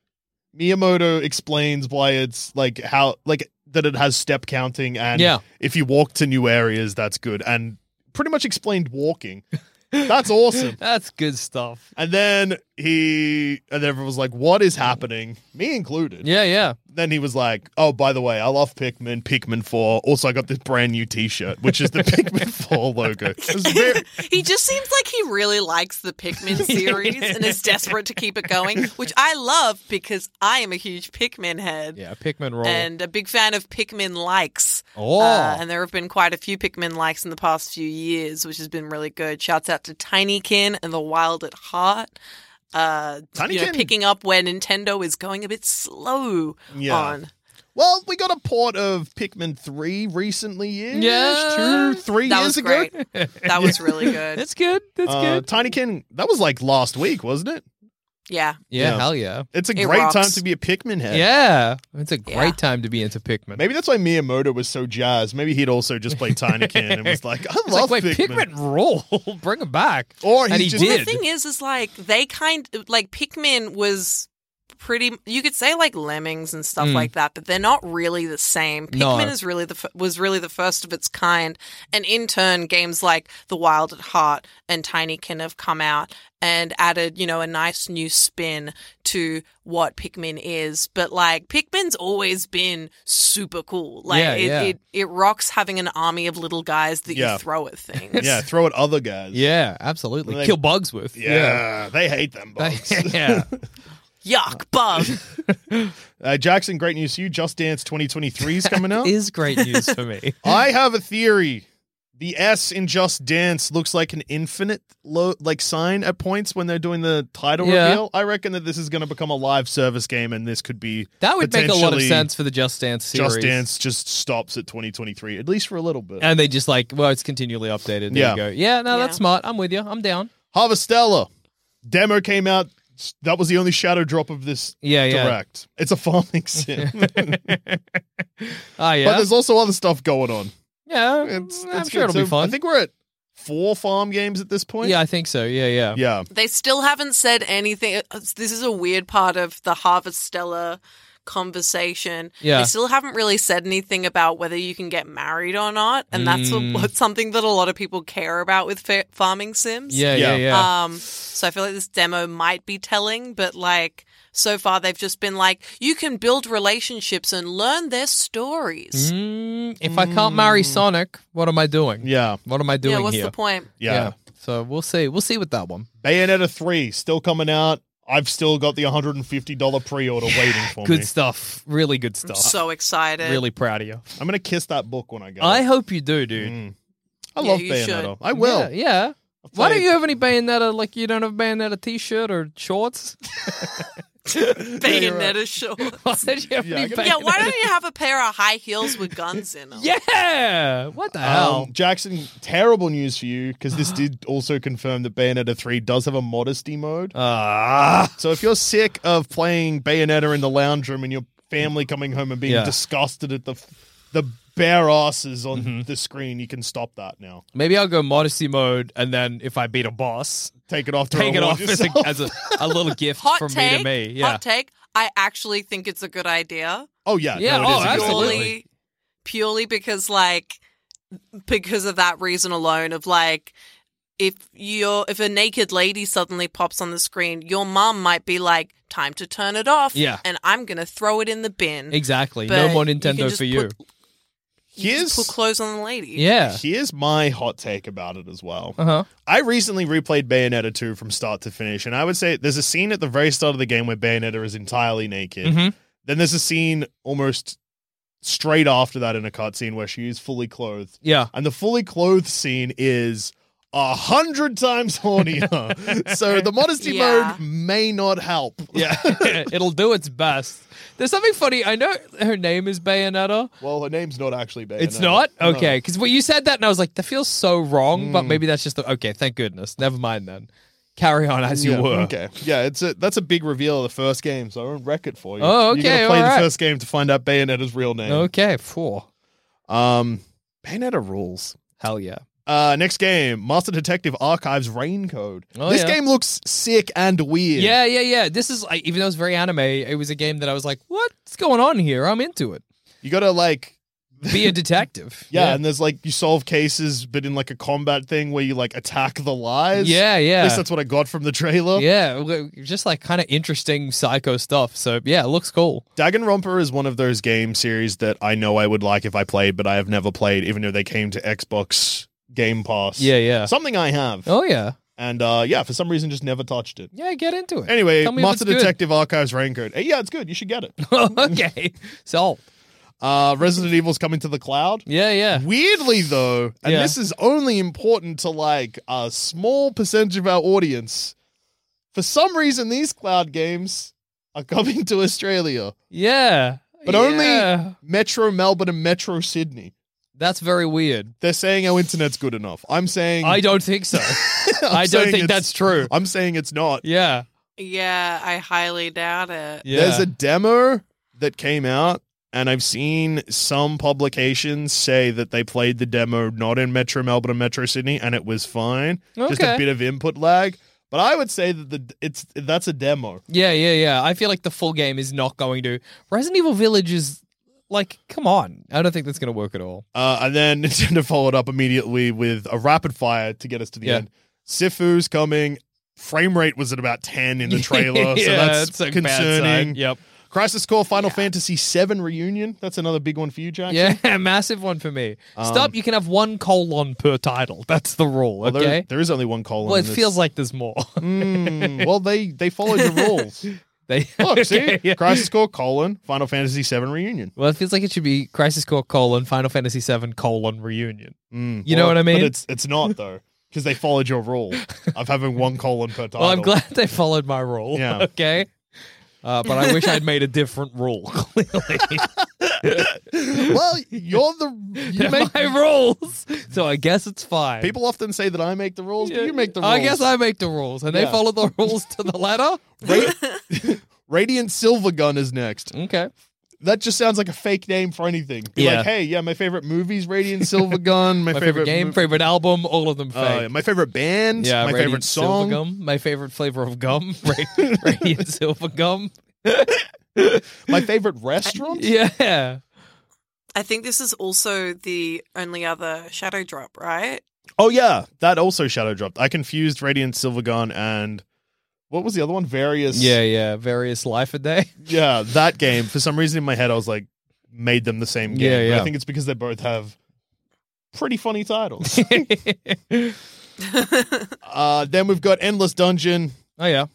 [SPEAKER 5] Miyamoto explains why it's like how like that it has step counting, and
[SPEAKER 6] Yeah.
[SPEAKER 5] if you walk to new areas, that's good, and pretty much explained walking. That's awesome.
[SPEAKER 6] That's good stuff.
[SPEAKER 5] And then he and everyone was like, "What is happening?" Me included.
[SPEAKER 6] Yeah, yeah.
[SPEAKER 5] Then he was like, "Oh, by the way, I love Pikmin. Pikmin Four. Also, I got this brand new T-shirt, which is the Pikmin Four logo. It was very-
[SPEAKER 4] He just seems like he really likes the Pikmin series and is desperate to keep it going, which I love because I am a huge Pikmin head.
[SPEAKER 6] Yeah, Pikmin roll.
[SPEAKER 4] and a big fan of Pikmin likes.
[SPEAKER 6] Oh.
[SPEAKER 4] Uh, and there have been quite a few Pikmin likes in the past few years, which has been really good. Shouts out to Tinykin and the Wild at Heart. Uh, you know,
[SPEAKER 5] Tinykin-
[SPEAKER 4] picking up where Nintendo is going a bit slow
[SPEAKER 5] Yeah.
[SPEAKER 4] on.
[SPEAKER 5] well, we got a port of Pikmin Three recently. Years,
[SPEAKER 6] Yeah.
[SPEAKER 5] two, three
[SPEAKER 4] That
[SPEAKER 5] years
[SPEAKER 4] was
[SPEAKER 5] ago.
[SPEAKER 4] great. That was really good.
[SPEAKER 6] that's good. That's
[SPEAKER 5] Uh,
[SPEAKER 6] good.
[SPEAKER 5] Tinykin, that was like last week, wasn't it?
[SPEAKER 4] Yeah.
[SPEAKER 6] yeah,
[SPEAKER 5] yeah.
[SPEAKER 6] hell yeah.
[SPEAKER 5] It's a
[SPEAKER 4] It
[SPEAKER 5] great
[SPEAKER 4] rocks.
[SPEAKER 5] time to be a Pikmin head.
[SPEAKER 6] Yeah, it's a great
[SPEAKER 4] Yeah.
[SPEAKER 6] time to be into Pikmin.
[SPEAKER 5] Maybe that's why Miyamoto was so jazzed. Maybe he'd also just played Tinykin and was like, "I
[SPEAKER 6] It's
[SPEAKER 5] love
[SPEAKER 6] like, wait,
[SPEAKER 5] Pikmin.
[SPEAKER 6] Pikmin, roll, bring him back.
[SPEAKER 5] Or
[SPEAKER 6] And
[SPEAKER 5] he's
[SPEAKER 6] he
[SPEAKER 5] just-
[SPEAKER 4] Well,
[SPEAKER 6] did.
[SPEAKER 4] the thing is, is like they kind like Pikmin was pretty. You could say like Lemmings and stuff like that, but they're not really the same.
[SPEAKER 6] Mm. No.
[SPEAKER 4] Pikmin is really the f- was really the first of its kind, and in turn, games like The Wild at Heart and Tinykin have come out and added, you know, a nice new spin to what Pikmin is. But like Pikmin's always been super cool. Like
[SPEAKER 6] Yeah,
[SPEAKER 4] it,
[SPEAKER 6] yeah.
[SPEAKER 4] it it rocks having an army of little guys that
[SPEAKER 5] Yeah.
[SPEAKER 4] you throw at things.
[SPEAKER 5] Yeah, throw at other guys.
[SPEAKER 6] yeah, absolutely.
[SPEAKER 5] Like-
[SPEAKER 6] Kill bugs with.
[SPEAKER 5] Yeah, they hate them
[SPEAKER 6] Yeah.
[SPEAKER 5] bugs.
[SPEAKER 6] yeah.
[SPEAKER 4] Yuck, bug.
[SPEAKER 5] uh, Jackson, great news to you. Just Dance 2023 is coming out.
[SPEAKER 6] is great news for me.
[SPEAKER 5] I have a theory. The S in Just Dance looks like an infinite lo- like sign at points when they're doing the title
[SPEAKER 6] Yeah.
[SPEAKER 5] reveal. I reckon that this is going to become a live service game, and this could be
[SPEAKER 6] That would make a lot of
[SPEAKER 5] potentially
[SPEAKER 6] sense for the Just Dance series.
[SPEAKER 5] Just Dance just stops at 2023, at least for a little bit.
[SPEAKER 6] And they just like, well, it's continually updated. There
[SPEAKER 5] Yeah.
[SPEAKER 6] you go. Yeah, no,
[SPEAKER 4] Yeah.
[SPEAKER 6] that's smart. I'm with you. I'm down.
[SPEAKER 5] Harvestella demo came out. That was the only shadow drop of this
[SPEAKER 6] Yeah, yeah.
[SPEAKER 5] direct. It's a farming sim,
[SPEAKER 6] Oh,
[SPEAKER 5] but
[SPEAKER 6] yeah.
[SPEAKER 5] there's also other stuff going on.
[SPEAKER 6] yeah,
[SPEAKER 5] It's,
[SPEAKER 6] Mm, I'm
[SPEAKER 5] it's
[SPEAKER 6] sure
[SPEAKER 5] good.
[SPEAKER 6] it'll be
[SPEAKER 5] So
[SPEAKER 6] fun.
[SPEAKER 5] I think we're at four farm games at this point.
[SPEAKER 6] yeah, I think so. Yeah, yeah.
[SPEAKER 5] yeah.
[SPEAKER 4] They still haven't said anything. Uh, This is a weird part of the Harvestella conversation.
[SPEAKER 6] Yeah.
[SPEAKER 4] They still haven't really said anything about whether you can get married or not, and that's what,
[SPEAKER 6] Mm.
[SPEAKER 4] what's something that a lot of people care about with fa- farming sims.
[SPEAKER 6] Yeah,
[SPEAKER 5] Yeah.
[SPEAKER 6] yeah, yeah.
[SPEAKER 4] Um, so I feel like this demo might be telling, but like so far they've just been like, you can build relationships and learn their stories.
[SPEAKER 6] Mm, if I can't marry Sonic, what am I doing?
[SPEAKER 5] Yeah.
[SPEAKER 6] What am I doing
[SPEAKER 4] yeah, what's
[SPEAKER 6] here?
[SPEAKER 4] the point?
[SPEAKER 5] Yeah.
[SPEAKER 6] So we'll see. We'll see with that one.
[SPEAKER 5] Bayonetta 3 still coming out. I've still got the $150 pre order waiting for
[SPEAKER 6] Good
[SPEAKER 5] me.
[SPEAKER 6] stuff. Really good stuff.
[SPEAKER 4] So excited.
[SPEAKER 6] really proud of you.
[SPEAKER 5] I'm going to kiss that book when I get
[SPEAKER 6] I
[SPEAKER 5] it.
[SPEAKER 6] hope you do, dude.
[SPEAKER 5] Mm. I
[SPEAKER 4] Yeah,
[SPEAKER 5] love
[SPEAKER 4] you
[SPEAKER 5] Bayonetta.
[SPEAKER 4] should.
[SPEAKER 5] I will.
[SPEAKER 6] Yeah. yeah. Why don't
[SPEAKER 5] played-
[SPEAKER 6] you have any Bayonetta? Like you don't have a Bayonetta T-shirt or shorts?
[SPEAKER 4] Bayonetta shorts.
[SPEAKER 6] Why don't you have
[SPEAKER 5] Yeah, I
[SPEAKER 6] any
[SPEAKER 5] gotta-
[SPEAKER 4] Yeah, why
[SPEAKER 6] Bayonetta-
[SPEAKER 4] don't you have a pair of high heels with guns in them?
[SPEAKER 6] Yeah. What the hell?
[SPEAKER 5] Um, Jackson, terrible news for you because this did also confirm that Bayonetta 3 does have a modesty mode.
[SPEAKER 6] Ah.
[SPEAKER 5] So if you're sick of playing Bayonetta in the lounge room and your family coming home and being
[SPEAKER 6] Yeah.
[SPEAKER 5] disgusted at the the bare asses on
[SPEAKER 6] Mm-hmm.
[SPEAKER 5] the screen, you can stop that now.
[SPEAKER 6] Maybe I'll go modesty mode, and then if I beat a boss,
[SPEAKER 5] Take it off. To
[SPEAKER 6] take it
[SPEAKER 5] reward
[SPEAKER 6] off as a,
[SPEAKER 5] yourself.
[SPEAKER 6] as a, a little gift
[SPEAKER 4] Hot
[SPEAKER 6] from
[SPEAKER 4] take.
[SPEAKER 6] me to me. Yeah.
[SPEAKER 4] Hot take. I actually think it's a good idea.
[SPEAKER 5] oh yeah,
[SPEAKER 6] Yeah,
[SPEAKER 5] no, it
[SPEAKER 6] oh,
[SPEAKER 5] is a good
[SPEAKER 6] absolutely.
[SPEAKER 5] idea.
[SPEAKER 4] Purely, purely because like because of that reason alone of like if you're if a naked lady suddenly pops on the screen, your mom might be like, "Time to turn it off."
[SPEAKER 6] Yeah.
[SPEAKER 4] and I'm gonna throw it in the bin.
[SPEAKER 6] Exactly.
[SPEAKER 4] But
[SPEAKER 6] no more
[SPEAKER 4] you can
[SPEAKER 6] Nintendo
[SPEAKER 4] just
[SPEAKER 6] for you.
[SPEAKER 4] put- You can just
[SPEAKER 5] Here's-
[SPEAKER 4] put clothes on the lady.
[SPEAKER 6] yeah.
[SPEAKER 5] Here's my hot take about it as well.
[SPEAKER 6] Uh huh.
[SPEAKER 5] I recently replayed Bayonetta 2
[SPEAKER 6] Mm-hmm.
[SPEAKER 5] from start to finish, and I would say there's a scene at the very start of the game where Bayonetta is entirely naked. Then there's a scene almost straight after that in a cutscene where she is fully clothed.
[SPEAKER 6] Yeah.
[SPEAKER 5] And the fully clothed scene is a hundred times hornier. so the modesty
[SPEAKER 4] Yeah.
[SPEAKER 5] mode may not help.
[SPEAKER 6] Yeah, it'll do its best. There's something funny. I know her name is Bayonetta.
[SPEAKER 5] Well, her name's not actually Bayonetta.
[SPEAKER 6] It's not
[SPEAKER 5] No. Hmm.
[SPEAKER 6] okay because when you said that, and I was like, that feels so wrong. But maybe that's just the, okay. Thank goodness. Never mind then. Carry on as you
[SPEAKER 5] Yeah,
[SPEAKER 6] were.
[SPEAKER 5] Okay. Yeah, it's a that's a big reveal of the first game, so I won't wreck it for you.
[SPEAKER 6] Oh,
[SPEAKER 5] You're
[SPEAKER 6] okay,
[SPEAKER 5] gonna play
[SPEAKER 6] alright.
[SPEAKER 5] the first game to find out Bayonetta's real name.
[SPEAKER 6] Okay. Four.
[SPEAKER 5] Um Bayonetta rules.
[SPEAKER 6] Hell yeah.
[SPEAKER 5] Uh, next game, Master Detective Archives Rain Code.
[SPEAKER 6] Oh,
[SPEAKER 5] this
[SPEAKER 6] yeah.
[SPEAKER 5] game looks sick and weird.
[SPEAKER 6] Yeah, yeah, yeah. This is like, even though it's very anime, it was a game that I was like, what's going on here? I'm into it.
[SPEAKER 5] You gotta like
[SPEAKER 6] Be a detective.
[SPEAKER 5] yeah, and there's like you solve cases, but in like a combat thing where you like attack the lies.
[SPEAKER 6] Yeah, yeah.
[SPEAKER 5] At least that's what I got from the trailer.
[SPEAKER 6] Yeah, w- just like kind of interesting psycho stuff. So yeah, it looks cool.
[SPEAKER 5] Danganronpa is one of those game series that I know I would like if I played, but I have never played, even though they came to Xbox Game Pass.
[SPEAKER 6] Yeah, yeah.
[SPEAKER 5] Something I have.
[SPEAKER 6] Oh yeah,
[SPEAKER 5] And uh, yeah, for some reason just never touched it.
[SPEAKER 6] yeah. Get into it.
[SPEAKER 5] Anyway,
[SPEAKER 6] Tell me if
[SPEAKER 5] Monster
[SPEAKER 6] it's good.
[SPEAKER 5] Detective Archives Raincoat. Hey, yeah, it's good. You should get it.
[SPEAKER 6] okay, so
[SPEAKER 5] Uh, Resident Evil's coming to the cloud.
[SPEAKER 6] yeah, yeah.
[SPEAKER 5] Weirdly, though, and
[SPEAKER 6] Yeah.
[SPEAKER 5] this is only important to like a small percentage of our audience, for some reason, these cloud games are coming to Australia,
[SPEAKER 6] Yeah.
[SPEAKER 5] but
[SPEAKER 6] Yeah.
[SPEAKER 5] only Metro Melbourne and Metro Sydney.
[SPEAKER 6] That's very weird.
[SPEAKER 5] They're saying our internet's good enough. I'm saying
[SPEAKER 6] I don't think so.
[SPEAKER 5] I'm
[SPEAKER 6] I don't
[SPEAKER 5] saying
[SPEAKER 6] think
[SPEAKER 5] it's-
[SPEAKER 6] that's true.
[SPEAKER 5] I'm saying it's not.
[SPEAKER 6] Yeah.
[SPEAKER 4] Yeah, I highly doubt it.
[SPEAKER 6] Yeah.
[SPEAKER 5] There's a demo that came out, and I've seen some publications say that they played the demo not in Metro Melbourne and Metro Sydney, and it was fine. Just
[SPEAKER 6] Okay.
[SPEAKER 5] a bit of input lag. But I would say that the it's that's a demo.
[SPEAKER 6] yeah, yeah, yeah. I feel like the full game is not going to. Resident Evil Village is like, come on. I don't think that's going to work at all.
[SPEAKER 5] Uh, and then Nintendo followed up immediately with a rapid fire to get us to the
[SPEAKER 6] Yeah.
[SPEAKER 5] end. Sifu's coming. Frame rate was at about 10 in the trailer, so
[SPEAKER 6] Yeah,
[SPEAKER 5] that's,
[SPEAKER 6] a bad
[SPEAKER 5] concerning.
[SPEAKER 6] sign. Yep.
[SPEAKER 5] Crisis Core Final Fantasy VII Reunion. That's another big one for you, Jack.
[SPEAKER 6] Yeah, massive one for me. Stop. You can have one colon per title. That's the rule.
[SPEAKER 5] Um, Well, there-
[SPEAKER 6] Okay.
[SPEAKER 5] there is only one colon.
[SPEAKER 6] Well,
[SPEAKER 5] in
[SPEAKER 6] it
[SPEAKER 5] this.
[SPEAKER 6] feels like there's more.
[SPEAKER 5] Mm, well, they they followed the rules.
[SPEAKER 6] they,
[SPEAKER 5] Look, see,
[SPEAKER 6] Hmm. Okay, yeah.
[SPEAKER 5] Crisis Core colon Final Fantasy VII Reunion.
[SPEAKER 6] Well, it feels like it should be Crisis Core colon Final Fantasy VII colon reunion.
[SPEAKER 5] Mm,
[SPEAKER 6] You know
[SPEAKER 5] well,
[SPEAKER 6] what I mean?
[SPEAKER 5] But it's it's not though because they followed your rule of having one colon per title.
[SPEAKER 6] Well, I'm glad they followed my rule.
[SPEAKER 5] Yeah.
[SPEAKER 6] Okay. Uh, but I wish I'd made a different rule. Clearly,
[SPEAKER 5] Well, you're the you
[SPEAKER 6] They're
[SPEAKER 5] make
[SPEAKER 6] my rules, so I guess it's fine.
[SPEAKER 5] people often say that I make the rules, but you make the rules.
[SPEAKER 6] I guess I make the rules, and they
[SPEAKER 5] Yeah.
[SPEAKER 6] follow the rules to the letter.
[SPEAKER 5] Ra- Radiant Silver Gun is next.
[SPEAKER 6] Okay.
[SPEAKER 5] That just sounds like a fake name for anything. Be
[SPEAKER 6] Yeah.
[SPEAKER 5] like, hey, yeah, my favorite movie's Radiant Silver Gun. My,
[SPEAKER 6] My, favorite, game,
[SPEAKER 5] mo-
[SPEAKER 6] favorite album, all of them fake.
[SPEAKER 5] uh, my favorite band.
[SPEAKER 6] yeah,
[SPEAKER 5] my
[SPEAKER 6] Radiant
[SPEAKER 5] favorite
[SPEAKER 6] Silver
[SPEAKER 5] song.
[SPEAKER 6] Gum, my favorite flavor of gum, Ra- Radiant Silver Gum.
[SPEAKER 5] My favorite restaurant.
[SPEAKER 6] Yeah.
[SPEAKER 4] I think this is also the only other shadow drop, right?
[SPEAKER 5] Oh yeah, that also shadow dropped. I confused Radiant Silvergun and what was the other one? Various.
[SPEAKER 6] Yeah, yeah. Various life a day.
[SPEAKER 5] yeah, that game. For some reason in my head, I was like, made them the same game.
[SPEAKER 6] Yeah,
[SPEAKER 5] But
[SPEAKER 6] yeah.
[SPEAKER 5] I think it's because they both have pretty funny titles. uh, then we've got Endless Dungeon,
[SPEAKER 6] oh yeah.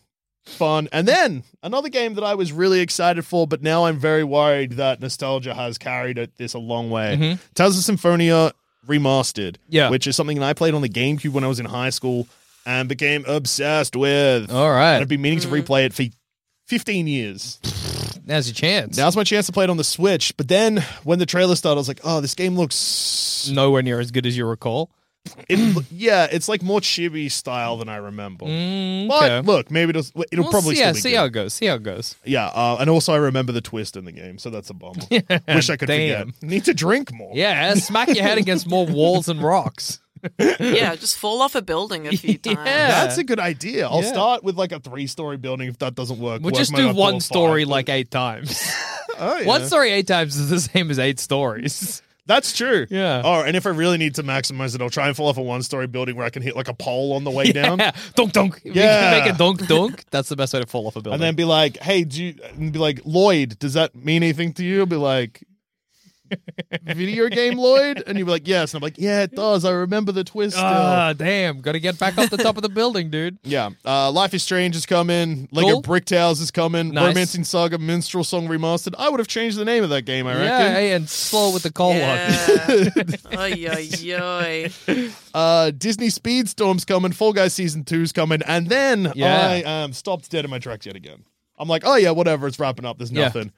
[SPEAKER 5] fun, and then another game that I was really excited for, but now I'm very worried that nostalgia has carried it this a long way. Tales of Symphonia remastered,
[SPEAKER 6] Mm-hmm. Yeah.
[SPEAKER 5] which is something that I played on the GameCube when I was in high school and became obsessed with.
[SPEAKER 6] All
[SPEAKER 5] and
[SPEAKER 6] right.
[SPEAKER 5] I've been meaning
[SPEAKER 6] Mm.
[SPEAKER 5] to replay it for 15 years.
[SPEAKER 6] Now's your chance.
[SPEAKER 5] Now's my chance to play it on the Switch, but then when the trailer started, I was like, "Oh, this game looks
[SPEAKER 6] nowhere near as good as you recall.
[SPEAKER 5] it, yeah, it's like more chibi style than I remember."
[SPEAKER 6] Mm, okay.
[SPEAKER 5] But look, maybe it'll it'll
[SPEAKER 6] We'll
[SPEAKER 5] probably
[SPEAKER 6] see, yeah,
[SPEAKER 5] still be
[SPEAKER 6] see
[SPEAKER 5] good.
[SPEAKER 6] how it goes. See how it goes.
[SPEAKER 5] Yeah, uh, and also I remember the twist in the game, so that's a bummer. Wish I could
[SPEAKER 6] Damn.
[SPEAKER 5] forget. Need to drink more.
[SPEAKER 6] Yeah, smack your head against more walls and rocks.
[SPEAKER 4] yeah, just fall off a building a few
[SPEAKER 6] Yeah.
[SPEAKER 4] times.
[SPEAKER 5] That's a good idea. I'll
[SPEAKER 6] Yeah.
[SPEAKER 5] start with like a three-story building. If that doesn't work,
[SPEAKER 6] We'll
[SPEAKER 5] work
[SPEAKER 6] just
[SPEAKER 5] my way
[SPEAKER 6] do
[SPEAKER 5] up to a
[SPEAKER 6] one
[SPEAKER 5] five.
[SPEAKER 6] story like eight times.
[SPEAKER 5] Oh, yeah.
[SPEAKER 6] One story eight times is the same as eight stories.
[SPEAKER 5] That's true.
[SPEAKER 6] Yeah.
[SPEAKER 5] Oh, and if I really need to maximize it, I'll try and fall off a one-story building where I can hit like a pole on the way down,
[SPEAKER 6] Yeah. Dunk dunk. If you
[SPEAKER 5] Yeah.
[SPEAKER 6] can make a dunk dunk. That's the best way to fall off a building.
[SPEAKER 5] and then be like, "Hey, do you?" And be like, "Lloyd, does that mean anything to you?" I'll be like, video game Lloyd? And you'd be like, yes. And I'm like, yeah, it does. I remember the twist. still."
[SPEAKER 6] Ah, damn. Got to get back off the top of the building, dude.
[SPEAKER 5] yeah. Uh, Life is Strange is coming. Lego
[SPEAKER 6] Cool.
[SPEAKER 5] Brick Towers is coming.
[SPEAKER 6] Nice.
[SPEAKER 5] Romancing Saga Minstrel Song Remastered. I would have changed the name of that game, I reckon.
[SPEAKER 6] Yeah, hey, and slow with the coal on.
[SPEAKER 4] oy, oy, oy.
[SPEAKER 5] Uh, Disney Speedstorm's coming, Fall Guys Season 2's coming, and then
[SPEAKER 6] Yeah.
[SPEAKER 5] I um, stopped dead in my tracks yet again. I'm like, oh yeah, whatever, it's wrapping up, there's
[SPEAKER 6] Yeah.
[SPEAKER 5] nothing.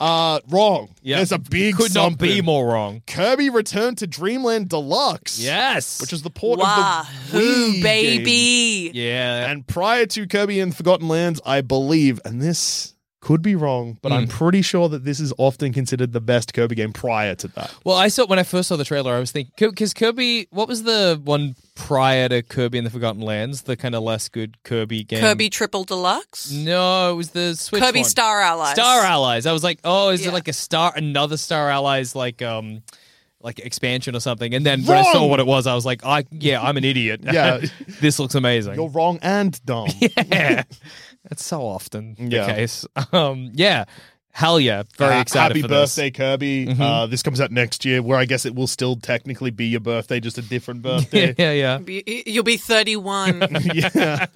[SPEAKER 5] Uh, wrong.
[SPEAKER 6] Yeah.
[SPEAKER 5] There's a big
[SPEAKER 6] Could not
[SPEAKER 5] something.
[SPEAKER 6] be more wrong.
[SPEAKER 5] Kirby Return to Dreamland Deluxe.
[SPEAKER 6] Yes.
[SPEAKER 5] Which is the port of the
[SPEAKER 4] Wahoo,
[SPEAKER 5] Wii game.
[SPEAKER 4] baby.
[SPEAKER 6] yeah.
[SPEAKER 5] And prior to Kirby and Forgotten Lands, I believe, and this could be wrong, but
[SPEAKER 6] Hmm.
[SPEAKER 5] I'm pretty sure that this is often considered the best Kirby game prior to that.
[SPEAKER 6] Well, I saw when I first saw the trailer, I was thinking because Kirby. What was the one prior to Kirby and the Forgotten Lands? The kind of less good Kirby game.
[SPEAKER 4] Kirby Triple Deluxe.
[SPEAKER 6] No, it was the Switch.
[SPEAKER 4] Kirby
[SPEAKER 6] one.
[SPEAKER 4] Star Allies.
[SPEAKER 6] Star Allies. I was like, oh, is
[SPEAKER 4] Yeah.
[SPEAKER 6] it like a star? Another Star Allies like um. Like expansion or something, and then when I saw
[SPEAKER 5] Wrong!
[SPEAKER 6] what it was, I was like, "I yeah, I'm an idiot.
[SPEAKER 5] Yeah.
[SPEAKER 6] this looks amazing.
[SPEAKER 5] You're wrong and dumb.
[SPEAKER 6] yeah, that's so often
[SPEAKER 5] Yeah.
[SPEAKER 6] the case. Um, yeah, hell yeah, very
[SPEAKER 5] Ha-
[SPEAKER 6] excited
[SPEAKER 5] Happy
[SPEAKER 6] for this. Mm-hmm.
[SPEAKER 5] birthday, Kirby. Uh, this comes out next year, where I guess it will still technically be your birthday, just a different birthday.
[SPEAKER 6] Yeah, yeah,
[SPEAKER 4] Be- You'll be 31.
[SPEAKER 5] yeah.
[SPEAKER 6] yeah.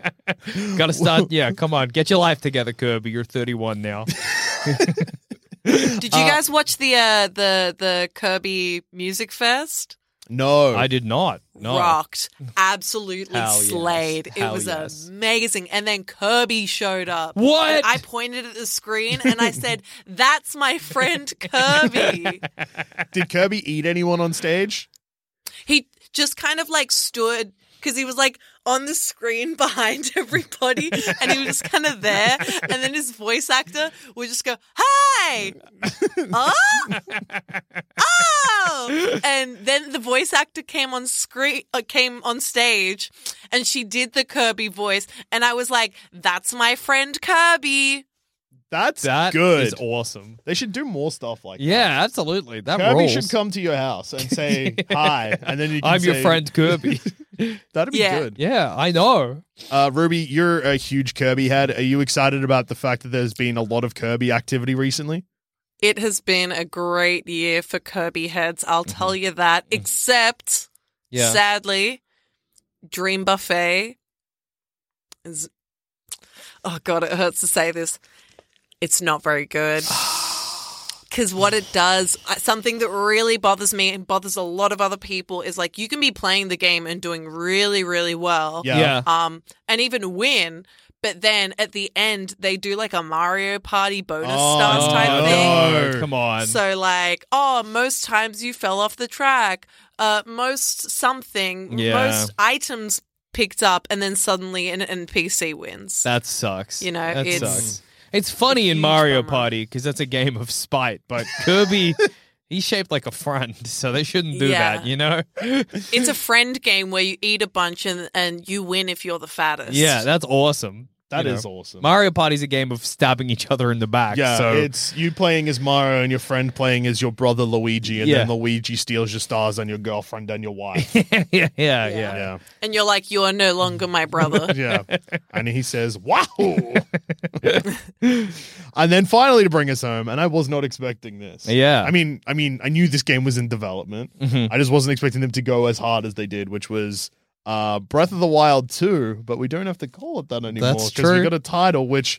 [SPEAKER 6] Got to start. Yeah, come on, get your life together, Kirby. You're 31 now.
[SPEAKER 4] Did you guys watch the uh, the the Kirby Music Fest?
[SPEAKER 5] No.
[SPEAKER 6] I did not. No.
[SPEAKER 4] Rocked, absolutely
[SPEAKER 6] Hell yes.
[SPEAKER 4] slayed. It
[SPEAKER 6] Hell
[SPEAKER 4] was
[SPEAKER 6] yes.
[SPEAKER 4] amazing. And then Kirby showed up.
[SPEAKER 6] What?
[SPEAKER 4] And I pointed at the screen and I said, "That's my friend Kirby."
[SPEAKER 5] did Kirby eat anyone on stage?
[SPEAKER 4] he just kind of like stood because he was like on the screen behind everybody and he was just kind of there and then his voice actor would just go hi oh oh and then the voice actor came on screen uh, came on stage and she did the kirby voice and i was like that's my friend kirby
[SPEAKER 5] That's
[SPEAKER 6] That
[SPEAKER 5] good.
[SPEAKER 6] is awesome.
[SPEAKER 5] they should do more stuff like
[SPEAKER 6] Yeah, absolutely. That
[SPEAKER 5] that. Kirby
[SPEAKER 6] rules.
[SPEAKER 5] should come to your house and say hi, and then you can
[SPEAKER 6] I'm your
[SPEAKER 5] say-
[SPEAKER 6] friend Kirby.
[SPEAKER 5] That'd be
[SPEAKER 4] Yeah.
[SPEAKER 5] good.
[SPEAKER 6] yeah, I know.
[SPEAKER 5] Uh, Ruby, you're a huge Kirby head. Are you excited about the fact that there's been a lot of Kirby activity recently?
[SPEAKER 4] it has been a great year for kirby heads i'll tell you that except
[SPEAKER 6] Yeah.
[SPEAKER 4] Sadly, Dream Buffet is. Oh God, it hurts to say this. It's not very good. Because what it does, uh, something that really bothers me and bothers a lot of other people is like you can be playing the game and doing really, really well
[SPEAKER 5] Yeah.
[SPEAKER 6] Yeah.
[SPEAKER 4] um, and even win. But then at the end, they do like a Mario Party bonus stars type
[SPEAKER 5] Oh, no.
[SPEAKER 4] thing.
[SPEAKER 6] Oh, no, Come on.
[SPEAKER 4] So like, oh, most times you fell off the track. Uh, most something.
[SPEAKER 6] Yeah.
[SPEAKER 4] Most items picked up, and then suddenly an NPC wins.
[SPEAKER 6] that sucks.
[SPEAKER 4] You know,
[SPEAKER 6] that
[SPEAKER 4] it's-
[SPEAKER 6] sucks. It's funny in
[SPEAKER 4] huge
[SPEAKER 6] Mario
[SPEAKER 4] bummer.
[SPEAKER 6] Party because that's a game of spite, but Kirby, he's shaped like a friend, so they shouldn't do
[SPEAKER 4] Yeah.
[SPEAKER 6] that. You know.
[SPEAKER 4] it's a friend game where you eat a bunch and and you win if you're the fattest.
[SPEAKER 6] yeah, that's awesome.
[SPEAKER 5] That
[SPEAKER 6] That is
[SPEAKER 5] is awesome.
[SPEAKER 6] Mario Party's a game of stabbing each other in the back.
[SPEAKER 5] Yeah,
[SPEAKER 6] so
[SPEAKER 5] it's you playing as Mario and your friend playing as your brother Luigi, and then
[SPEAKER 6] Yeah.
[SPEAKER 5] Luigi steals your stars and your girlfriend and your wife.
[SPEAKER 6] yeah, yeah, yeah,
[SPEAKER 5] yeah,
[SPEAKER 4] And you're like, you are no longer my brother.
[SPEAKER 5] yeah. And he says, "Wow!" and then finally to bring us home, and I was not expecting this.
[SPEAKER 6] Yeah. Mm-hmm.
[SPEAKER 5] I mean, I mean, I knew this game was in development. I just wasn't expecting them to go as hard as they did, which was. Uh, Breath of the Wild 2, but we don't have to call it that anymore
[SPEAKER 6] That's
[SPEAKER 5] we
[SPEAKER 6] true.
[SPEAKER 5] got a title. Which,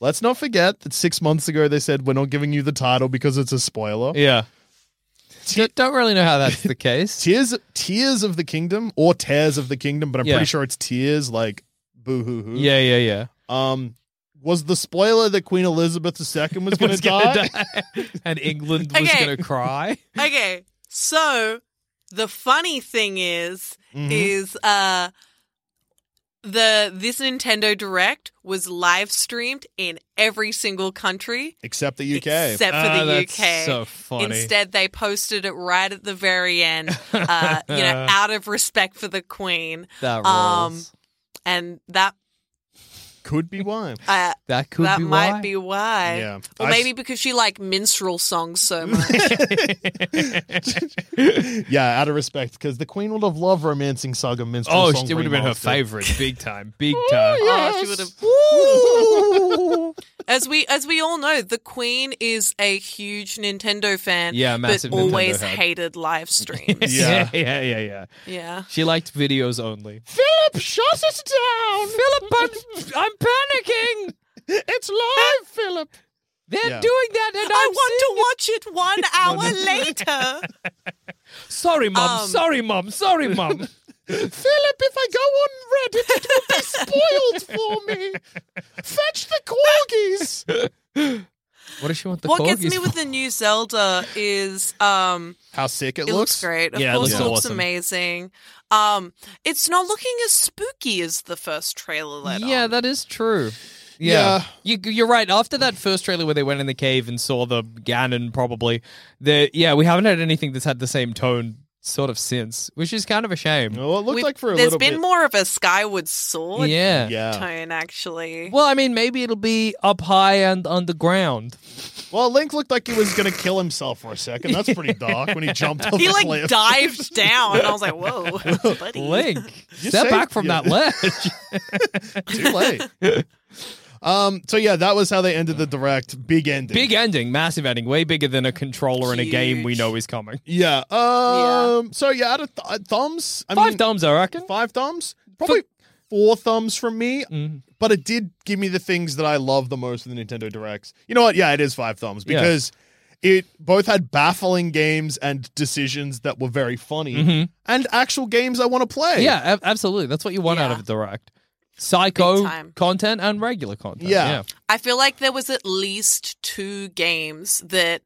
[SPEAKER 5] let's not forget that six months ago they said we're not giving you the title because it's a spoiler.
[SPEAKER 6] Yeah. Don't- don't really know how that's the case.
[SPEAKER 5] Tears Tears of the Kingdom or Tears of the Kingdom, but I'm
[SPEAKER 6] Yeah.
[SPEAKER 5] pretty sure it's Tears like boo hoo hoo.
[SPEAKER 6] yeah, yeah, yeah.
[SPEAKER 5] Um was the spoiler that Queen Elizabeth II was gonna
[SPEAKER 6] Was
[SPEAKER 5] die?
[SPEAKER 6] gonna die. and England was
[SPEAKER 4] Okay.
[SPEAKER 6] going to cry.
[SPEAKER 4] okay, so the funny thing is,
[SPEAKER 6] Mm-hmm.
[SPEAKER 4] is uh. The this Nintendo Direct was live streamed in every single country.
[SPEAKER 5] Except the UK.
[SPEAKER 4] Except for
[SPEAKER 6] Ah,
[SPEAKER 4] the
[SPEAKER 6] that's
[SPEAKER 4] UK.
[SPEAKER 6] so funny.
[SPEAKER 4] Instead, they posted it right at the very end, uh, you know, out of respect for the Queen.
[SPEAKER 6] That rules.
[SPEAKER 4] Um, and that
[SPEAKER 5] Could be why.
[SPEAKER 4] uh,
[SPEAKER 6] that could
[SPEAKER 4] that
[SPEAKER 6] be
[SPEAKER 4] might
[SPEAKER 6] why.
[SPEAKER 4] be why.
[SPEAKER 5] Yeah.
[SPEAKER 4] Or
[SPEAKER 5] I
[SPEAKER 4] maybe
[SPEAKER 5] s-
[SPEAKER 4] because she liked minstrel songs so much.
[SPEAKER 5] yeah, out of respect, because the Queen would have loved romancing saga minstrel.
[SPEAKER 6] Oh,
[SPEAKER 5] Song
[SPEAKER 6] it Oh, would have been her
[SPEAKER 5] Remastered.
[SPEAKER 6] favorite, big time, big time.
[SPEAKER 4] Oh, she would have. As we as we all know, the Queen is a huge Nintendo fan.
[SPEAKER 6] Yeah, massive
[SPEAKER 4] but always
[SPEAKER 6] Nintendo head.
[SPEAKER 4] hated live streams.
[SPEAKER 5] Yeah.
[SPEAKER 6] yeah, yeah, yeah.
[SPEAKER 4] yeah.
[SPEAKER 6] She liked videos only.
[SPEAKER 5] Philip, shut it down.
[SPEAKER 6] Philip, I'm, I'm panicking.
[SPEAKER 5] it's live, Philip.
[SPEAKER 6] They're
[SPEAKER 5] Yeah.
[SPEAKER 6] doing that, and
[SPEAKER 4] I
[SPEAKER 6] I'm
[SPEAKER 4] want to watch it one hour later.
[SPEAKER 6] sing- sorry, mom.
[SPEAKER 4] Um,
[SPEAKER 6] sorry, mom. Sorry, mom.
[SPEAKER 5] Philip, if I go on Reddit, it will be spoiled for me. Fetch the corgis.
[SPEAKER 6] what does she want the
[SPEAKER 4] what gets
[SPEAKER 6] corgis
[SPEAKER 4] me
[SPEAKER 6] for?
[SPEAKER 4] with the new Zelda is um
[SPEAKER 5] How sick it,
[SPEAKER 4] it looks, great. Of
[SPEAKER 6] Yeah, it
[SPEAKER 4] course,
[SPEAKER 6] looks
[SPEAKER 4] it looks
[SPEAKER 6] awesome.
[SPEAKER 4] amazing. Um, it's not looking as spooky as the first trailer let
[SPEAKER 6] Yeah,
[SPEAKER 4] on.
[SPEAKER 6] that is true. Yeah. You, you're right. After that first trailer where they went in the cave and saw the Ganon, probably, the, yeah, we haven't had anything that's had the same tone sort of since, which is kind of a shame.
[SPEAKER 5] Well, it looked
[SPEAKER 4] We've-
[SPEAKER 5] like for a
[SPEAKER 4] there's
[SPEAKER 5] little
[SPEAKER 4] been
[SPEAKER 5] bit.
[SPEAKER 4] more of a Skyward Sword
[SPEAKER 6] Yeah.
[SPEAKER 5] yeah.
[SPEAKER 4] tone actually.
[SPEAKER 6] Well, I mean, maybe it'll be up high and underground.
[SPEAKER 5] Well, Link looked like he was going to kill himself for a second. That's pretty dark when he jumped off
[SPEAKER 4] he
[SPEAKER 5] the
[SPEAKER 4] like
[SPEAKER 5] cliff.
[SPEAKER 4] dived down, and I was like, "Whoa, buddy!"
[SPEAKER 6] Link,
[SPEAKER 5] You
[SPEAKER 6] step
[SPEAKER 5] saved-
[SPEAKER 6] back from
[SPEAKER 5] yeah.
[SPEAKER 6] that ledge.
[SPEAKER 5] Too late. Um, so yeah, that was how they ended the direct. Big ending.
[SPEAKER 6] Big ending, massive ending, way bigger than a controller in a game we
[SPEAKER 4] Huge.
[SPEAKER 6] know is coming.
[SPEAKER 5] Yeah. Um. So yeah, out of th- uh, thumbs, I
[SPEAKER 6] Five
[SPEAKER 5] mean,
[SPEAKER 6] thumbs, I reckon.
[SPEAKER 5] five thumbs, probably four thumbs from me.
[SPEAKER 6] Mm-hmm.
[SPEAKER 5] But it did give me the things that I love the most in the Nintendo Directs. You know what? Yeah, it is five thumbs
[SPEAKER 6] Yeah.
[SPEAKER 5] because it both had baffling games and decisions that were very funny, and actual games I want to play.
[SPEAKER 6] Mm-hmm. Yeah, ab- absolutely. That's what you want out
[SPEAKER 4] Yeah.
[SPEAKER 6] of a direct. Psycho
[SPEAKER 4] Big time.
[SPEAKER 6] content and regular content.
[SPEAKER 5] Yeah.
[SPEAKER 6] Yeah.
[SPEAKER 4] I feel like there was at least two games that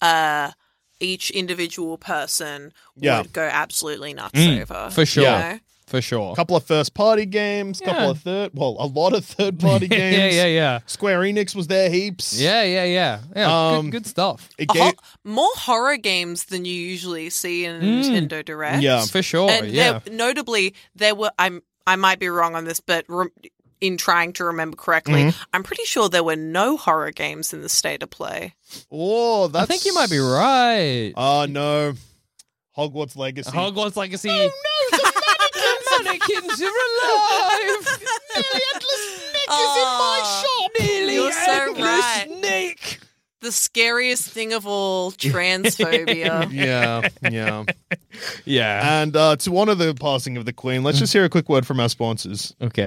[SPEAKER 4] uh, each individual person
[SPEAKER 5] Yeah.
[SPEAKER 4] would go absolutely nuts over
[SPEAKER 6] Mm, for sure.
[SPEAKER 4] you
[SPEAKER 5] Yeah.
[SPEAKER 4] know?
[SPEAKER 6] For sure.
[SPEAKER 5] A couple of first party games,
[SPEAKER 6] Yeah.
[SPEAKER 5] couple of third, well, a lot of third party games.
[SPEAKER 6] yeah, yeah, yeah.
[SPEAKER 5] Square Enix was there heaps.
[SPEAKER 6] Yeah, yeah, yeah. Yeah.
[SPEAKER 5] Um,
[SPEAKER 6] good, good stuff.
[SPEAKER 5] It
[SPEAKER 4] A
[SPEAKER 5] gave,
[SPEAKER 4] ho- more horror games than you usually see in a
[SPEAKER 6] Mm.
[SPEAKER 4] Nintendo Direct.
[SPEAKER 5] Yeah.
[SPEAKER 6] For sure.
[SPEAKER 4] and
[SPEAKER 6] Oh, yeah.
[SPEAKER 4] there, notably, there were I'm I might be wrong on this, but rem in trying to remember correctly,
[SPEAKER 6] Mm-hmm.
[SPEAKER 4] I'm pretty sure there were no horror games in the state of play.
[SPEAKER 5] oh, that's.
[SPEAKER 6] I think you might be right.
[SPEAKER 5] Oh, no. Hogwarts Legacy.
[SPEAKER 6] Hogwarts Legacy. Oh no, the mannequins! are alive! Nearly endless snake
[SPEAKER 4] Aw,
[SPEAKER 6] Nearly
[SPEAKER 4] Ah, you're so
[SPEAKER 6] endless
[SPEAKER 4] right.
[SPEAKER 6] snake.
[SPEAKER 4] The scariest thing of all, transphobia.
[SPEAKER 5] yeah, yeah.
[SPEAKER 6] Yeah. Mm-hmm.
[SPEAKER 5] And uh, to honor the passing of the Queen, let's just hear a quick word from our sponsors.
[SPEAKER 6] okay.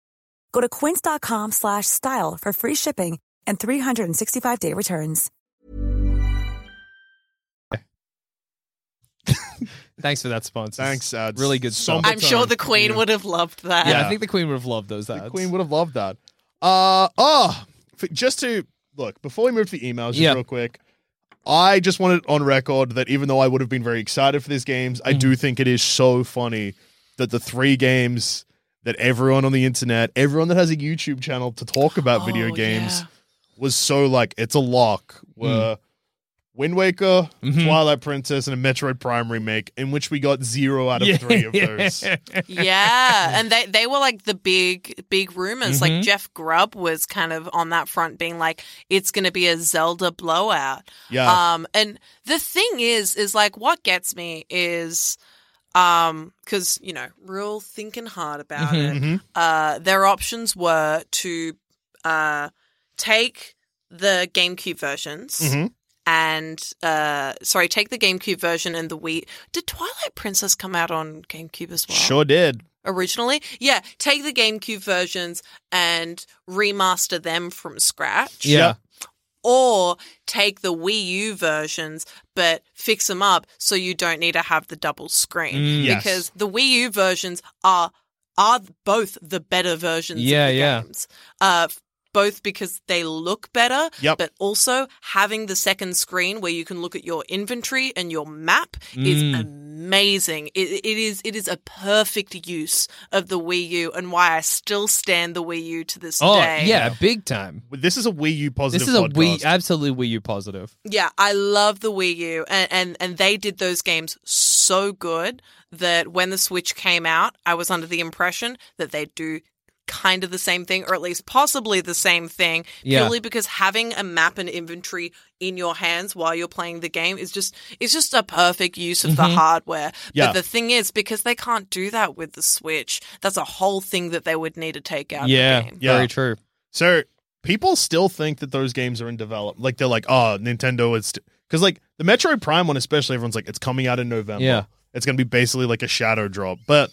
[SPEAKER 8] Go to quince.com/style slash style for free shipping and 365-day returns.
[SPEAKER 6] Thanks for that sponsor.
[SPEAKER 5] Thanks, ads.
[SPEAKER 6] Really good
[SPEAKER 5] So
[SPEAKER 6] stuff.
[SPEAKER 5] much.
[SPEAKER 4] I'm sure the Queen
[SPEAKER 5] Yeah.
[SPEAKER 4] would have loved that.
[SPEAKER 6] yeah,
[SPEAKER 5] Yeah.
[SPEAKER 6] I think the Queen would have loved those ads.
[SPEAKER 5] The Queen would have loved that. Uh, oh, for- just to look before we move to the emails, just
[SPEAKER 6] Yeah.
[SPEAKER 5] real quick. I just want it on record that even though I would have been very excited for these games, I do
[SPEAKER 6] Mm-hmm.
[SPEAKER 5] think it is so funny that the three games that everyone on the internet, everyone that has a YouTube channel to talk about video
[SPEAKER 4] Oh,
[SPEAKER 5] games,
[SPEAKER 4] yeah.
[SPEAKER 5] was so like it's a
[SPEAKER 6] Mm.
[SPEAKER 5] lock. Were Wind Waker,
[SPEAKER 6] Mm-hmm.
[SPEAKER 5] Twilight Princess, and a Metroid Prime remake, in which we got zero out of three of those.
[SPEAKER 4] yeah, and they they were like the big big rumors.
[SPEAKER 6] Mm-hmm.
[SPEAKER 4] Like Jeff Grubb was kind of on that front, being like, "It's going to be a Zelda blowout."
[SPEAKER 5] Yeah.
[SPEAKER 4] Um, and the thing is, is like what gets me is, um, because you know, real thinking hard about
[SPEAKER 6] Mm-hmm.
[SPEAKER 4] it.
[SPEAKER 5] Mm-hmm.
[SPEAKER 4] Uh, their options were to uh take the GameCube versions.
[SPEAKER 5] Mhm.
[SPEAKER 4] And uh, sorry, take the GameCube version and the Wii. Did Twilight Princess come out on GameCube as well?
[SPEAKER 5] Sure did.
[SPEAKER 4] originally. Yeah, take the GameCube versions and remaster them from scratch.
[SPEAKER 6] Yeah.
[SPEAKER 4] Or take the Wii U versions, but fix them up so you don't need to have the double screen.
[SPEAKER 6] Mm.
[SPEAKER 5] Yes.
[SPEAKER 4] Because the Wii U versions are are both the better versions
[SPEAKER 6] Yeah,
[SPEAKER 4] of the
[SPEAKER 6] yeah.
[SPEAKER 4] games. Uh, f- both because they look better,
[SPEAKER 5] Yep.
[SPEAKER 4] but also having the second screen where you can look at your inventory and your map
[SPEAKER 6] Mm.
[SPEAKER 4] is amazing. It, it is it is a perfect use of the Wii U and why I still stand the Wii U to this
[SPEAKER 6] Oh,
[SPEAKER 4] day.
[SPEAKER 6] yeah, big time.
[SPEAKER 5] This is a Wii U positive.
[SPEAKER 6] This is a
[SPEAKER 5] podcast.
[SPEAKER 6] Wii, absolutely Wii U positive.
[SPEAKER 4] Yeah, I love the Wii U, and, and and they did those games so good that when the Switch came out, I was under the impression that they'd do kind of the same thing, or at least possibly the same thing,
[SPEAKER 6] Yeah.
[SPEAKER 4] purely because having a map and inventory in your hands while you're playing the game is just it's just a perfect use of the
[SPEAKER 6] Mm-hmm.
[SPEAKER 4] hardware.
[SPEAKER 5] Yeah.
[SPEAKER 4] But the thing is, because they can't do that with the Switch, that's a whole thing that they would need to take out. of
[SPEAKER 6] Yeah,
[SPEAKER 4] the game.
[SPEAKER 5] Yeah.
[SPEAKER 6] very true.
[SPEAKER 5] So people still think that those games are in development. Like they're like, oh, Nintendo is because like the Metroid Prime one, especially everyone's like, it's coming out in November.
[SPEAKER 6] Yeah.
[SPEAKER 5] it's gonna be basically like a shadow drop. But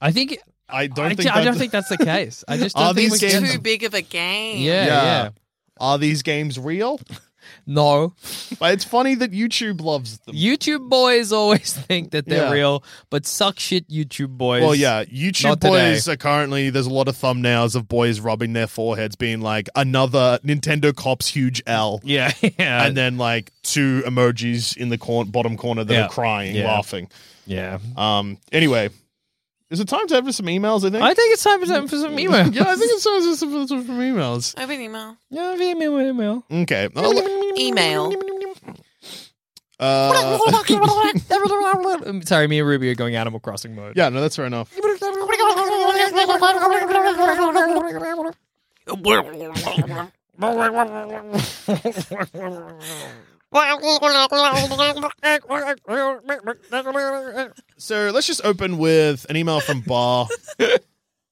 [SPEAKER 6] I think
[SPEAKER 5] I don't
[SPEAKER 6] I,
[SPEAKER 5] think
[SPEAKER 6] I don't
[SPEAKER 5] that-
[SPEAKER 6] think that's the case. I just
[SPEAKER 5] Are
[SPEAKER 6] don't think
[SPEAKER 5] these
[SPEAKER 6] we can-
[SPEAKER 5] games-
[SPEAKER 4] Too big of a game.
[SPEAKER 6] Yeah, yeah,
[SPEAKER 5] Are these games real?
[SPEAKER 6] No,
[SPEAKER 5] but it's funny that YouTube loves them.
[SPEAKER 6] YouTube boys always think that they're
[SPEAKER 5] Yeah.
[SPEAKER 6] real, but suck shit, YouTube boys.
[SPEAKER 5] Well, yeah, YouTube
[SPEAKER 6] Not today.
[SPEAKER 5] boys are currently there's a lot of thumbnails of boys rubbing their foreheads, being like another Nintendo cops huge L,
[SPEAKER 6] yeah, yeah,
[SPEAKER 5] and then like two emojis in the cor- bottom corner that
[SPEAKER 6] Yeah.
[SPEAKER 5] are crying,
[SPEAKER 6] Yeah.
[SPEAKER 5] laughing.
[SPEAKER 6] yeah.
[SPEAKER 5] Um. Anyway, is it time to have some emails? I think.
[SPEAKER 6] I think it's time for some for some email.
[SPEAKER 5] yeah, I think it's time for some, some, some emails.
[SPEAKER 4] Open email.
[SPEAKER 6] yeah, email, email.
[SPEAKER 5] Okay. I'll-
[SPEAKER 4] Email.
[SPEAKER 5] Uh,
[SPEAKER 6] Um, Sorry, me and Ruby are going Animal Crossing mode.
[SPEAKER 5] yeah. No, that's fair enough. So let's just open with an email from Bar. Oh, that's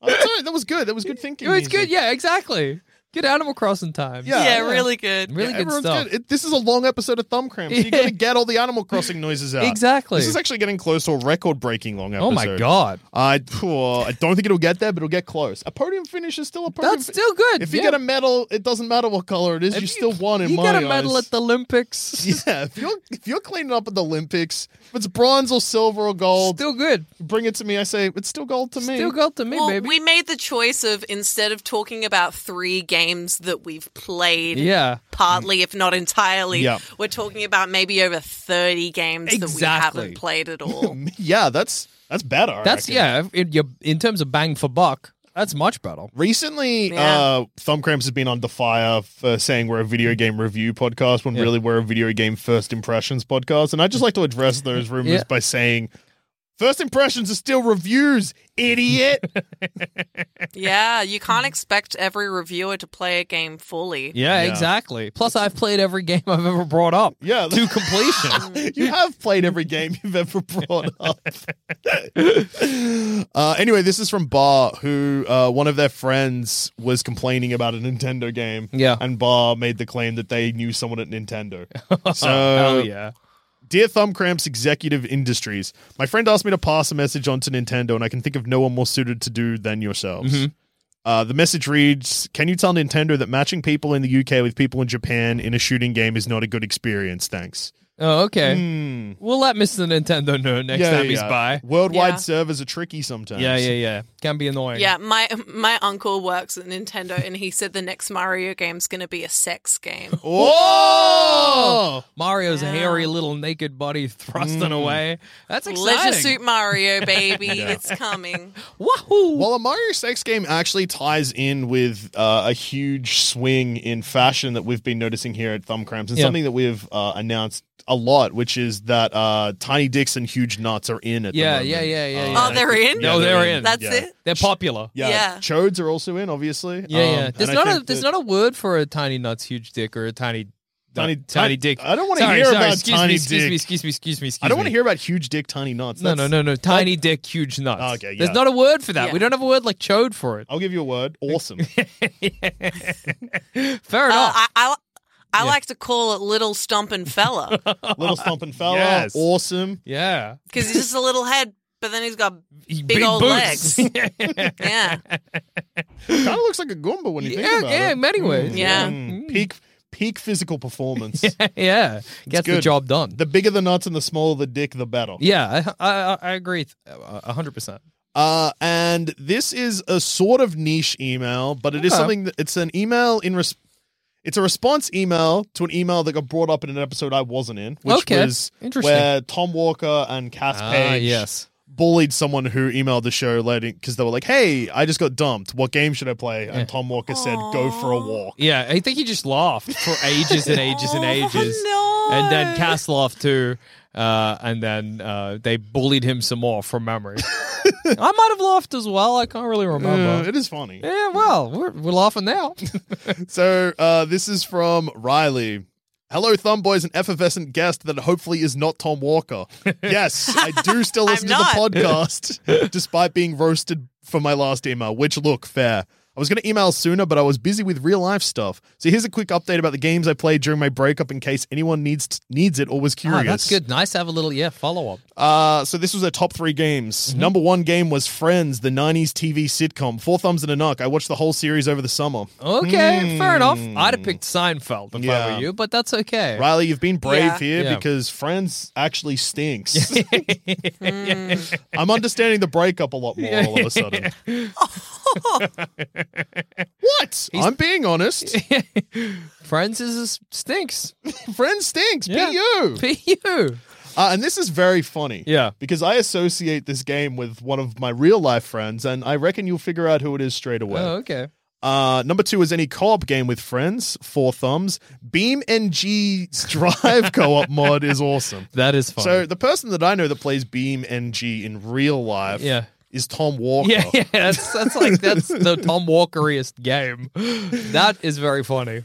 [SPEAKER 5] all right, That was good. That was good thinking.
[SPEAKER 6] Oh, it's good.
[SPEAKER 5] music.
[SPEAKER 6] Yeah, exactly. Good Animal Crossing time.
[SPEAKER 5] Yeah.
[SPEAKER 4] yeah, really good.
[SPEAKER 6] really good
[SPEAKER 5] Everyone's
[SPEAKER 6] stuff.
[SPEAKER 5] good. It- this is a long episode of Thumb Cramps. so you got to get all the Animal Crossing noises out.
[SPEAKER 6] Exactly.
[SPEAKER 5] This is actually getting close to a record-breaking long episode.
[SPEAKER 6] Oh my god,
[SPEAKER 5] I, phew, I don't think it'll get there, but it'll get close. A podium finish is still a podium.
[SPEAKER 6] that's still good.
[SPEAKER 5] If you
[SPEAKER 6] yeah.
[SPEAKER 5] get a medal, it doesn't matter what color it is.
[SPEAKER 6] If
[SPEAKER 5] you, still won in
[SPEAKER 6] you
[SPEAKER 5] my
[SPEAKER 6] got a medal
[SPEAKER 5] eyes.
[SPEAKER 6] at the Olympics.
[SPEAKER 5] yeah, if you're if you're cleaning up at the Olympics, if it's bronze or silver or gold,
[SPEAKER 6] Still good.
[SPEAKER 5] bring it to me. I say it's still gold to me.
[SPEAKER 6] Still gold to me,
[SPEAKER 4] well,
[SPEAKER 6] baby.
[SPEAKER 4] we made the choice of instead of talking about three games that we've played,
[SPEAKER 6] yeah.
[SPEAKER 4] partly if not entirely,
[SPEAKER 5] Yeah.
[SPEAKER 4] we're talking about maybe over thirty games that we
[SPEAKER 6] Exactly.
[SPEAKER 4] haven't played at all.
[SPEAKER 5] Yeah, that's that's better. I
[SPEAKER 6] That's
[SPEAKER 5] reckon.
[SPEAKER 6] yeah. if- In, your- in terms of bang for buck, that's much better.
[SPEAKER 5] Recently,
[SPEAKER 4] Yeah.
[SPEAKER 5] uh, Thumb Cramps has been under fire for saying we're a video game review podcast when
[SPEAKER 6] Yeah.
[SPEAKER 5] really we're a video game first impressions podcast. And I just like to address those rumors
[SPEAKER 6] Yeah.
[SPEAKER 5] by saying first impressions are still reviews, idiot.
[SPEAKER 4] yeah, you can't expect every reviewer to play a game fully.
[SPEAKER 6] Yeah,
[SPEAKER 5] Yeah.
[SPEAKER 6] exactly. Plus, I've played every game I've ever brought up.
[SPEAKER 5] Yeah.
[SPEAKER 6] to completion.
[SPEAKER 5] you have played every game you've ever brought up. uh, anyway, this is from Bar, who uh, one of their friends was complaining about a Nintendo game.
[SPEAKER 6] Yeah.
[SPEAKER 5] And Bar made the claim that they knew someone at Nintendo. So,
[SPEAKER 6] Hell yeah.
[SPEAKER 5] Dear Thumbcramps Executive Industries, my friend asked me to pass a message on to Nintendo, and I can think of no one more suited to do than yourselves.
[SPEAKER 6] Mm-hmm.
[SPEAKER 5] Uh, the message reads Can you tell Nintendo that matching people in the UK with people in Japan in a shooting game is not a good experience? Thanks.
[SPEAKER 6] Oh, okay. We'll let Mr. Nintendo know next
[SPEAKER 5] hmm. Yeah,
[SPEAKER 6] time
[SPEAKER 5] yeah,
[SPEAKER 6] he's
[SPEAKER 5] yeah.
[SPEAKER 6] by.
[SPEAKER 5] Worldwide
[SPEAKER 4] Yeah.
[SPEAKER 5] servers are tricky sometimes.
[SPEAKER 6] Yeah, yeah, yeah. Can be annoying.
[SPEAKER 4] Yeah, my my uncle works at Nintendo, and he said the next Mario game's going to be a sex game.
[SPEAKER 6] Oh,
[SPEAKER 5] Oh!
[SPEAKER 6] Whoa! Mario's hairy little naked body thrusting
[SPEAKER 5] Mm.
[SPEAKER 6] away. That's
[SPEAKER 4] Leisure
[SPEAKER 6] exciting.
[SPEAKER 4] Suit Mario, baby,
[SPEAKER 5] Yeah.
[SPEAKER 4] it's coming.
[SPEAKER 6] Wahoo!
[SPEAKER 5] Well, a Mario sex game actually ties in with uh, a huge swing in fashion that we've been noticing here at Thumb Cramps, and
[SPEAKER 6] Yeah.
[SPEAKER 5] something that we've uh, announced a lot, which is that uh, tiny dicks and huge nuts are in at
[SPEAKER 6] Yeah,
[SPEAKER 5] the moment.
[SPEAKER 6] yeah, yeah, yeah,
[SPEAKER 5] Uh,
[SPEAKER 6] yeah.
[SPEAKER 4] Oh, they're in?
[SPEAKER 6] No, they're in.
[SPEAKER 4] That's
[SPEAKER 5] Yeah.
[SPEAKER 4] it.
[SPEAKER 6] They're popular.
[SPEAKER 5] Yeah.
[SPEAKER 4] Yeah.
[SPEAKER 5] chodes are also in, obviously.
[SPEAKER 6] Yeah,
[SPEAKER 5] Um,
[SPEAKER 6] yeah.
[SPEAKER 5] and
[SPEAKER 6] There's
[SPEAKER 5] I
[SPEAKER 6] not a
[SPEAKER 5] think
[SPEAKER 6] there's
[SPEAKER 5] that-
[SPEAKER 6] not a word for a tiny nuts, huge dick, or a tiny
[SPEAKER 5] Tiny-
[SPEAKER 6] tiny, tiny
[SPEAKER 5] I-
[SPEAKER 6] dick.
[SPEAKER 5] I don't wanna
[SPEAKER 6] Sorry,
[SPEAKER 5] hear
[SPEAKER 6] sorry,
[SPEAKER 5] about
[SPEAKER 6] excuse
[SPEAKER 5] tiny
[SPEAKER 6] me, excuse
[SPEAKER 5] dick.
[SPEAKER 6] Me, excuse me, excuse me, excuse
[SPEAKER 5] I don't want
[SPEAKER 6] me.
[SPEAKER 5] to hear about huge dick, tiny nuts.
[SPEAKER 6] No, no,
[SPEAKER 5] That's-
[SPEAKER 6] no, no. Tiny dick, huge nuts.
[SPEAKER 5] Okay, yeah.
[SPEAKER 6] There's not a word for that.
[SPEAKER 4] Yeah.
[SPEAKER 6] We don't have a word like chode for it.
[SPEAKER 5] I'll give you a word. Awesome.
[SPEAKER 6] Fair
[SPEAKER 4] Uh,
[SPEAKER 6] enough.
[SPEAKER 4] I, I, I like to call it Little Stompin' Fella
[SPEAKER 5] Little stomping fella.
[SPEAKER 6] Yes.
[SPEAKER 5] Awesome.
[SPEAKER 6] yeah.
[SPEAKER 4] because he's just a little head, but then he's got big, old
[SPEAKER 6] boots.
[SPEAKER 4] legs. yeah.
[SPEAKER 5] Kind of looks like a Goomba when you
[SPEAKER 6] Yeah,
[SPEAKER 5] think about
[SPEAKER 6] yeah,
[SPEAKER 5] it.
[SPEAKER 6] in many ways.
[SPEAKER 4] Yeah.
[SPEAKER 5] Mm. Peak peak physical performance.
[SPEAKER 6] yeah. Gets the
[SPEAKER 5] good.
[SPEAKER 6] job done.
[SPEAKER 5] The bigger the nuts and the smaller the dick, the better.
[SPEAKER 6] yeah, I, I, I agree th- uh, a 100%.
[SPEAKER 5] Uh, and this is a sort of niche email, but it is
[SPEAKER 6] Okay.
[SPEAKER 5] something that it's an email in res- it's a response email to an email that got brought up in an episode I wasn't in, which
[SPEAKER 6] Okay.
[SPEAKER 5] was
[SPEAKER 6] Interesting.
[SPEAKER 5] where Tom Walker and Cass
[SPEAKER 6] Ah,
[SPEAKER 5] Page
[SPEAKER 6] yes.
[SPEAKER 5] bullied someone who emailed the show letting because they were like, "Hey, I just got dumped. What game should I play?" And Tom Walker said, "Go for a walk."
[SPEAKER 6] Yeah, I think he just laughed for ages and ages and
[SPEAKER 4] Oh,
[SPEAKER 6] ages.
[SPEAKER 4] no.
[SPEAKER 6] And then Cass laughed too. Uh, and then uh, they bullied him some more from memory. I might have laughed as well. I can't really
[SPEAKER 5] Uh,
[SPEAKER 6] remember.
[SPEAKER 5] it is funny.
[SPEAKER 6] yeah, well, we're, we're laughing now.
[SPEAKER 5] So uh, this is from Riley. Hello, Thumb Boys, an effervescent guest that hopefully is not Tom Walker. Yes, I do still
[SPEAKER 4] I'm
[SPEAKER 5] listen to the
[SPEAKER 4] not.
[SPEAKER 5] podcast, despite being roasted for my last email, which, look, fair. I was going to email sooner, but I was busy with real life stuff. So here's a quick update about the games I played during my breakup in case anyone needs needs it or was
[SPEAKER 6] Ah,
[SPEAKER 5] curious.
[SPEAKER 6] that's good. Nice to have a little, yeah, follow up.
[SPEAKER 5] Uh, so this was our top three games.
[SPEAKER 6] Mm-hmm.
[SPEAKER 5] Number one game was Friends, the 90s TV sitcom. Four thumbs and a knock. I watched the whole series over the summer.
[SPEAKER 6] Oh, Okay, fair enough. I'd have picked Seinfeld if I
[SPEAKER 5] Hmm. Yeah.
[SPEAKER 6] were you, but that's okay.
[SPEAKER 5] Riley, you've been brave
[SPEAKER 4] Yeah.
[SPEAKER 5] here
[SPEAKER 6] Yeah.
[SPEAKER 5] because Friends actually stinks. I'm understanding the breakup a lot more all of a sudden. what? I'm being honest.
[SPEAKER 6] Friends is stinks.
[SPEAKER 5] Friends stinks.
[SPEAKER 6] Yeah.
[SPEAKER 5] PU.
[SPEAKER 6] PU.
[SPEAKER 5] Uh, and this is very funny.
[SPEAKER 6] Yeah.
[SPEAKER 5] Because I associate this game with one of my real life friends, and I reckon you'll figure out who it is straight away.
[SPEAKER 6] Oh, okay.
[SPEAKER 5] Uh, number two is any co-op game with friends. Four thumbs. Beam NG's Drive co-op mod is awesome.
[SPEAKER 6] That is fun.
[SPEAKER 5] So the person that I know that plays Beam NG in real life,
[SPEAKER 6] Yeah.
[SPEAKER 5] is Tom Walker.
[SPEAKER 6] yeah, yeah, that's, that's like that's the Tom Walkeriest game. That is very funny.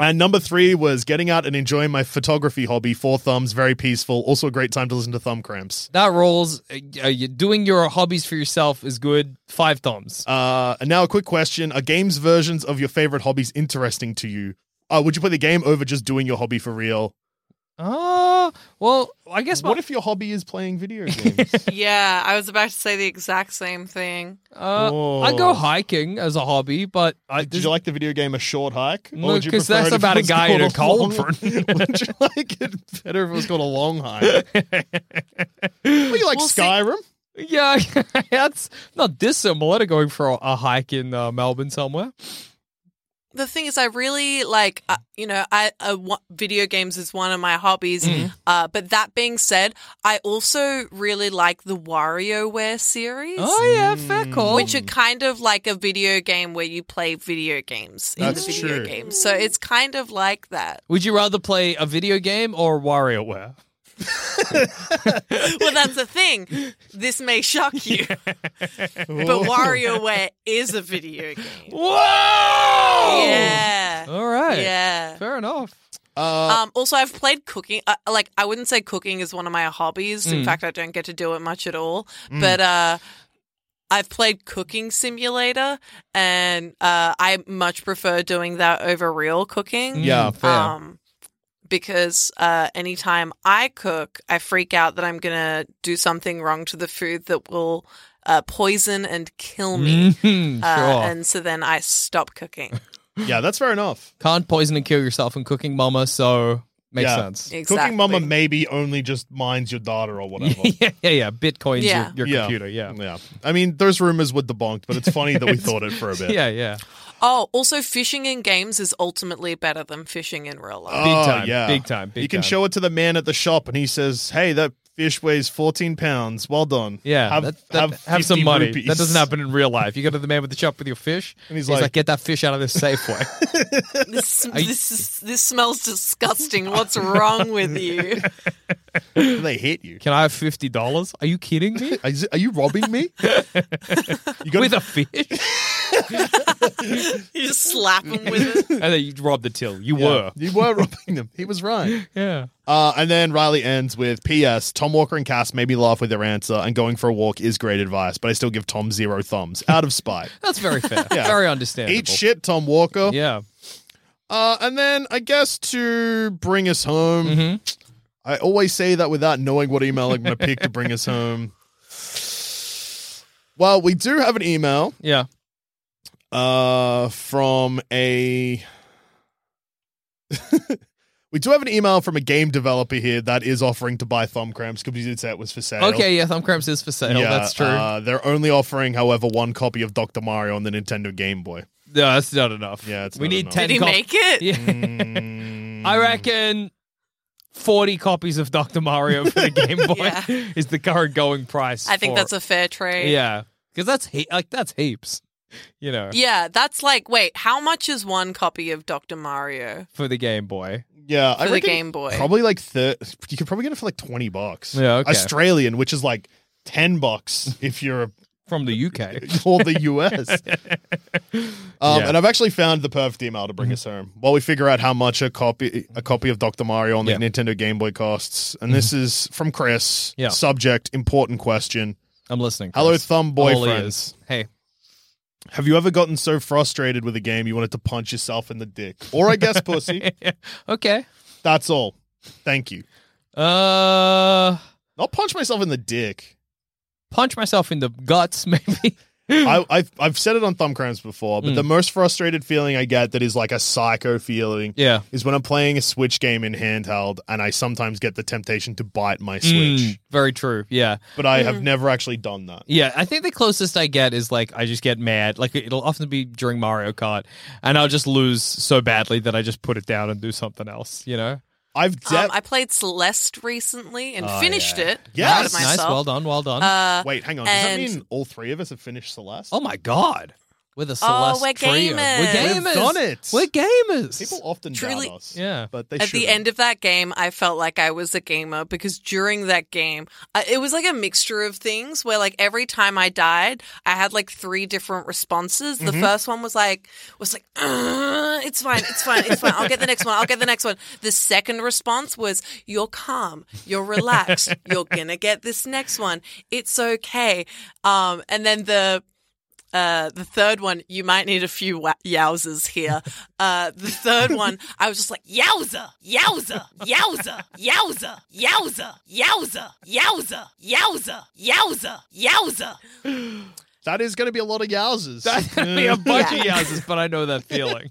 [SPEAKER 5] And number three was getting out and enjoying my photography hobby. Four thumbs, very peaceful. Also a great time to listen to Thumb Cramps.
[SPEAKER 6] That rolls. Uh, uh, you- doing your hobbies for yourself is good. Five thumbs.
[SPEAKER 5] Uh, and now a quick question: Are games versions of your favorite hobbies interesting to you? Uh, would you play the game over just doing your hobby for real?
[SPEAKER 6] Oh, well, I guess my,
[SPEAKER 5] What if your hobby is playing video games?
[SPEAKER 4] Yeah, I was about to say the exact same thing.
[SPEAKER 6] uh, I'd go hiking as a hobby, but I,
[SPEAKER 5] Did you like the video game A Short Hike? Or
[SPEAKER 6] No,
[SPEAKER 5] Uh, would you
[SPEAKER 6] 'cause
[SPEAKER 5] prefer
[SPEAKER 6] that's
[SPEAKER 5] it if
[SPEAKER 6] about
[SPEAKER 5] it
[SPEAKER 6] a
[SPEAKER 5] was
[SPEAKER 6] guy in a
[SPEAKER 5] called long-
[SPEAKER 6] cauldron.
[SPEAKER 5] would you like it better if it was called a long hike? well, you like
[SPEAKER 4] Well, see-
[SPEAKER 5] Skyrim?
[SPEAKER 6] yeah, that's not dissimilar to going for a, a hike in uh, Melbourne somewhere.
[SPEAKER 4] the thing is, I really like, uh, you know, I uh, wa- video games is one of my hobbies. Uh, but that being said, I also really like the WarioWare series,
[SPEAKER 6] Oh yeah,
[SPEAKER 5] Hmm.
[SPEAKER 6] fair call.
[SPEAKER 4] which are kind of like a video game where you play video games in
[SPEAKER 5] That's
[SPEAKER 4] the video
[SPEAKER 5] true.
[SPEAKER 4] game. So it's kind of like that.
[SPEAKER 6] Would you rather play a video game or WarioWare?
[SPEAKER 4] Well, that's the thing. This may shock you, but
[SPEAKER 5] Oh.
[SPEAKER 4] WarioWare is a video game.
[SPEAKER 6] Whoa!
[SPEAKER 5] Oh.
[SPEAKER 4] Yeah.
[SPEAKER 6] All right.
[SPEAKER 4] Yeah.
[SPEAKER 6] Fair enough.
[SPEAKER 5] Uh,
[SPEAKER 4] Um, also, I've played cooking. Uh, like, I wouldn't say cooking is one of my hobbies.
[SPEAKER 5] Mm.
[SPEAKER 4] In fact, I don't get to do it much at all. But uh, I've played Cooking Simulator, and uh, I much prefer doing that over real cooking.
[SPEAKER 5] Mm. Yeah, fair.
[SPEAKER 4] Um, because uh, anytime I cook, I freak out that I'm going to do something wrong to the food that will uh, poison and kill me.
[SPEAKER 5] Mm.
[SPEAKER 6] Mhm,
[SPEAKER 4] Uh,
[SPEAKER 6] sure.
[SPEAKER 4] And so then I stop cooking.
[SPEAKER 5] Yeah, that's fair enough.
[SPEAKER 6] Can't poison and kill yourself in cooking, mama. So Makes sense.
[SPEAKER 5] Cooking mama
[SPEAKER 4] Exactly.
[SPEAKER 5] maybe only just mines your daughter or whatever.
[SPEAKER 6] yeah, yeah, yeah. Bitcoins
[SPEAKER 4] Yeah.
[SPEAKER 6] your, your computer. Yeah.
[SPEAKER 5] Yeah. I mean, those rumors were debunked, but it's funny that we thought it for a bit.
[SPEAKER 6] Yeah, yeah.
[SPEAKER 4] Oh, also fishing in games is ultimately better than fishing in real life.
[SPEAKER 6] Big
[SPEAKER 5] Oh,
[SPEAKER 6] time,
[SPEAKER 5] yeah.
[SPEAKER 6] big time, big
[SPEAKER 5] you can
[SPEAKER 6] time.
[SPEAKER 5] show it to the man at the shop and he says, Hey, that fish weighs 14 pounds. Well done.
[SPEAKER 6] Yeah,
[SPEAKER 5] Have,
[SPEAKER 6] that- that-
[SPEAKER 5] have,
[SPEAKER 6] have some
[SPEAKER 5] 50
[SPEAKER 6] money.
[SPEAKER 5] rupees."
[SPEAKER 6] That doesn't happen in real life. You go to the man with the shop with your fish, and
[SPEAKER 5] he's
[SPEAKER 6] he's,
[SPEAKER 5] like-
[SPEAKER 6] like, "Get that fish out of this Safeway."
[SPEAKER 4] This,
[SPEAKER 6] you-
[SPEAKER 4] this, is, this smells disgusting. What's wrong with you?
[SPEAKER 5] They hit you.
[SPEAKER 6] Can I have fifty dollars? Are you kidding me?
[SPEAKER 5] Is it- Are you robbing me? you got
[SPEAKER 6] with a fish,
[SPEAKER 4] You just slap them with it.
[SPEAKER 6] and then you robbed the till. You
[SPEAKER 5] Yeah,
[SPEAKER 6] were,
[SPEAKER 5] You were robbing them. He was right.
[SPEAKER 6] yeah.
[SPEAKER 5] Uh, and then Riley ends with P.S. Tom Walker and Cass made me laugh with their answer, and going for a walk is great advice, but I still give Tom zero thumbs out of spite.
[SPEAKER 6] That's very fair.
[SPEAKER 5] Yeah.
[SPEAKER 6] Very understandable.
[SPEAKER 5] Eat shit, Tom Walker.
[SPEAKER 6] Yeah.
[SPEAKER 5] Uh, and then I guess to bring us home,
[SPEAKER 6] Mm-hmm.
[SPEAKER 5] I always say that without knowing what email I'm going to pick to bring us home. Well, we do have an email
[SPEAKER 6] Yeah.
[SPEAKER 5] uh, from a. we do have an email from a game developer here that is offering to buy thumb cramps because he did say it was for sale.
[SPEAKER 6] Okay. Yeah. Thumb cramps is for sale. that's true.
[SPEAKER 5] Uh, they're only offering, however, one copy of Dr. Mario on the Nintendo Game Boy.
[SPEAKER 6] no, that's not enough.
[SPEAKER 5] Yeah, it's
[SPEAKER 6] we
[SPEAKER 5] not
[SPEAKER 6] need
[SPEAKER 5] enough. Mm.
[SPEAKER 6] ten.
[SPEAKER 4] Did he
[SPEAKER 6] cop-
[SPEAKER 4] make it?
[SPEAKER 6] Yeah. I reckon forty copies of Doctor Mario for the Game Boy
[SPEAKER 4] Yeah.
[SPEAKER 6] is the current going price.
[SPEAKER 4] I think
[SPEAKER 6] for
[SPEAKER 4] that's a fair trade.
[SPEAKER 6] yeah, because that's he- like that's heaps. You know,
[SPEAKER 4] Yeah, that's like, wait, how much is one copy of Dr. Mario?
[SPEAKER 6] for the Game Boy.
[SPEAKER 5] Yeah, I
[SPEAKER 4] For the
[SPEAKER 5] reckon
[SPEAKER 4] Game Boy.
[SPEAKER 5] Probably like thir- you could probably get it for like twenty bucks.
[SPEAKER 6] Yeah, okay.
[SPEAKER 5] Australian, which is like ten bucks if you're
[SPEAKER 6] from the UK.
[SPEAKER 5] for the US. Um,
[SPEAKER 6] Yeah.
[SPEAKER 5] And I've actually found the perfect email to bring us home while we figure out how much a copy a copy of Doctor Mario on the
[SPEAKER 6] Yeah. Mm-hmm.
[SPEAKER 5] Nintendo Game Boy costs. And this is from Chris.
[SPEAKER 6] Yeah.
[SPEAKER 5] Subject: Important question.
[SPEAKER 6] I'm listening.
[SPEAKER 5] Hello,
[SPEAKER 6] Chris.
[SPEAKER 5] thumb
[SPEAKER 6] All
[SPEAKER 5] boyfriends.
[SPEAKER 6] ears. Hey,
[SPEAKER 5] Have you ever gotten so frustrated with a game you wanted to punch yourself in the dick, or I guess pussy?
[SPEAKER 6] okay.
[SPEAKER 5] That's all. Thank you.
[SPEAKER 6] Uh,
[SPEAKER 5] I'll punch myself in the dick.
[SPEAKER 6] punch myself in the guts, maybe.
[SPEAKER 5] I, I've I've said it on thumb cramps before, but
[SPEAKER 6] Mm.
[SPEAKER 5] the most frustrated feeling I get that is like a psycho feeling
[SPEAKER 6] yeah.
[SPEAKER 5] is when I'm playing a Switch game in handheld, and I sometimes get the temptation to bite my Switch,
[SPEAKER 6] Mm, very true. Yeah.
[SPEAKER 5] but I
[SPEAKER 4] Mm.
[SPEAKER 5] have never actually done that.
[SPEAKER 6] Yeah. I think the closest I get is like I just get mad. Like it'll often be during Mario Kart, and I'll just lose so badly that I just put it down and do something else. You know.
[SPEAKER 5] I've
[SPEAKER 4] Um,
[SPEAKER 5] de-
[SPEAKER 4] I played Celeste recently and
[SPEAKER 6] Oh,
[SPEAKER 4] finished
[SPEAKER 6] yeah.
[SPEAKER 4] it.
[SPEAKER 5] Yes.
[SPEAKER 4] Proud of
[SPEAKER 6] Nice. Nice.
[SPEAKER 4] myself.
[SPEAKER 6] Well done. Well done.
[SPEAKER 4] Uh,
[SPEAKER 5] wait, hang on. Does that
[SPEAKER 4] and-
[SPEAKER 5] mean all three of us have finished Celeste?
[SPEAKER 6] oh my god. We're the
[SPEAKER 4] Oh,
[SPEAKER 6] Celeste
[SPEAKER 4] we're
[SPEAKER 6] trio. We're
[SPEAKER 4] gamers.
[SPEAKER 6] gamers.
[SPEAKER 5] We've done it.
[SPEAKER 6] We're gamers.
[SPEAKER 5] People often
[SPEAKER 4] Truly-
[SPEAKER 5] doubt us.
[SPEAKER 6] Yeah.
[SPEAKER 5] but they
[SPEAKER 4] at the end of that game, I felt like I was a gamer because during that game, I, it was like a mixture of things where, like, every time I died, I had like three different responses. The first one was like, was like, "Uh, it's fine, it's fine, it's fine. I'll get the next one. I'll get the next one. The second response was, you're calm, you're relaxed, you're gonna get this next one. It's okay. Um, and then the uh, the third one, you might need a few wa- yowzers here. Uh, the third one, I was just like, yowza, yowza, yowza, yowza, yowza, yowza, yowza, yowza, yowza, yowza.
[SPEAKER 5] that is going to be a lot of yowzers.
[SPEAKER 6] That's gonna be a bunch of houses, but I know that feeling.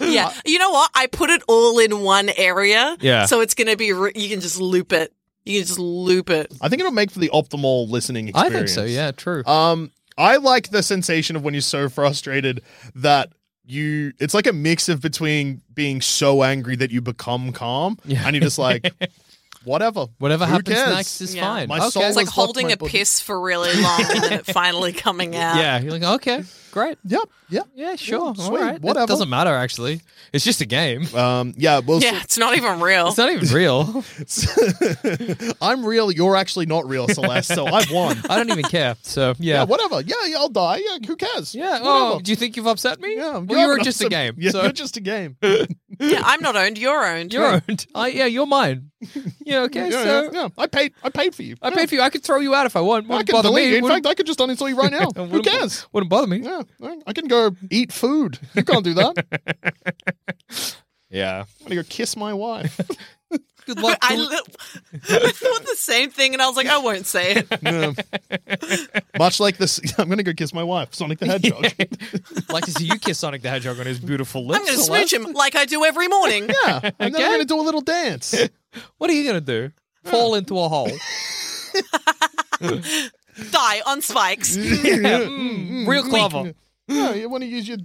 [SPEAKER 4] Yeah. You know what? I put it all in one area.
[SPEAKER 6] Yeah.
[SPEAKER 4] So it's going to be, re- you can just loop it. You can just loop it.
[SPEAKER 5] I think it'll make for the optimal listening
[SPEAKER 6] I
[SPEAKER 5] experience.
[SPEAKER 6] think so. Yeah, true.
[SPEAKER 5] Um, I like the sensation of when you're so frustrated that you it's like a mix of between being so angry that you become calm
[SPEAKER 6] Yeah.
[SPEAKER 5] and you're just like whatever
[SPEAKER 6] Whatever
[SPEAKER 5] Who
[SPEAKER 6] happens
[SPEAKER 5] cares?
[SPEAKER 6] next is
[SPEAKER 4] Yeah.
[SPEAKER 6] fine.
[SPEAKER 5] My
[SPEAKER 6] okay.
[SPEAKER 5] soul
[SPEAKER 4] It's like
[SPEAKER 5] Almost left
[SPEAKER 4] holding
[SPEAKER 5] my
[SPEAKER 4] a
[SPEAKER 5] body.
[SPEAKER 4] piss for really long and then it finally coming out.
[SPEAKER 6] Yeah, you're like, okay, great.
[SPEAKER 5] yep yep
[SPEAKER 6] Yeah, sure.
[SPEAKER 5] Yeah,
[SPEAKER 6] all
[SPEAKER 5] sweet,
[SPEAKER 6] right.
[SPEAKER 5] whatever.
[SPEAKER 6] It doesn't matter, actually. It's just a game.
[SPEAKER 5] um yeah well
[SPEAKER 4] Yeah. It's not even real.
[SPEAKER 6] It's not even real.
[SPEAKER 5] i'm real you're actually not real celeste so i've won
[SPEAKER 6] I don't even care. So,
[SPEAKER 5] yeah.
[SPEAKER 6] yeah.
[SPEAKER 5] whatever yeah, yeah i'll die yeah who cares
[SPEAKER 6] Yeah.
[SPEAKER 5] whatever
[SPEAKER 6] Oh, do you think you've upset me?
[SPEAKER 5] yeah,
[SPEAKER 6] Well, you were
[SPEAKER 5] haven't
[SPEAKER 6] just a
[SPEAKER 5] upset-
[SPEAKER 6] game.
[SPEAKER 5] Yeah,
[SPEAKER 6] so
[SPEAKER 5] you're just a game.
[SPEAKER 4] yeah. I'm not owned. You're owned.
[SPEAKER 6] you're owned. I, yeah, you're mine. Yeah, okay.
[SPEAKER 5] yeah,
[SPEAKER 6] so
[SPEAKER 5] yeah, yeah. I paid. I paid for you.
[SPEAKER 6] I
[SPEAKER 5] Yeah.
[SPEAKER 6] paid for you. I could throw you out if I want.
[SPEAKER 5] I
[SPEAKER 6] Wouldn't
[SPEAKER 5] can
[SPEAKER 6] bother
[SPEAKER 5] delete.
[SPEAKER 6] me.
[SPEAKER 5] you. In
[SPEAKER 6] Wouldn't-
[SPEAKER 5] fact, I could just uninstall you right now. who
[SPEAKER 6] wouldn't-
[SPEAKER 5] cares?
[SPEAKER 6] Wouldn't bother me.
[SPEAKER 5] Yeah, I- I can go eat food. You can't do that. I'm
[SPEAKER 6] Yeah.
[SPEAKER 5] gonna go kiss my wife.
[SPEAKER 6] Good luck.
[SPEAKER 4] I, li- I thought the same thing, and I was like, I won't say it.
[SPEAKER 5] No. Much like this, I'm going to go kiss my wife, Sonic the Hedgehog.
[SPEAKER 6] like to see you kiss Sonic the Hedgehog on his beautiful lips.
[SPEAKER 4] I'm going to
[SPEAKER 6] Celeste.
[SPEAKER 4] smooch him like I do every morning.
[SPEAKER 5] Yeah. And then
[SPEAKER 6] Okay.
[SPEAKER 5] we're going to do a little dance.
[SPEAKER 6] What are you going to do? Fall into a hole.
[SPEAKER 5] Hmm,
[SPEAKER 4] Die on spikes.
[SPEAKER 5] hmm,
[SPEAKER 6] Real clever.
[SPEAKER 5] Yeah, you want to use your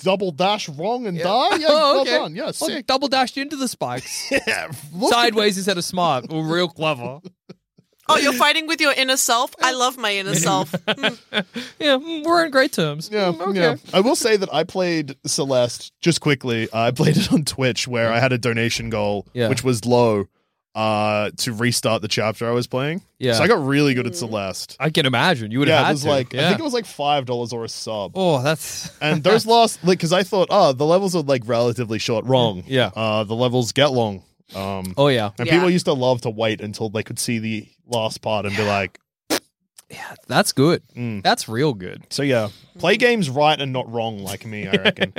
[SPEAKER 5] double dash wrong and die? Yeah,
[SPEAKER 6] Oh, okay.
[SPEAKER 5] well done. Yeah,
[SPEAKER 6] Oh,
[SPEAKER 5] sick.
[SPEAKER 6] double dashed into the spikes.
[SPEAKER 5] Yeah, look at
[SPEAKER 6] Sideways instead of smart. Well, real clever.
[SPEAKER 4] Oh, you're fighting with your inner self? I love my inner self. Mm.
[SPEAKER 6] Yeah, mm, we're on great terms.
[SPEAKER 5] Yeah,
[SPEAKER 6] Mm, okay.
[SPEAKER 5] yeah. I will say that I played Celeste just quickly. I played it on Twitch where I had a donation goal,
[SPEAKER 6] Yeah.
[SPEAKER 5] which was low, uh, to restart the chapter I was playing.
[SPEAKER 6] Yeah.
[SPEAKER 5] so I got really good at Celeste.
[SPEAKER 6] I can imagine. You would have
[SPEAKER 5] yeah,
[SPEAKER 6] had
[SPEAKER 5] it was
[SPEAKER 6] to.
[SPEAKER 5] like
[SPEAKER 6] yeah.
[SPEAKER 5] I think it was like five dollars or a sub.
[SPEAKER 6] Oh, that's
[SPEAKER 5] And those last, like, because I thought, oh, the levels are like relatively short. Wrong.
[SPEAKER 6] Yeah.
[SPEAKER 5] Uh, the levels get long. Um,
[SPEAKER 6] Oh yeah,
[SPEAKER 5] and
[SPEAKER 4] Yeah.
[SPEAKER 5] people used to love to wait until they could see the last part and be like,
[SPEAKER 6] that's good.
[SPEAKER 5] Mm.
[SPEAKER 6] That's real good.
[SPEAKER 5] so yeah,
[SPEAKER 6] Mm.
[SPEAKER 5] play games right and not wrong, like me, I reckon.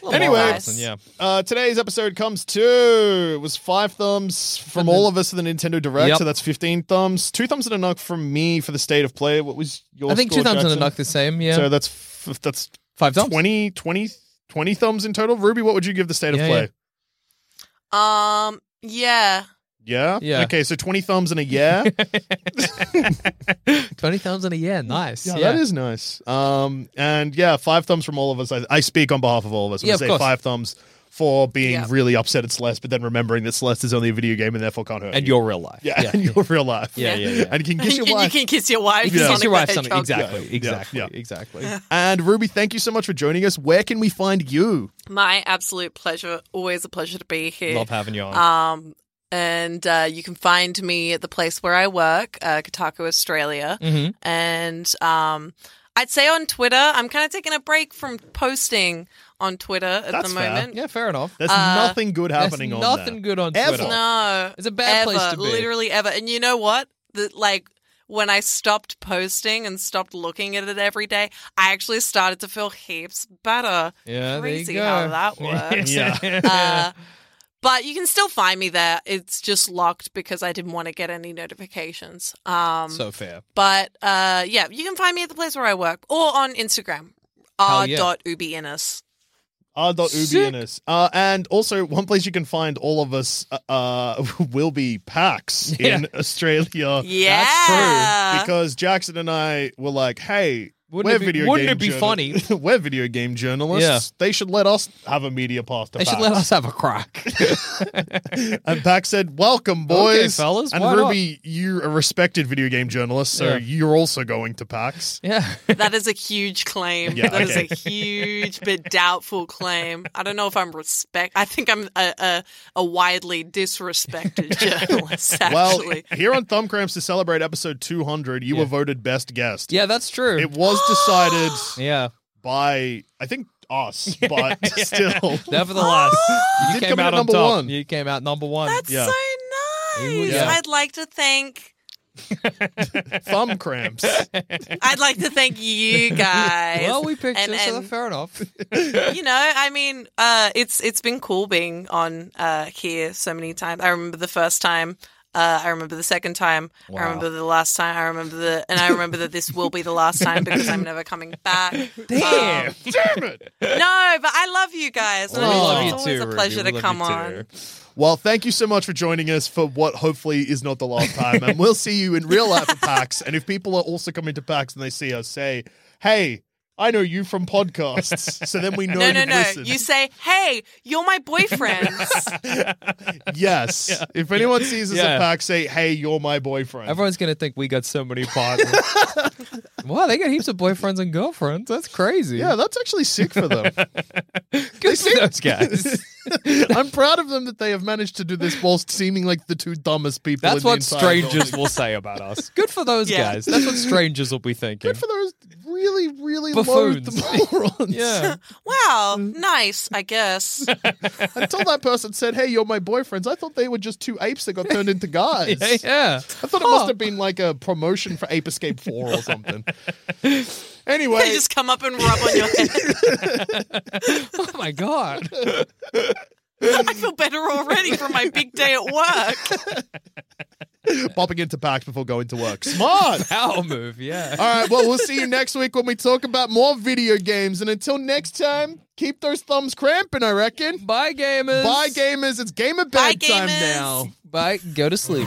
[SPEAKER 4] Well,
[SPEAKER 5] Anyway.
[SPEAKER 4] nice.
[SPEAKER 6] Yeah.
[SPEAKER 5] Uh, today's episode comes to it was five thumbs from all of us at the Nintendo Direct,
[SPEAKER 6] Yep.
[SPEAKER 5] so that's fifteen thumbs. Two thumbs and a knock from me for the state of play. What was your?
[SPEAKER 6] I think two
[SPEAKER 5] score,
[SPEAKER 6] thumbs and a
[SPEAKER 5] Jackson?
[SPEAKER 6] knock the same. Yeah.
[SPEAKER 5] So that's f- that's
[SPEAKER 6] Five thumbs.
[SPEAKER 5] 20, 20, 20 thumbs in total. Ruby, what would you give the state
[SPEAKER 6] Yeah,
[SPEAKER 5] of play?
[SPEAKER 4] Um, yeah.
[SPEAKER 5] Yeah.
[SPEAKER 6] Yeah.
[SPEAKER 5] Okay, so twenty thumbs and a yeah. yeah,
[SPEAKER 6] 20 thumbs and a yeah. Nice.
[SPEAKER 5] that is nice. Um, and yeah, five thumbs from all of us. I, I speak on behalf of all of us. We
[SPEAKER 6] Yeah, of
[SPEAKER 5] say
[SPEAKER 6] course.
[SPEAKER 5] five thumbs for being
[SPEAKER 4] Yeah.
[SPEAKER 5] really upset at Celeste, but then remembering that Celeste is only a video game and therefore can't hurt
[SPEAKER 6] And
[SPEAKER 5] you.
[SPEAKER 6] your real life.
[SPEAKER 5] Yeah, and your real life.
[SPEAKER 6] Yeah, yeah, yeah.
[SPEAKER 5] And you can kiss your
[SPEAKER 4] And
[SPEAKER 5] wife.
[SPEAKER 4] You can kiss your wife.
[SPEAKER 5] Yeah.
[SPEAKER 6] Kiss
[SPEAKER 4] Sonic the
[SPEAKER 6] your wife something.
[SPEAKER 4] Hedgehog.
[SPEAKER 6] Exactly.
[SPEAKER 5] Yeah, yeah,
[SPEAKER 6] Exactly.
[SPEAKER 5] yeah.
[SPEAKER 6] Exactly.
[SPEAKER 5] And Ruby, thank you so much for joining us. Where can we find you?
[SPEAKER 4] My absolute pleasure. Always a pleasure to be here.
[SPEAKER 6] Love having you on.
[SPEAKER 4] Um, and uh, you can find me at the place where I work, uh, Kotaku Australia.
[SPEAKER 6] Mhm.
[SPEAKER 4] And um, I'd say on Twitter, I'm kind of taking a break from posting on Twitter at
[SPEAKER 5] That's
[SPEAKER 4] the
[SPEAKER 5] fair.
[SPEAKER 4] moment.
[SPEAKER 6] yeah, fair enough.
[SPEAKER 5] There's nothing good
[SPEAKER 6] Um, uh, there's
[SPEAKER 5] happening on
[SPEAKER 6] nothing
[SPEAKER 5] there.
[SPEAKER 6] good on
[SPEAKER 5] Ever.
[SPEAKER 6] Twitter.
[SPEAKER 4] No,
[SPEAKER 6] It's a bad place
[SPEAKER 4] ever,
[SPEAKER 6] to be.
[SPEAKER 4] Literally ever. And you know what? The, like when I stopped posting and stopped looking at it every day, I actually started to feel heaps better.
[SPEAKER 6] Yeah, there you
[SPEAKER 4] crazy
[SPEAKER 6] go.
[SPEAKER 4] how that works.
[SPEAKER 5] Yeah.
[SPEAKER 4] Uh, but you can still find me there. It's just locked because I didn't want to get any notifications. Um,
[SPEAKER 6] so fair.
[SPEAKER 4] but uh, yeah, you can find me at the place where I work or on Instagram.
[SPEAKER 6] Hell yeah.
[SPEAKER 4] r.ubinus.
[SPEAKER 6] Sick.
[SPEAKER 5] R.ubinus. Uh, and also, one place you can find all of us uh, uh, will be PAX in Australia.
[SPEAKER 4] Yeah. Uh-huh.
[SPEAKER 5] Because Jackson and I were like, hey,
[SPEAKER 6] Wouldn't
[SPEAKER 5] we're
[SPEAKER 6] it be-
[SPEAKER 5] video
[SPEAKER 6] wouldn't
[SPEAKER 5] game
[SPEAKER 6] it be
[SPEAKER 5] journal- we're video game journalists.
[SPEAKER 6] Yeah.
[SPEAKER 5] They should let us have a media path to
[SPEAKER 6] They
[SPEAKER 5] PAX.
[SPEAKER 6] should let us have a crack.
[SPEAKER 5] And Pac said, "Welcome, boys,
[SPEAKER 6] Okay, fellas,
[SPEAKER 5] And
[SPEAKER 6] why
[SPEAKER 5] Ruby, you're a respected video game journalist, so
[SPEAKER 6] Yeah.
[SPEAKER 5] you're also going to PAX.
[SPEAKER 6] yeah.
[SPEAKER 4] That is a huge claim. That
[SPEAKER 5] Yeah,
[SPEAKER 4] is
[SPEAKER 5] okay.
[SPEAKER 4] a huge but doubtful claim. I don't know if I'm respect. I think I'm a, a, a widely disrespected journalist.
[SPEAKER 5] Well,
[SPEAKER 4] Actually,
[SPEAKER 5] here on Thumb Cramps to celebrate episode 200, you were voted best guest.
[SPEAKER 6] Yeah, that's true.
[SPEAKER 5] It was decided
[SPEAKER 6] yeah.
[SPEAKER 5] by I think us, but still,
[SPEAKER 6] Nevertheless, you,
[SPEAKER 5] did
[SPEAKER 6] came
[SPEAKER 5] come in
[SPEAKER 6] out
[SPEAKER 5] at
[SPEAKER 6] on
[SPEAKER 5] number
[SPEAKER 6] top.
[SPEAKER 5] one.
[SPEAKER 6] You came out number one.
[SPEAKER 4] that's
[SPEAKER 5] yeah.
[SPEAKER 4] so
[SPEAKER 6] You-
[SPEAKER 4] nice.
[SPEAKER 6] yeah.
[SPEAKER 4] I'd like to thank.
[SPEAKER 5] Thumb Cramps.
[SPEAKER 4] I'd like to thank you guys.
[SPEAKER 6] well, we picked
[SPEAKER 4] and,
[SPEAKER 6] you, so
[SPEAKER 4] and,
[SPEAKER 6] that's fair enough.
[SPEAKER 4] you know, I mean, uh, it's it's been cool being on uh, here so many times. I remember the first time. Uh, I remember the second time. I remember the last time. I remember the, and I remember that this will be the last time because I'm never coming back. Damn,
[SPEAKER 5] Damn it!
[SPEAKER 4] no, but I love you guys. and
[SPEAKER 6] we
[SPEAKER 4] it's
[SPEAKER 6] love you
[SPEAKER 4] always
[SPEAKER 6] too.
[SPEAKER 4] a pleasure
[SPEAKER 6] Ruby. We
[SPEAKER 4] to come
[SPEAKER 6] love you
[SPEAKER 4] on.
[SPEAKER 6] too.
[SPEAKER 5] Well, thank you so much for joining us for what hopefully is not the last time, and we'll see you in real life at PAX. And if people are also coming to PAX and they see us, say, "Hey, I know you from podcasts," so then we know
[SPEAKER 4] No,
[SPEAKER 5] you've
[SPEAKER 4] no, no.
[SPEAKER 5] listened.
[SPEAKER 4] You say, "Hey, you're my boyfriend."
[SPEAKER 5] Yes. If anyone sees us
[SPEAKER 6] Yeah.
[SPEAKER 5] at PAX, say, hey, you're my boyfriend.
[SPEAKER 6] Everyone's gonna think we got so many partners. wow, they got heaps of boyfriends and girlfriends. That's crazy.
[SPEAKER 5] yeah, that's actually sick for them.
[SPEAKER 6] good for those guys.
[SPEAKER 5] I'm proud of them that they have managed to do this whilst seeming like the two dumbest people.
[SPEAKER 6] That's
[SPEAKER 5] in the
[SPEAKER 6] what
[SPEAKER 5] entire
[SPEAKER 6] strangers
[SPEAKER 5] building.
[SPEAKER 6] will say about us. Good for those
[SPEAKER 4] Yeah.
[SPEAKER 6] guys. That's what strangers will be thinking.
[SPEAKER 5] Good for those really, really
[SPEAKER 6] Buffoons.
[SPEAKER 5] low morons.
[SPEAKER 6] yeah,
[SPEAKER 4] wow,
[SPEAKER 6] Mm.
[SPEAKER 4] nice. I guess.
[SPEAKER 5] Until that person said, "Hey, you're my boyfriends," I thought they were just two apes that got turned into guys.
[SPEAKER 6] yeah, yeah. Oh.
[SPEAKER 5] I thought it must have been like a promotion for Ape Escape Four or something. Anyway,
[SPEAKER 4] They just come up and rub on your head.
[SPEAKER 6] Oh my god.
[SPEAKER 4] I feel better already from my big day at work.
[SPEAKER 6] Popping into packs before going to work. Smart.
[SPEAKER 9] Power move, yeah.
[SPEAKER 6] All right. Well, we'll see you next week when we talk about more video games. And until next time, keep those thumbs cramping, I reckon.
[SPEAKER 9] Bye, gamers.
[SPEAKER 6] Bye, gamers. It's gamer
[SPEAKER 4] Bye,
[SPEAKER 6] bedtime
[SPEAKER 4] gamers.
[SPEAKER 6] now.
[SPEAKER 9] Bye. Go to sleep.